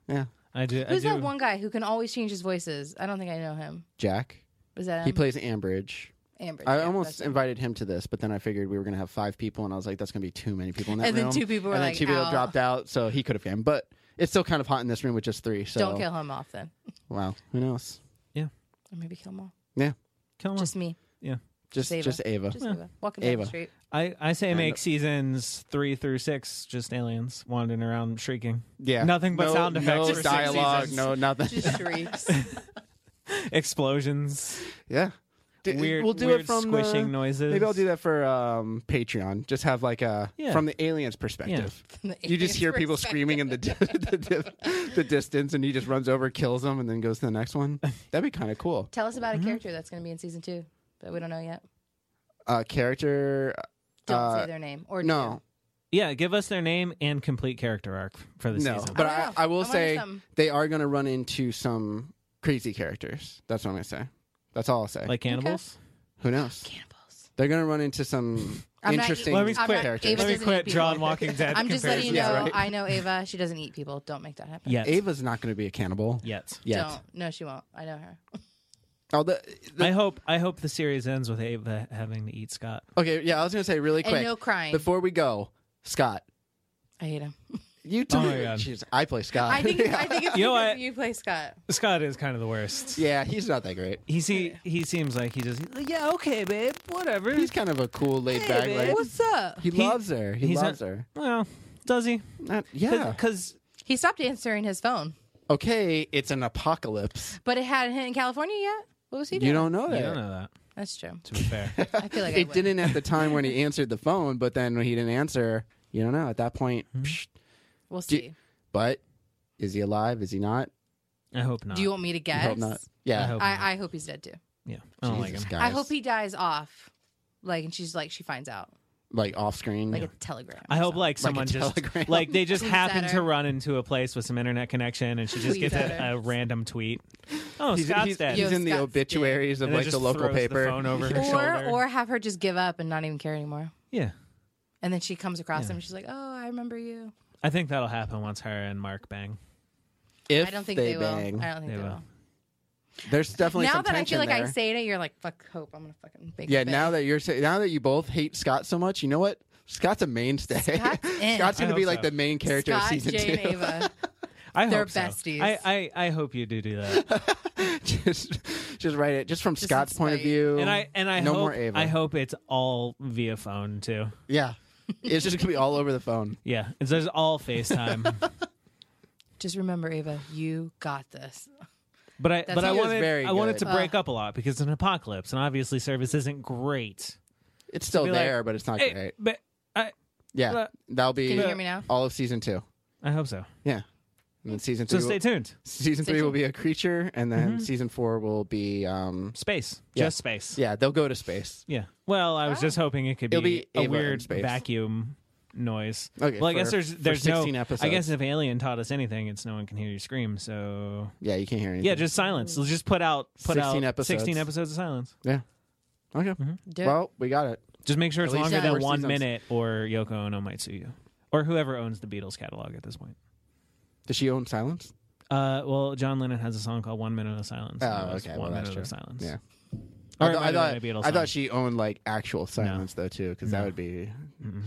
[SPEAKER 2] Yeah,
[SPEAKER 4] I do. I
[SPEAKER 3] Who's
[SPEAKER 4] do-
[SPEAKER 3] that one guy who can always change his voices? I don't think I know him.
[SPEAKER 2] Jack.
[SPEAKER 3] Was that him?
[SPEAKER 2] He plays Ambridge.
[SPEAKER 3] Amber.
[SPEAKER 2] I
[SPEAKER 3] yeah,
[SPEAKER 2] almost
[SPEAKER 3] that's-
[SPEAKER 2] invited him to this, but then I figured we were going to have five people, and I was like, that's going to be too many people in that
[SPEAKER 3] And then
[SPEAKER 2] room.
[SPEAKER 3] two people were
[SPEAKER 2] and then
[SPEAKER 3] like,
[SPEAKER 2] two people
[SPEAKER 3] "Ow."
[SPEAKER 2] dropped out, so he could have came. But it's still kind of hot in this room with just three. So
[SPEAKER 3] Don't kill him off then.
[SPEAKER 2] Wow, who knows?
[SPEAKER 3] Or maybe kill them all.
[SPEAKER 2] Yeah,
[SPEAKER 4] Come on.
[SPEAKER 3] Just me.
[SPEAKER 4] yeah.
[SPEAKER 2] just
[SPEAKER 3] Ava.
[SPEAKER 2] just Ava.
[SPEAKER 3] Just Ava. Walking down
[SPEAKER 2] Ava.
[SPEAKER 3] the street.
[SPEAKER 4] I, I say make seasons three through six just aliens wandering around shrieking.
[SPEAKER 2] Yeah,
[SPEAKER 4] Nothing but
[SPEAKER 2] No-
[SPEAKER 4] sound effects.
[SPEAKER 2] no
[SPEAKER 4] for six
[SPEAKER 2] dialogue,
[SPEAKER 4] seasons.
[SPEAKER 2] no nothing.
[SPEAKER 3] Just shrieks.
[SPEAKER 4] explosions,
[SPEAKER 2] yeah, D-
[SPEAKER 4] weird,
[SPEAKER 2] We'll do
[SPEAKER 4] weird
[SPEAKER 2] it from
[SPEAKER 4] squishing
[SPEAKER 2] the,
[SPEAKER 4] noises.
[SPEAKER 2] Maybe I'll do that for um, Patreon. Just have like a
[SPEAKER 4] Yeah.
[SPEAKER 2] from the aliens perspective.
[SPEAKER 3] From the
[SPEAKER 2] You just
[SPEAKER 3] alien's
[SPEAKER 2] hear people screaming in the di- the, di- the distance, and he just runs over, kills them, and then goes to the next one. That'd be kind of cool.
[SPEAKER 3] Tell us about
[SPEAKER 4] Mm-hmm.
[SPEAKER 3] a character that's going to be in season two, but we don't know yet.
[SPEAKER 2] Uh, character?
[SPEAKER 3] Don't
[SPEAKER 2] Uh,
[SPEAKER 3] say their name or do.
[SPEAKER 2] No,
[SPEAKER 4] Yeah, give us their name and complete character arc for the
[SPEAKER 2] no.
[SPEAKER 4] season.
[SPEAKER 2] But
[SPEAKER 3] I
[SPEAKER 2] I,
[SPEAKER 3] don't know.
[SPEAKER 2] I
[SPEAKER 3] I
[SPEAKER 2] will
[SPEAKER 3] wonder
[SPEAKER 2] say
[SPEAKER 3] some-
[SPEAKER 2] they are going to run into some crazy characters. That's what I'm going to say. That's all I'll say.
[SPEAKER 4] like cannibals.
[SPEAKER 2] who knows?
[SPEAKER 3] Cannibals.
[SPEAKER 2] They're going to run into some
[SPEAKER 3] I'm not-
[SPEAKER 2] interesting
[SPEAKER 4] Let me
[SPEAKER 3] I'm
[SPEAKER 4] quit.
[SPEAKER 3] not-
[SPEAKER 2] characters.
[SPEAKER 3] Ava
[SPEAKER 4] Let me
[SPEAKER 3] doesn't
[SPEAKER 4] quit.
[SPEAKER 3] eat people.
[SPEAKER 4] John Walking Dead.
[SPEAKER 3] I'm just letting you know.
[SPEAKER 4] comparison.
[SPEAKER 2] Yeah, right.
[SPEAKER 3] I know Ava. She doesn't eat people. Don't make that happen.
[SPEAKER 4] Yet.
[SPEAKER 2] Ava's not going to be a cannibal.
[SPEAKER 4] Yet.
[SPEAKER 2] Yet.
[SPEAKER 3] Don't. No, she won't. I know her.
[SPEAKER 2] Oh, the, the-
[SPEAKER 4] I hope I hope the series ends with Ava having to eat Scott.
[SPEAKER 2] okay. Yeah, I was going to say really
[SPEAKER 3] And
[SPEAKER 2] quick
[SPEAKER 3] no crying.
[SPEAKER 2] before we go, Scott.
[SPEAKER 3] I hate him.
[SPEAKER 2] You too.
[SPEAKER 4] Oh my God.
[SPEAKER 2] Jeez, I play Scott.
[SPEAKER 3] I think. I think it's
[SPEAKER 4] You
[SPEAKER 3] you
[SPEAKER 4] know
[SPEAKER 3] because
[SPEAKER 4] what?
[SPEAKER 3] you play Scott.
[SPEAKER 4] Scott is kind of the worst.
[SPEAKER 2] yeah, he's not that great.
[SPEAKER 4] He see he seems like he just yeah okay babe whatever.
[SPEAKER 2] He's kind of a cool, laid back.
[SPEAKER 4] Hey,
[SPEAKER 2] like,
[SPEAKER 4] man.
[SPEAKER 3] What's up?
[SPEAKER 2] he,
[SPEAKER 4] He-
[SPEAKER 2] loves her. He
[SPEAKER 4] he's
[SPEAKER 2] loves
[SPEAKER 4] not-
[SPEAKER 2] her.
[SPEAKER 4] well does he?
[SPEAKER 2] Not- yeah.
[SPEAKER 4] because
[SPEAKER 3] He stopped answering his phone.
[SPEAKER 2] Okay, it's an apocalypse.
[SPEAKER 3] But it hadn't hit in California yet. What was he doing?
[SPEAKER 2] You don't know
[SPEAKER 4] you
[SPEAKER 2] that.
[SPEAKER 4] don't know that
[SPEAKER 3] That's true.
[SPEAKER 4] to be fair.
[SPEAKER 3] I feel like I
[SPEAKER 2] it
[SPEAKER 3] would.
[SPEAKER 2] didn't at the time when he answered the phone, but then when he didn't answer, you don't know. At that point,
[SPEAKER 4] Hmm.
[SPEAKER 2] psh,
[SPEAKER 3] We'll
[SPEAKER 2] do-
[SPEAKER 3] see. Do,
[SPEAKER 2] but is he alive? Is he not?
[SPEAKER 4] I hope not.
[SPEAKER 3] you want me
[SPEAKER 2] I
[SPEAKER 3] to guess?
[SPEAKER 2] hope not. Yeah.
[SPEAKER 4] I hope not.
[SPEAKER 3] I, I hope he's dead too.
[SPEAKER 4] yeah. I don't like him.
[SPEAKER 2] Jesus,
[SPEAKER 3] I
[SPEAKER 2] guys.
[SPEAKER 3] hope he dies off. Like, and she's like, she finds out,
[SPEAKER 2] like off screen.
[SPEAKER 3] like a telegram.
[SPEAKER 4] I
[SPEAKER 3] or
[SPEAKER 4] hope
[SPEAKER 3] something.
[SPEAKER 4] like someone just
[SPEAKER 2] telegram.
[SPEAKER 4] like they just
[SPEAKER 3] Tweets
[SPEAKER 4] happen
[SPEAKER 3] at
[SPEAKER 4] to
[SPEAKER 3] her.
[SPEAKER 4] run into a place with some internet connection and she just
[SPEAKER 3] Tweets
[SPEAKER 4] gets
[SPEAKER 3] at
[SPEAKER 4] a,
[SPEAKER 3] her.
[SPEAKER 4] a random tweet. Oh,
[SPEAKER 2] he's,
[SPEAKER 4] Scott's
[SPEAKER 2] he's-
[SPEAKER 4] dead.
[SPEAKER 2] he's
[SPEAKER 3] Yo,
[SPEAKER 2] in the
[SPEAKER 3] Scott's
[SPEAKER 2] obituaries of
[SPEAKER 4] And then
[SPEAKER 2] like the
[SPEAKER 4] just
[SPEAKER 2] local
[SPEAKER 4] throws
[SPEAKER 2] paper.
[SPEAKER 4] phone over her
[SPEAKER 3] or
[SPEAKER 4] shoulder.
[SPEAKER 3] or have her just give up and not even care anymore.
[SPEAKER 4] yeah.
[SPEAKER 3] And then she comes across him. She's like, "Oh, I remember you."
[SPEAKER 4] I think that'll happen once her and Mark bang.
[SPEAKER 2] If
[SPEAKER 3] I don't think
[SPEAKER 2] they,
[SPEAKER 3] they,
[SPEAKER 2] bang,
[SPEAKER 3] will. I don't think
[SPEAKER 4] They
[SPEAKER 3] they,
[SPEAKER 4] will.
[SPEAKER 3] will.
[SPEAKER 2] there's definitely
[SPEAKER 3] now
[SPEAKER 2] some
[SPEAKER 3] that I feel
[SPEAKER 2] tension
[SPEAKER 3] like I
[SPEAKER 2] there.
[SPEAKER 3] say it, you're like, "Fuck hope." I'm gonna fucking big
[SPEAKER 2] Yeah,
[SPEAKER 3] bang.
[SPEAKER 2] now that you're say, now that you both hate Scott so much, you know what? Scott's a mainstay.
[SPEAKER 3] Scott's in.
[SPEAKER 2] Scott's going
[SPEAKER 4] I
[SPEAKER 2] to be
[SPEAKER 4] hope
[SPEAKER 2] like
[SPEAKER 4] so.
[SPEAKER 2] the main character
[SPEAKER 3] Scott,
[SPEAKER 2] of season
[SPEAKER 3] Jay, and
[SPEAKER 2] two.
[SPEAKER 3] Ava.
[SPEAKER 4] I
[SPEAKER 3] They're
[SPEAKER 4] hope so.
[SPEAKER 3] besties.
[SPEAKER 4] I, I I hope you do do that.
[SPEAKER 2] just, just write it just from
[SPEAKER 3] in
[SPEAKER 2] Scott's point of
[SPEAKER 3] spite.
[SPEAKER 2] view.
[SPEAKER 4] and I and I
[SPEAKER 2] no
[SPEAKER 4] hope
[SPEAKER 2] more Ava.
[SPEAKER 4] I hope it's all via phone too.
[SPEAKER 2] Yeah, it's just going to be all over the phone.
[SPEAKER 4] Yeah, it's there's all FaceTime.
[SPEAKER 3] Just remember, Ava, you got this.
[SPEAKER 4] But I but I
[SPEAKER 3] all. It was
[SPEAKER 4] wanted
[SPEAKER 2] very
[SPEAKER 4] I wanted
[SPEAKER 2] good.
[SPEAKER 4] to break up a lot because it's an apocalypse and obviously service isn't great.
[SPEAKER 2] It's still
[SPEAKER 4] be like,
[SPEAKER 2] there, but it's not
[SPEAKER 4] Hey,
[SPEAKER 2] great.
[SPEAKER 4] but I
[SPEAKER 2] Yeah,
[SPEAKER 4] but-
[SPEAKER 2] that'll be
[SPEAKER 3] Can you hear me now?
[SPEAKER 2] all of season two.
[SPEAKER 4] I hope so.
[SPEAKER 2] Yeah, and then season
[SPEAKER 4] So
[SPEAKER 2] three.
[SPEAKER 4] stay
[SPEAKER 2] will,
[SPEAKER 4] tuned. Mm-hmm.
[SPEAKER 2] season
[SPEAKER 3] Stay
[SPEAKER 2] three will
[SPEAKER 3] tuned.
[SPEAKER 2] be a creature, and then season four will be. um
[SPEAKER 4] Space.
[SPEAKER 2] Yeah.
[SPEAKER 4] Just space.
[SPEAKER 2] Yeah, they'll go to space.
[SPEAKER 4] Yeah. Well, I was just hoping it could
[SPEAKER 2] It'll
[SPEAKER 4] be,
[SPEAKER 2] be Ava
[SPEAKER 4] a
[SPEAKER 2] in
[SPEAKER 4] weird
[SPEAKER 2] space.
[SPEAKER 4] vacuum noise.
[SPEAKER 2] Okay,
[SPEAKER 4] well, I
[SPEAKER 2] for-
[SPEAKER 4] guess there's
[SPEAKER 2] for
[SPEAKER 4] there's
[SPEAKER 2] 16
[SPEAKER 4] no. I
[SPEAKER 2] episodes.
[SPEAKER 4] guess if Alien taught us anything, it's no one can hear you scream. So
[SPEAKER 2] Yeah, you can't hear anything.
[SPEAKER 4] yeah, just silence. Let's just put out put
[SPEAKER 2] 16
[SPEAKER 4] out
[SPEAKER 2] episodes.
[SPEAKER 4] sixteen episodes of silence.
[SPEAKER 2] yeah. Okay.
[SPEAKER 4] Mm-hmm.
[SPEAKER 3] Do it.
[SPEAKER 2] Well, we got it.
[SPEAKER 4] Just make sure it's
[SPEAKER 2] least
[SPEAKER 4] longer
[SPEAKER 3] four
[SPEAKER 4] than one
[SPEAKER 2] seasons.
[SPEAKER 4] minute, or Yoko Ono might sue you, or whoever owns the Beatles catalog at this point.
[SPEAKER 2] Does she own silence?
[SPEAKER 4] Uh, well, John Lennon has a song called "One Minute of Silence." and it was One
[SPEAKER 2] Oh, well,
[SPEAKER 4] minute
[SPEAKER 2] true.
[SPEAKER 4] of silence.
[SPEAKER 2] Yeah.
[SPEAKER 4] Or
[SPEAKER 2] I,
[SPEAKER 4] it
[SPEAKER 2] thought-
[SPEAKER 4] might
[SPEAKER 2] I
[SPEAKER 4] have
[SPEAKER 2] thought,
[SPEAKER 4] been a Beatles
[SPEAKER 2] I
[SPEAKER 4] song.
[SPEAKER 2] thought she owned like actual silence though too, because that would be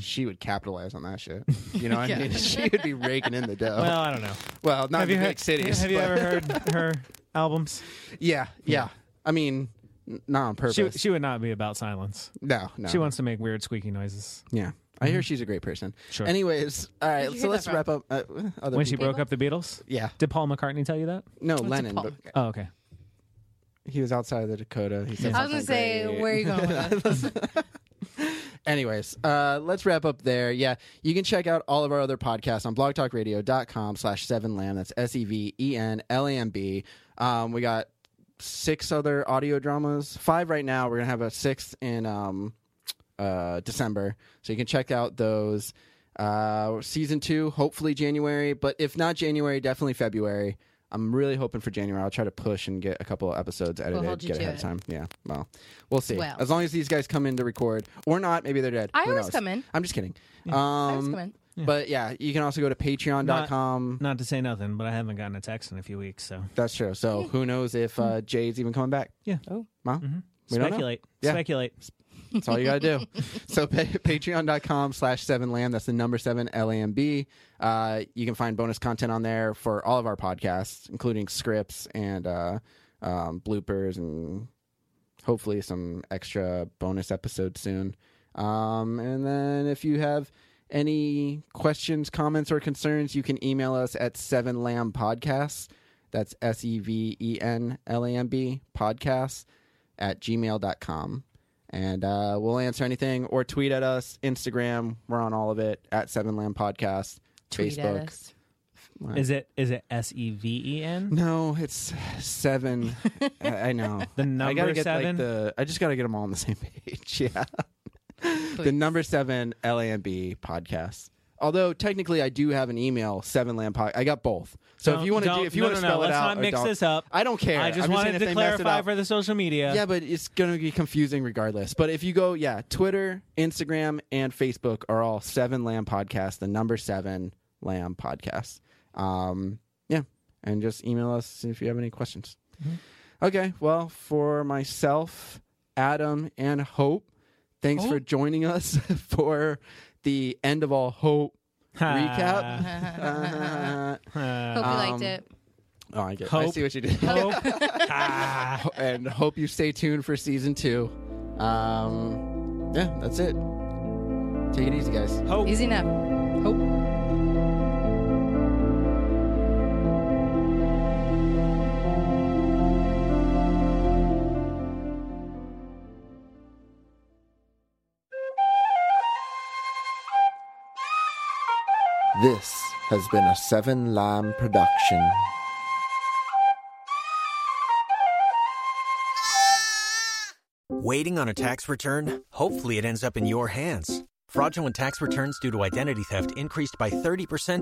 [SPEAKER 2] she would capitalize on that shit. You know, what I mean, she would be raking in the dough.
[SPEAKER 4] Well, I don't know.
[SPEAKER 2] Well, not
[SPEAKER 4] have
[SPEAKER 2] in
[SPEAKER 4] you
[SPEAKER 2] big
[SPEAKER 4] heard,
[SPEAKER 2] cities.
[SPEAKER 4] Have you
[SPEAKER 2] but-
[SPEAKER 4] ever heard her albums?
[SPEAKER 2] Yeah, yeah. I mean, n- not on
[SPEAKER 4] She
[SPEAKER 2] purpose.
[SPEAKER 4] she would not be about silence.
[SPEAKER 2] no, no.
[SPEAKER 4] She wants to make weird squeaky noises.
[SPEAKER 2] Yeah, I hear she's a great person.
[SPEAKER 4] Mm-hmm. Sure.
[SPEAKER 2] Anyways, all
[SPEAKER 3] Where'd
[SPEAKER 2] right.
[SPEAKER 3] you
[SPEAKER 2] So
[SPEAKER 3] hear
[SPEAKER 2] let's
[SPEAKER 3] that from?
[SPEAKER 2] wrap up. Uh, other
[SPEAKER 4] When she
[SPEAKER 2] people.
[SPEAKER 4] broke up the Beatles,
[SPEAKER 2] Yeah.
[SPEAKER 4] did Paul McCartney tell you that?
[SPEAKER 2] No,
[SPEAKER 3] It's a
[SPEAKER 2] Lennon.
[SPEAKER 3] Paul
[SPEAKER 2] But
[SPEAKER 3] McCartney.
[SPEAKER 4] Oh, okay.
[SPEAKER 2] he was outside of the Dakota. He said
[SPEAKER 3] I was gonna
[SPEAKER 2] something
[SPEAKER 3] say,
[SPEAKER 2] great.
[SPEAKER 3] where are you going with this?
[SPEAKER 2] Anyways, uh, let's wrap up there. Yeah, you can check out all of our other podcasts on blogtalkradio.com slash seven lamb. That's S E V E N L A M B. Um, we got six other audio dramas, five right now. We're going to have a sixth in um, uh, December. So you can check out those. Uh, season two, hopefully January, but if not January, definitely February. I'm really hoping for January. I'll try to push and get a couple episodes edited,
[SPEAKER 3] hold you
[SPEAKER 2] get
[SPEAKER 3] to
[SPEAKER 2] ahead of
[SPEAKER 3] it.
[SPEAKER 2] time. Yeah, well, we'll see.
[SPEAKER 3] Well.
[SPEAKER 2] As long as these guys come in to record or not, maybe they're dead.
[SPEAKER 3] I
[SPEAKER 2] Who
[SPEAKER 3] always
[SPEAKER 2] knows?
[SPEAKER 3] come in.
[SPEAKER 2] I'm just kidding.
[SPEAKER 3] I was
[SPEAKER 2] Um,
[SPEAKER 3] coming.
[SPEAKER 2] But yeah, you can also go to patreon.com.
[SPEAKER 4] Not to say nothing, but I haven't gotten a text in a few weeks, so
[SPEAKER 2] That's true. So who knows if uh,
[SPEAKER 3] Hmm.
[SPEAKER 2] Jade's even coming back?
[SPEAKER 4] yeah.
[SPEAKER 3] Oh.
[SPEAKER 4] Mm-hmm.
[SPEAKER 2] Mom? We don't know.
[SPEAKER 4] Speculate.
[SPEAKER 2] Yeah.
[SPEAKER 4] Speculate.
[SPEAKER 2] That's all you got to do. so pa- patreon.com slash 7lamb. That's the number 7 L-A-M-B. Uh, you can find bonus content on there for all of our podcasts, including scripts and uh, um, bloopers and hopefully some extra bonus episodes soon. Um, and then if you have any questions, comments, or concerns, you can email us at 7lambpodcasts. That's E S-E-V-E-N-L-A-M-B podcasts at gmail.com. And uh, we'll answer anything or tweet at us, Instagram. We're on all of it at 7lamb podcast,
[SPEAKER 3] Tweet
[SPEAKER 2] Facebook.
[SPEAKER 3] at us.
[SPEAKER 4] Is it is it S E V E N?
[SPEAKER 2] No, it's seven. I, I know.
[SPEAKER 4] The
[SPEAKER 2] I
[SPEAKER 4] number
[SPEAKER 2] gotta get,
[SPEAKER 4] seven?
[SPEAKER 2] Like, the, I just got to get them all on the same page. Yeah. the number seven LAMB podcast. Although technically, I do have an email seven lamb pod. I got both, So if
[SPEAKER 4] Don't-
[SPEAKER 2] you want to,
[SPEAKER 4] don't-
[SPEAKER 2] do, if you
[SPEAKER 4] no,
[SPEAKER 2] want to
[SPEAKER 4] no, no,
[SPEAKER 2] spell it
[SPEAKER 4] let's
[SPEAKER 2] out,
[SPEAKER 4] not
[SPEAKER 2] or
[SPEAKER 4] mix
[SPEAKER 2] don't-
[SPEAKER 4] this up.
[SPEAKER 2] I don't care.
[SPEAKER 4] I just
[SPEAKER 2] I'm
[SPEAKER 4] wanted
[SPEAKER 2] saying
[SPEAKER 4] to
[SPEAKER 2] if they mess it
[SPEAKER 4] clarify
[SPEAKER 2] up-
[SPEAKER 4] for the social media.
[SPEAKER 2] Yeah, but it's going to be confusing regardless. But if you go, yeah, Twitter, Instagram, and Facebook are all Seven Lamb Podcast, the number seven Lamb Podcast. Um, yeah, and just email us if you have any questions.
[SPEAKER 4] Mm-hmm.
[SPEAKER 2] Okay, well, for myself, Adam, and Hope,
[SPEAKER 4] Oh.
[SPEAKER 2] thanks for joining us for the end of all hope recap. Uh,
[SPEAKER 3] Hope you liked
[SPEAKER 2] Um,
[SPEAKER 3] it.
[SPEAKER 2] oh, I get. I
[SPEAKER 4] Hope.
[SPEAKER 2] see what you did.
[SPEAKER 4] Hope.
[SPEAKER 2] and hope you stay tuned for season two. Um, yeah, that's it. Take it easy, guys.
[SPEAKER 4] Hope.
[SPEAKER 3] Easy enough. Hope.
[SPEAKER 6] This has been a Seven Lamb production.
[SPEAKER 7] Waiting on a tax return? Hopefully, it ends up in your hands. Fraudulent tax returns due to identity theft increased by 30%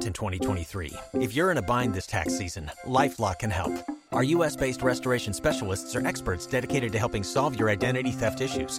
[SPEAKER 7] in 2023. If you're in a bind this tax season, LifeLock can help. Our U.S. based restoration specialists are experts dedicated to helping solve your identity theft issues.